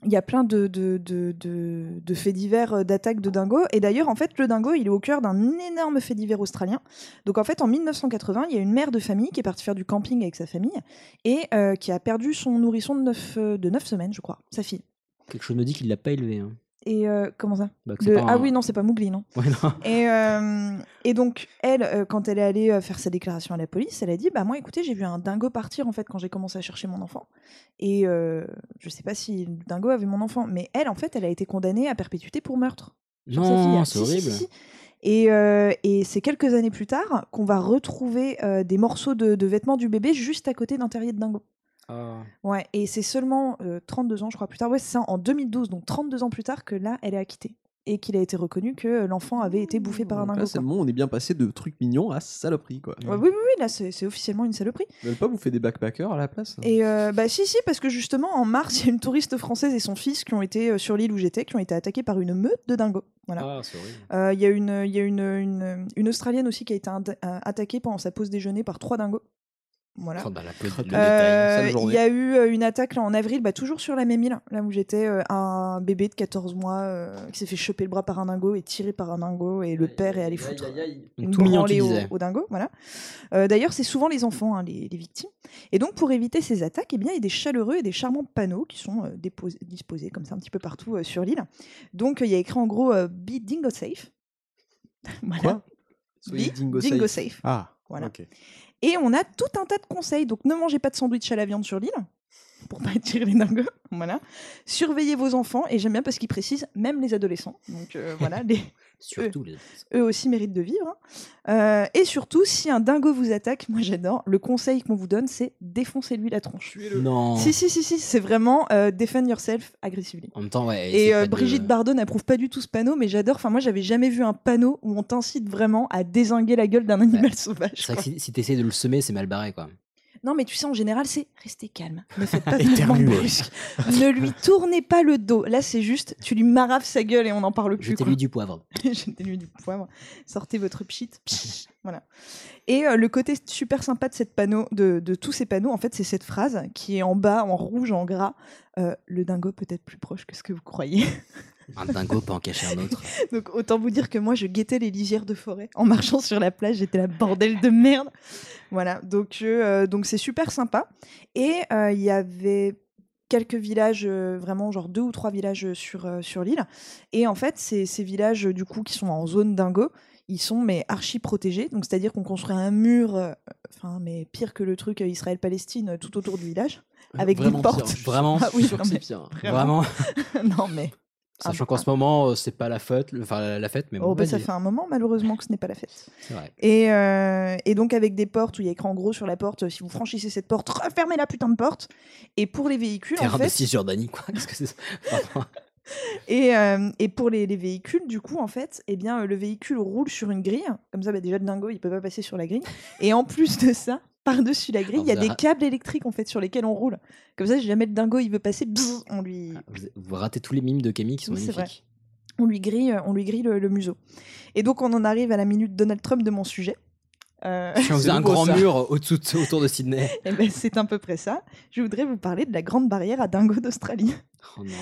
S3: il y a plein de, de, de, de- de faits divers euh, d'attaques de dingos. Et d'ailleurs, en fait, le dingo, il est au cœur d'un énorme fait divers australien. Donc, en fait, en 1980, il y a une mère de famille qui est partie faire du camping avec sa famille et euh, qui a perdu son nourrisson de 9, de neuf semaines, je crois, sa fille.
S1: Quelque chose me dit qu'il l'a pas élevé. hein.
S3: Et euh, comment ça
S1: Bah, que c'est
S3: Le-
S1: pas un-
S3: Ah oui, non, c'est pas Mowgli, non.
S1: Ouais, non.
S3: Et, euh, et donc, elle, euh, quand elle est allée euh, faire sa déclaration à la police, elle a dit Bah, moi, écoutez, j'ai vu un dingo partir en fait quand j'ai commencé à chercher mon enfant. Et euh, je sais pas si le dingo avait mon enfant, mais elle, en fait, elle a été condamnée à perpétuité pour meurtre. sur
S2: Oh,
S3: sa
S1: Non,
S3: fille. Ah,
S1: c'est
S3: Si, si,
S1: horrible.
S3: si, si. Et, euh, et c'est quelques années plus tard qu'on va retrouver euh, des morceaux de, de vêtements du bébé juste à côté d'un terrier de dingo. Ouais, et c'est seulement euh, 32 ans, je crois, plus tard. Ouais, c'est ça, en 2012, donc 32 ans plus tard, que là, elle est acquittée. Et qu'il a été reconnu que euh, l'enfant avait été bouffé par un
S2: Oh, Donc
S3: dingo.
S2: là, c'est
S3: quoi.
S2: le moment où on est bien passé de trucs mignons à saloperie, quoi.
S3: Ouais, oui, oui, oui, là, c'est c'est officiellement une saloperie.
S2: Ils veulent pas bouffer des backpackers à la place
S3: Et euh, bah si, si, parce que justement, en mars, il y a une touriste française et son fils qui ont été euh, sur l'île où j'étais, qui ont été attaqués par une meute de dingos. Voilà.
S1: Ah, c'est horrible.
S3: Euh, Il y a, une, il y a une, une, une Australienne aussi qui a été ind- euh, attaquée pendant sa pause déjeuner par trois dingos. Voilà.
S1: Oh, bah, la peau- le
S3: Euh,
S1: détail, sale
S3: Il
S1: journée.
S3: y a eu euh, une attaque là, en avril, bah, toujours sur la même île, là où j'étais, euh, un bébé de 14 mois euh, qui s'est fait choper le bras par un dingo et tiré par un dingo, et le père est allé foutre une
S1: Tout mignon, tu
S3: branlée au,
S1: disais.
S3: au dingo. Voilà. Euh, D'ailleurs, c'est souvent les enfants, hein, les, les victimes. Et donc, pour éviter ces attaques, eh bien, il y a des chaleureux et des charmants panneaux qui sont euh, déposés- disposés comme ça un petit peu partout euh, sur l'île. Donc, euh, il y a écrit en gros euh, Be dingo safe. voilà.
S2: Soyez
S3: Be
S2: dingo
S3: dingo
S2: safe.
S3: safe.
S4: Ah,
S3: Voilà.
S4: ok.
S3: Et on a tout un tas de conseils. Donc ne mangez pas de sandwich à la viande sur l'île pour pas attirer les dingos. Voilà. Surveillez vos enfants et j'aime bien parce qu'ils précisent même les adolescents. Donc euh, voilà, les,
S1: Surtout les.
S3: eux aussi méritent de vivre. hein. Euh, et surtout, si un dingo vous attaque, moi j'adore. Le conseil qu'on vous donne, c'est défoncez-lui la tronche.
S1: Non.
S3: Si si si si, c'est vraiment euh, defend yourself aggressively.
S1: En même temps, ouais. c'est
S3: Et euh,
S1: pas de-
S3: Brigitte Bardot n'approuve pas du tout ce panneau, mais j'adore. Enfin, moi, j'avais jamais vu un panneau où on t'incite vraiment à désinguer la gueule d'un animal sauvage.
S1: C'est vrai que
S3: quoi.
S1: si, si t'essayes de le semer, c'est mal barré, quoi.
S3: Non, mais tu sais, en général, c'est restez calme, ne faites pas de mouvement
S1: Éternuer.
S3: brusque. ne lui tournez pas le dos. Là, c'est juste, tu lui maraves sa gueule et on n'en parle plus.
S1: Jetez-lui du poivre.
S3: Jetez-lui du poivre. Sortez votre pchit. Pchit. voilà. Et euh, le côté super sympa de, cette panneau, de, de tous ces panneaux, en fait, c'est cette phrase qui est en bas, en rouge, en gras. Euh, le dingo peut être plus proche que ce que vous croyez.
S1: Un dingo peut en cacher un autre.
S3: Donc autant vous dire que moi je guettais les lisières de forêt en marchant sur la plage, j'étais la bordel de merde. Voilà, donc euh, donc c'est super sympa. Et euh, il y avait quelques villages, euh, vraiment genre deux ou trois villages sur, euh, sur l'île. Et en fait, ces, ces villages euh, du coup qui sont en zone dingo, ils sont mais archi protégés. Donc c'est-à-dire qu'on construit un mur, euh, enfin mais pire que le truc euh, Israël-Palestine euh, tout autour du village, avec des
S1: Vraiment pire,
S3: portes.
S1: je suis sûr- Vraiment,
S3: Ah
S1: je
S3: oui,
S1: suis sûr
S3: non,
S1: que c'est
S3: mais
S1: pire.
S3: Vraiment. non mais.
S1: Sachant qu'en ce moment, euh, c'est pas la fête, le- enfin la, la fête, mais bon.
S3: Oh, bah,
S1: vas-y.
S3: ça fait un moment malheureusement que ce n'est pas la fête.
S1: C'est vrai.
S3: Et, euh, et donc avec des portes où il y a écrit en gros sur la porte, euh, si vous franchissez cette porte, refermez la putain de porte. Et pour les véhicules, en
S1: Terrain de
S3: fait,
S1: Cisjordanie, quoi. Qu'est-ce que c'est ça
S3: et, euh, et pour les, les véhicules, du coup, en fait, eh bien, euh, le véhicule roule sur une grille. Comme ça, bah, déjà, le dingo, il peut pas passer sur la grille. Et en plus de ça, par-dessus la grille, il y a
S1: Alors, vous
S3: des
S1: avez-
S3: câbles électriques, en fait, sur lesquels on roule. Comme ça, si jamais le dingo, il veut passer, bzzz, on lui...
S1: Vous- Vous ratez tous les mimes de Camille qui sont
S3: Oui, c'est vrai.
S1: magnifiques.
S3: on lui grille, euh, on lui grille le, le museau. Et donc, on en arrive à la minute Donald Trump de mon sujet. Euh,
S1: Si on faisait Oh, un grand mur au-dessous de- autour de Sydney.
S3: Eh ben, c'est à peu près ça. Je voudrais vous parler de la grande barrière à dingo d'Australie.
S1: Oh non.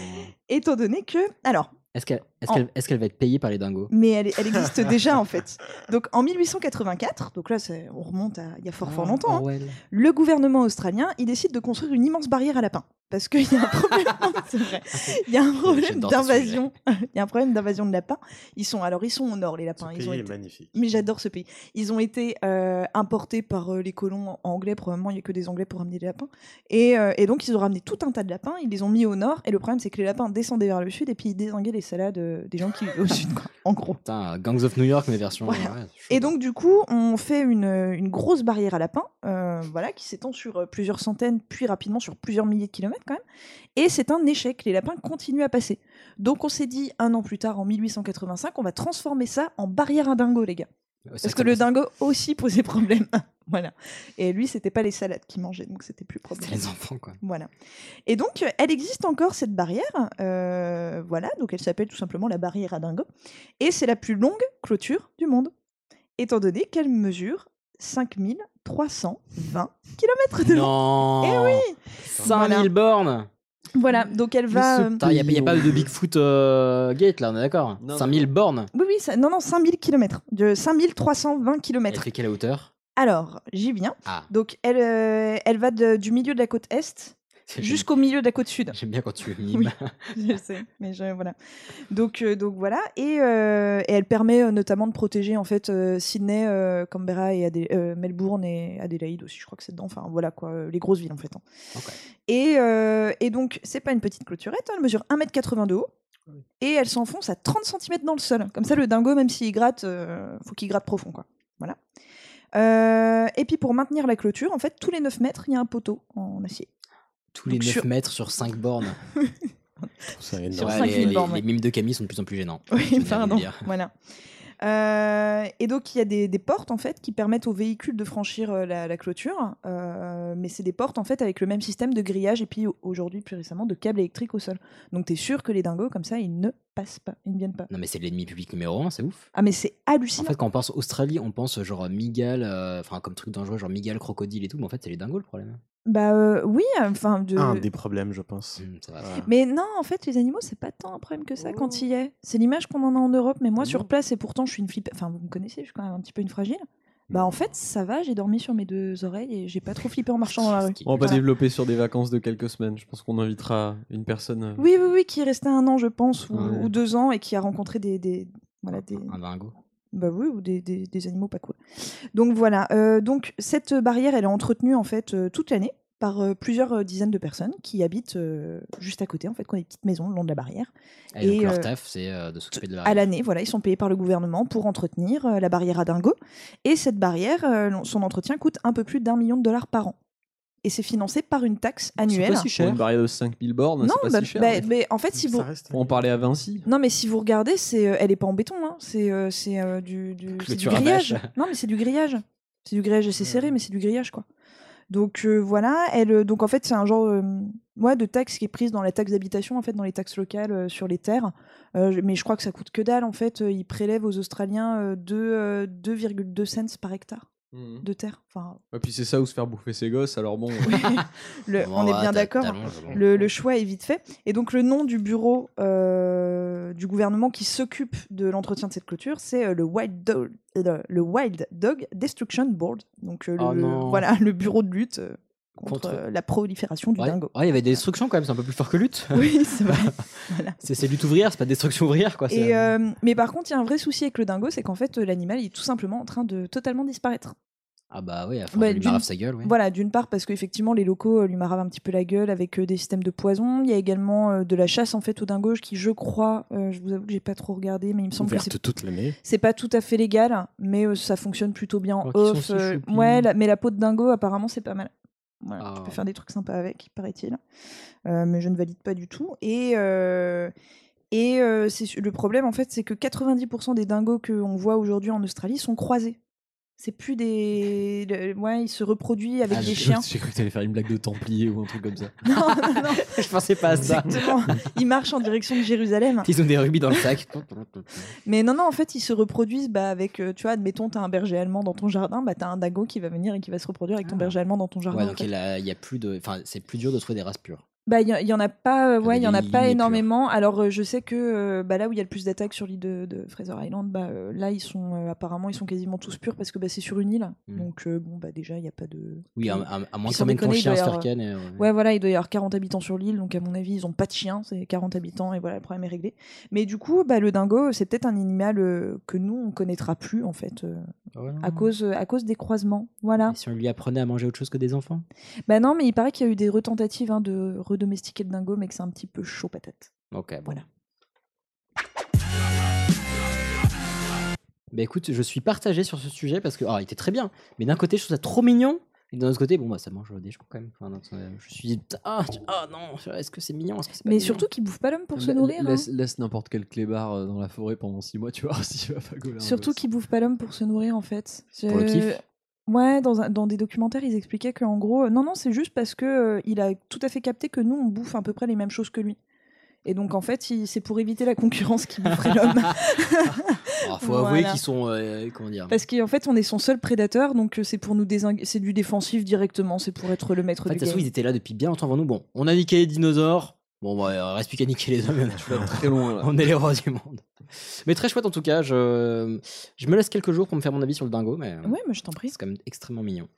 S3: Étant donné que. Alors,
S1: Est-ce qu'elle est
S3: En-
S1: va être payée par les dingos
S3: mais elle, elle existe déjà en fait. Donc en 1884, donc là c'est- on remonte à il y a fort fort
S1: Ah,
S3: longtemps, hein,
S1: Orwell.
S3: le gouvernement australien il décide de construire une immense barrière à lapins parce qu'il y a un problème, c'est vrai. il y a un problème
S4: J'adore ce
S3: d'invasion, il y a un problème d'invasion de lapins. Ils sont alors ils sont au nord les lapins, ils ont été-
S4: magnifique.
S3: mais j'adore ce pays. Ils ont été euh, importés par euh, les colons anglais, probablement il n'y a que des anglais pour ramener des lapins. Et, euh, et donc ils ont ramené tout un tas de lapins, ils les ont mis au nord, et le problème c'est que les lapins descendaient vers le sud et puis ils désinguaient les salades euh, des gens qui vivaient au sud. quoi. En gros.
S1: Putain, Gangs of New York, mais version.
S3: Voilà.
S1: ouais,
S3: Et donc du coup, on fait une, une grosse barrière à lapins, euh, voilà, qui s'étend sur euh, plusieurs centaines, puis rapidement sur plusieurs milliers de kilomètres quand même. Et c'est un échec, les lapins continuent à passer. Donc on s'est dit, un an plus tard, en 1885, on va transformer ça en barrière à dingo, les gars.
S1: c'est
S3: Parce
S1: vrai
S3: que le dingo aussi posait problème. voilà. Et lui, c'était pas les salades qu'il mangeait, donc c'était plus problématique.
S1: les enfants, quoi.
S3: Voilà. Et donc, euh, elle existe encore cette barrière. euh, voilà, donc elle s'appelle tout simplement la barrière à dingo. Et c'est la plus longue clôture du monde, étant donné qu'elle mesure 5320 km de long.
S1: Non
S3: Eh oui
S1: 5000 bornes
S3: Voilà, donc elle va. euh,
S1: Il n'y a, pas de Bigfoot euh, Gate là, on est d'accord 5000 bornes.
S3: Oui, oui, ça- non, non, 5000 km. De 5320
S1: Elle
S3: km.
S1: fait quelle hauteur
S3: Alors, j'y viens.
S1: Ah.
S3: Donc, elle, euh, elle va de- du milieu de la côte est jusqu'au milieu de la côte sud.
S1: J'aime bien quand tu es mime.
S3: Oui, je sais, mais je- voilà. Donc, euh, donc voilà, et, euh, et elle permet euh, notamment de protéger en fait euh, Sydney, euh, Canberra et Adé- euh, Melbourne et Adélaïde aussi, je crois que c'est dedans. Enfin voilà quoi, euh, les grosses villes en fait. hein. Et, euh, et donc c'est pas une petite clôturette, hein, elle mesure 1m80 de haut. Et elle s'enfonce à 30 cm dans le sol. Comme ça, le dingo, même s'il gratte, euh, faut qu'il gratte profond. Quoi. Voilà. Euh, et puis pour maintenir la clôture, en fait, tous les 9 mètres, il y a un poteau en acier.
S1: Tous les
S3: Donc
S1: 9
S3: sur-
S1: mètres sur 5 bornes.
S3: Sur
S1: Ouais,
S3: cinq
S1: les,
S3: mille
S1: les-
S3: bornes, ouais.
S1: les mimes de Camille sont de plus en plus gênants. Je
S3: Oui,
S1: tiens à vous le
S3: pardon.
S1: dire.
S3: Voilà. Euh, et donc il y a des, des portes en fait qui permettent aux véhicules de franchir euh, la, la clôture, Euh, mais c'est des portes en fait avec le même système de grillage et puis au- aujourd'hui plus récemment de câbles électriques au sol. Donc t'es sûr que les dingos comme ça ils ne passent pas, ils ne viennent pas.
S1: Non, mais c'est l'ennemi public numéro 1, c'est ouf.
S3: Ah mais c'est
S1: En
S3: hallucinant.
S1: fait, quand on pense Australie, on pense genre Migal, euh, enfin comme truc dangereux, genre Migal, crocodile et tout, mais en fait, c'est les dingos le problème.
S3: Bah euh, oui, enfin de.
S4: Un des problèmes, je pense. Ouais.
S3: Mais non, en fait, les animaux, c'est pas tant un problème que ça
S2: Oh.
S3: quand il y est. C'est l'image qu'on en a en Europe, mais moi, sur
S2: Mm.
S3: place, et pourtant, je suis une flippe. Enfin, vous me connaissez, je suis quand même un petit peu une fragile.
S2: Mm.
S3: Bah, en fait, ça va, j'ai dormi sur mes deux oreilles et j'ai pas trop flippé en marchant dans la rue.
S2: On va
S3: Voilà.
S2: développer sur des vacances de quelques semaines. Je pense qu'on invitera une personne. euh,
S3: Oui, oui, oui, qui est resté un an, je pense, ou,
S2: Ouais. Ah.
S3: ou deux ans, et qui a rencontré des. des voilà, des...
S1: Un dingo.
S3: Bah oui, ou des, des- des animaux pas cool. Donc voilà, euh, donc cette barrière, elle est entretenue en fait euh, toute l'année par euh, plusieurs euh, dizaines de personnes qui habitent euh, juste à côté, en fait, qui ont des petites maisons le long de la barrière.
S1: Et, donc, leur
S3: euh,
S1: taf, c'est euh, de s'occuper de
S2: Ah
S1: la.
S3: à l'année. Voilà, ils sont payés par le gouvernement pour entretenir euh, la barrière à dingo. Et cette barrière, euh, l'on- son entretien coûte un peu plus d'un million de dollars par an. Et c'est financé par une taxe annuelle.
S2: Pour Une barrière de 5000 bornes,
S3: Non,
S2: hein, c'est pas
S3: bah-
S2: si cher. hein.
S3: bah- mais en fait, si vous-
S2: Pour en parler à Vinci.
S3: Non, mais si vous regardez, c'est, euh, elle est pas en béton. hein. C'est, euh, c'est euh, du, du, c'est du
S2: Clôture à bâche.
S3: grillage. Non, mais c'est du grillage. C'est du grillage assez serré, mais c'est du grillage quoi. Donc euh, voilà, elle, euh, donc en fait c'est un genre euh, ouais, de taxe qui est prise dans la taxe d'habitation, en fait dans les taxes locales euh, sur les terres. Euh, je- mais je crois que ça coûte que dalle en fait. Euh, ils prélèvent aux Australiens euh, de, euh, 2,2 cents par hectare
S2: Mhm.
S3: de terre. Enfin,
S2: Et puis c'est ça où se faire bouffer ses gosses, alors bon.
S3: le-
S2: bah,
S3: on
S1: Oh,
S3: est bien d'accord. hein. Le, le choix est vite fait. Et donc le nom du bureau euh, du gouvernement qui s'occupe de l'entretien de cette clôture, c'est euh, le Wild Dog, euh, le Wild Dog Destruction Board. Donc euh, le,
S1: Oh non.
S3: voilà le bureau de lutte euh, contre,
S1: Contre-
S3: euh, la prolifération du
S1: Ouais.
S3: dingo.
S1: Ouais, il y avait des destructions quand même, c'est un peu plus fort que lutte.
S3: Oui, c'est vrai.
S1: c'est, c'est lutte ouvrière, c'est pas destruction ouvrière quoi. c'est-
S3: Et, euh, mais par contre, il y a un vrai souci avec le dingo, c'est qu'en fait euh, l'animal il est tout simplement en train de totalement disparaître.
S1: Ah bah oui, à force
S3: Bah,
S1: de lui
S3: d'une-
S1: marave sa gueule, oui.
S3: Voilà, d'une part parce qu'effectivement les locaux euh, lui maravent un petit peu la gueule avec euh, des systèmes de poison. Il y a également euh, de la chasse en fait au dingo qui, je crois, euh, je vous avoue que j'ai pas trop regardé, mais il me semble que
S4: Ouverte
S3: c'est
S4: toute l'année.
S3: c'est pas tout à fait légal, mais euh, ça fonctionne plutôt bien en
S4: Alors qu'ils sont
S3: off.
S4: si
S3: euh,
S4: choupinous.
S3: ouais, la- mais la peau de dingo, apparemment, c'est pas mal. Voilà,
S1: Ah.
S3: Tu peux faire des trucs sympas avec, paraît-il. Euh, mais je ne valide pas du tout. Et, euh, et euh, c'est su- le problème, en fait, c'est que 90% des dingos qu'on voit aujourd'hui en Australie sont croisés. C'est plus des. le- ouais, ils se reproduisent avec
S2: Ah,
S3: des
S2: j'ai-
S3: chiens.
S2: J'ai cru que t'allais faire une blague de Templier ou un truc comme ça.
S1: Je pensais pas à ça.
S3: Exactement. Ils marchent en direction de Jérusalem.
S1: Ils ont des rubis dans le sac.
S3: Mais non, non, en fait, ils se reproduisent bah, avec, euh, tu vois, admettons, t'as un berger allemand dans ton jardin, bah, t'as un dingo qui va venir et qui va se reproduire avec ton berger allemand dans ton jardin.
S1: Ouais,
S3: en
S1: donc
S3: fait.
S1: il a- il y a plus de. Enfin, c'est plus dur de trouver des races pures.
S3: Bah, il y, a- il y en a pas, euh, ouais, il y en a
S1: des
S3: pas
S1: lignées
S3: énormément. Alors, euh, je sais que euh, bah, là où il y a le plus d'attaques sur l'île de, de Fraser Island, bah, euh, là, ils sont euh, apparemment, ils sont quasiment tous purs parce que bah, c'est sur une île.
S1: Mm.
S3: Donc, euh, bon, bah, déjà, il n'y a pas de.
S1: Oui, à- à- à
S3: Puis
S1: moins que
S3: sans
S1: t'emmènes ton
S3: déconner, il
S1: chien
S3: doit y
S1: se faire
S3: avoir-
S1: ken et, euh,
S3: ouais. voilà, il doit y avoir 40 habitants sur l'île, donc à mon avis, ils n'ont pas de chien, c'est 40 habitants, et voilà, le problème est réglé. Mais du coup, bah, le dingo, c'est peut-être un animal euh, que nous, on connaîtra plus, en fait, euh,
S1: Mmh.
S3: à, cause, euh, à cause des croisements. Voilà.
S1: Si on lui apprenait à manger autre chose que des enfants.
S3: Bah non, mais il paraît qu'il y a eu des retentatives hein, de redomestiquer le dingo, mais que c'est un petit peu chaud patate.
S1: Ok, voilà. Bah écoute, je suis partagé sur ce sujet parce que. Alors, il était très bien, mais d'un côté, je trouve ça trop mignon. Et d'un autre côté, bon, bah, ça mange des gens quand même. Enfin, d'un autre, euh, je suis dit, ah, tu- ah, non, est-ce que c'est mignon est-ce que c'est pas
S3: Mais
S1: mignon
S3: surtout qu'il bouffe pas l'homme pour se
S2: La-
S3: nourrir. hein.
S2: Laisse, laisse n'importe quel clébard euh, dans la forêt pendant 6 mois, tu vois, si tu vas pas gauler un
S3: Surtout
S2: gosse.
S3: qu'ils bouffent pas l'homme pour se nourrir en fait.
S2: Pour le
S3: Je-
S2: kiff
S3: Ouais, dans, un- dans des documentaires, ils expliquaient qu'en gros, euh, non, non, c'est juste parce que euh, il a tout à fait capté que nous, on bouffe à peu près les mêmes choses que lui. Et donc en fait, il- c'est pour éviter la concurrence qui boufferait l'homme.
S1: Alors, Ah, faut avouer
S3: Voilà.
S1: qu'ils sont. euh, comment dire
S3: Parce qu'en fait, on est son seul prédateur, donc euh, c'est pour nous désingu- c'est du défensif directement, c'est pour être le maître
S1: En fait,
S3: du
S1: ça
S2: Bah,
S1: se trouve,
S3: game.
S1: ils étaient là depuis bien longtemps avant nous. Bon, on a niqué les dinosaures, Bon, bah, euh, reste plus qu'à niquer les hommes. il y en a plein.
S2: très loin, là.
S1: On est les rois du monde. Mais très chouette en tout cas. Je, je me laisse quelques jours pour me faire mon avis sur le dingo. Mais,
S3: Ouais, mais je t'en prie.
S1: C'est quand même extrêmement mignon.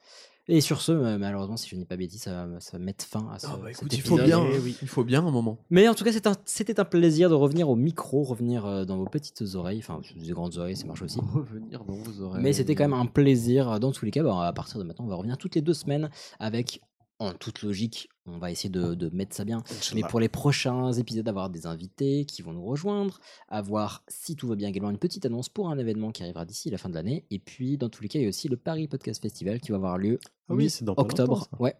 S1: Et sur ce, euh, malheureusement, si je dis pas bêtise, ça va, ça va mettre fin à ce.
S2: bah,
S1: cet
S2: écoute, il faut
S1: épisode.
S2: bien, il faut bien un moment.
S1: Mais en tout cas, c'est un- c'était un, plaisir de revenir au micro, revenir euh, dans vos petites oreilles, enfin, sous des grandes oreilles, ça marche aussi.
S2: Revenir dans vos oreilles.
S1: Mais c'était quand même un plaisir. Dans tous les cas, bah, à partir de maintenant, on va revenir toutes les deux semaines avec, en toute logique, on va essayer de, de mettre ça bien. Mais pour les prochains épisodes, avoir des invités qui vont nous rejoindre, avoir, si tout va bien également, une petite annonce pour un événement qui arrivera d'ici la fin de l'année. Et puis, dans tous les cas, il y a aussi le Paris Podcast Festival qui va avoir lieu
S4: Ah oui, c'est dans pas longtemps,
S1: octobre.
S4: ça.
S1: Ouais,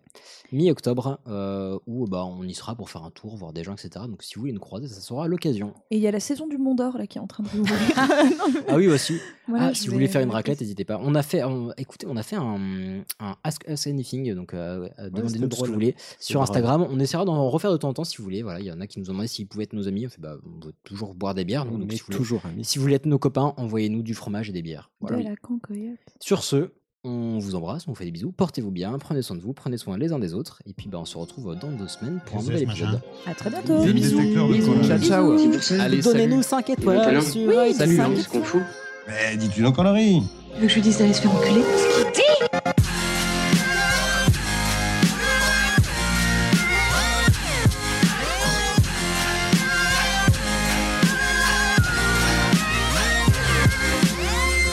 S1: mi-octobre, euh, où bah, on y sera pour faire un tour, voir des gens, etc. Donc, si vous voulez nous croiser, ça sera l'occasion.
S3: Et il y a la saison du Mont d'Or là qui est en train de rouvrir. Non, mais-
S1: Ah oui aussi.
S3: Voilà,
S1: Ah,
S3: je
S1: si vous voulez
S3: vais-
S1: faire une raclette, n'hésitez pas. On a fait, on- écoutez, on a fait un, un Ask Us Anything, donc euh, euh,
S14: c'était
S1: demandez-nous ce que
S14: drôle.
S1: vous voulez sur
S14: drôle.
S1: Instagram. On essaiera d'en refaire de temps en temps si vous voulez. Voilà, il y en a qui nous ont demandé s'ils pouvaient être nos amis. On fait, bah, on veut toujours boire des bières. Nous, donc, si vous voulez-
S4: toujours
S1: Si vous voulez être nos copains, envoyez-nous du fromage et des bières. Voilà.
S3: De la cancoyote.
S1: Sur ce, on vous embrasse, on vous fait des bisous. Portez-vous bien, prenez soin de vous, prenez soin les uns des autres. Et puis, bah, on se retrouve dans deux semaines pour un nouvel épisode.
S3: À très bientôt.
S1: Des bisous. Bisous.
S2: Ciao, ciao.
S1: Bisous.
S2: Allez, salut.
S1: Donnez-nous 5 étoiles
S6: Maintenant.
S1: sur
S6: Oui,
S1: iTunes.
S6: Salut, ce qu'on fout.
S13: Mais dis-tu nos conneries
S7: Tu veux que je lui dise d'aller se faire enculer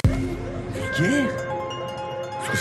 S16: Vulgaire Je trouve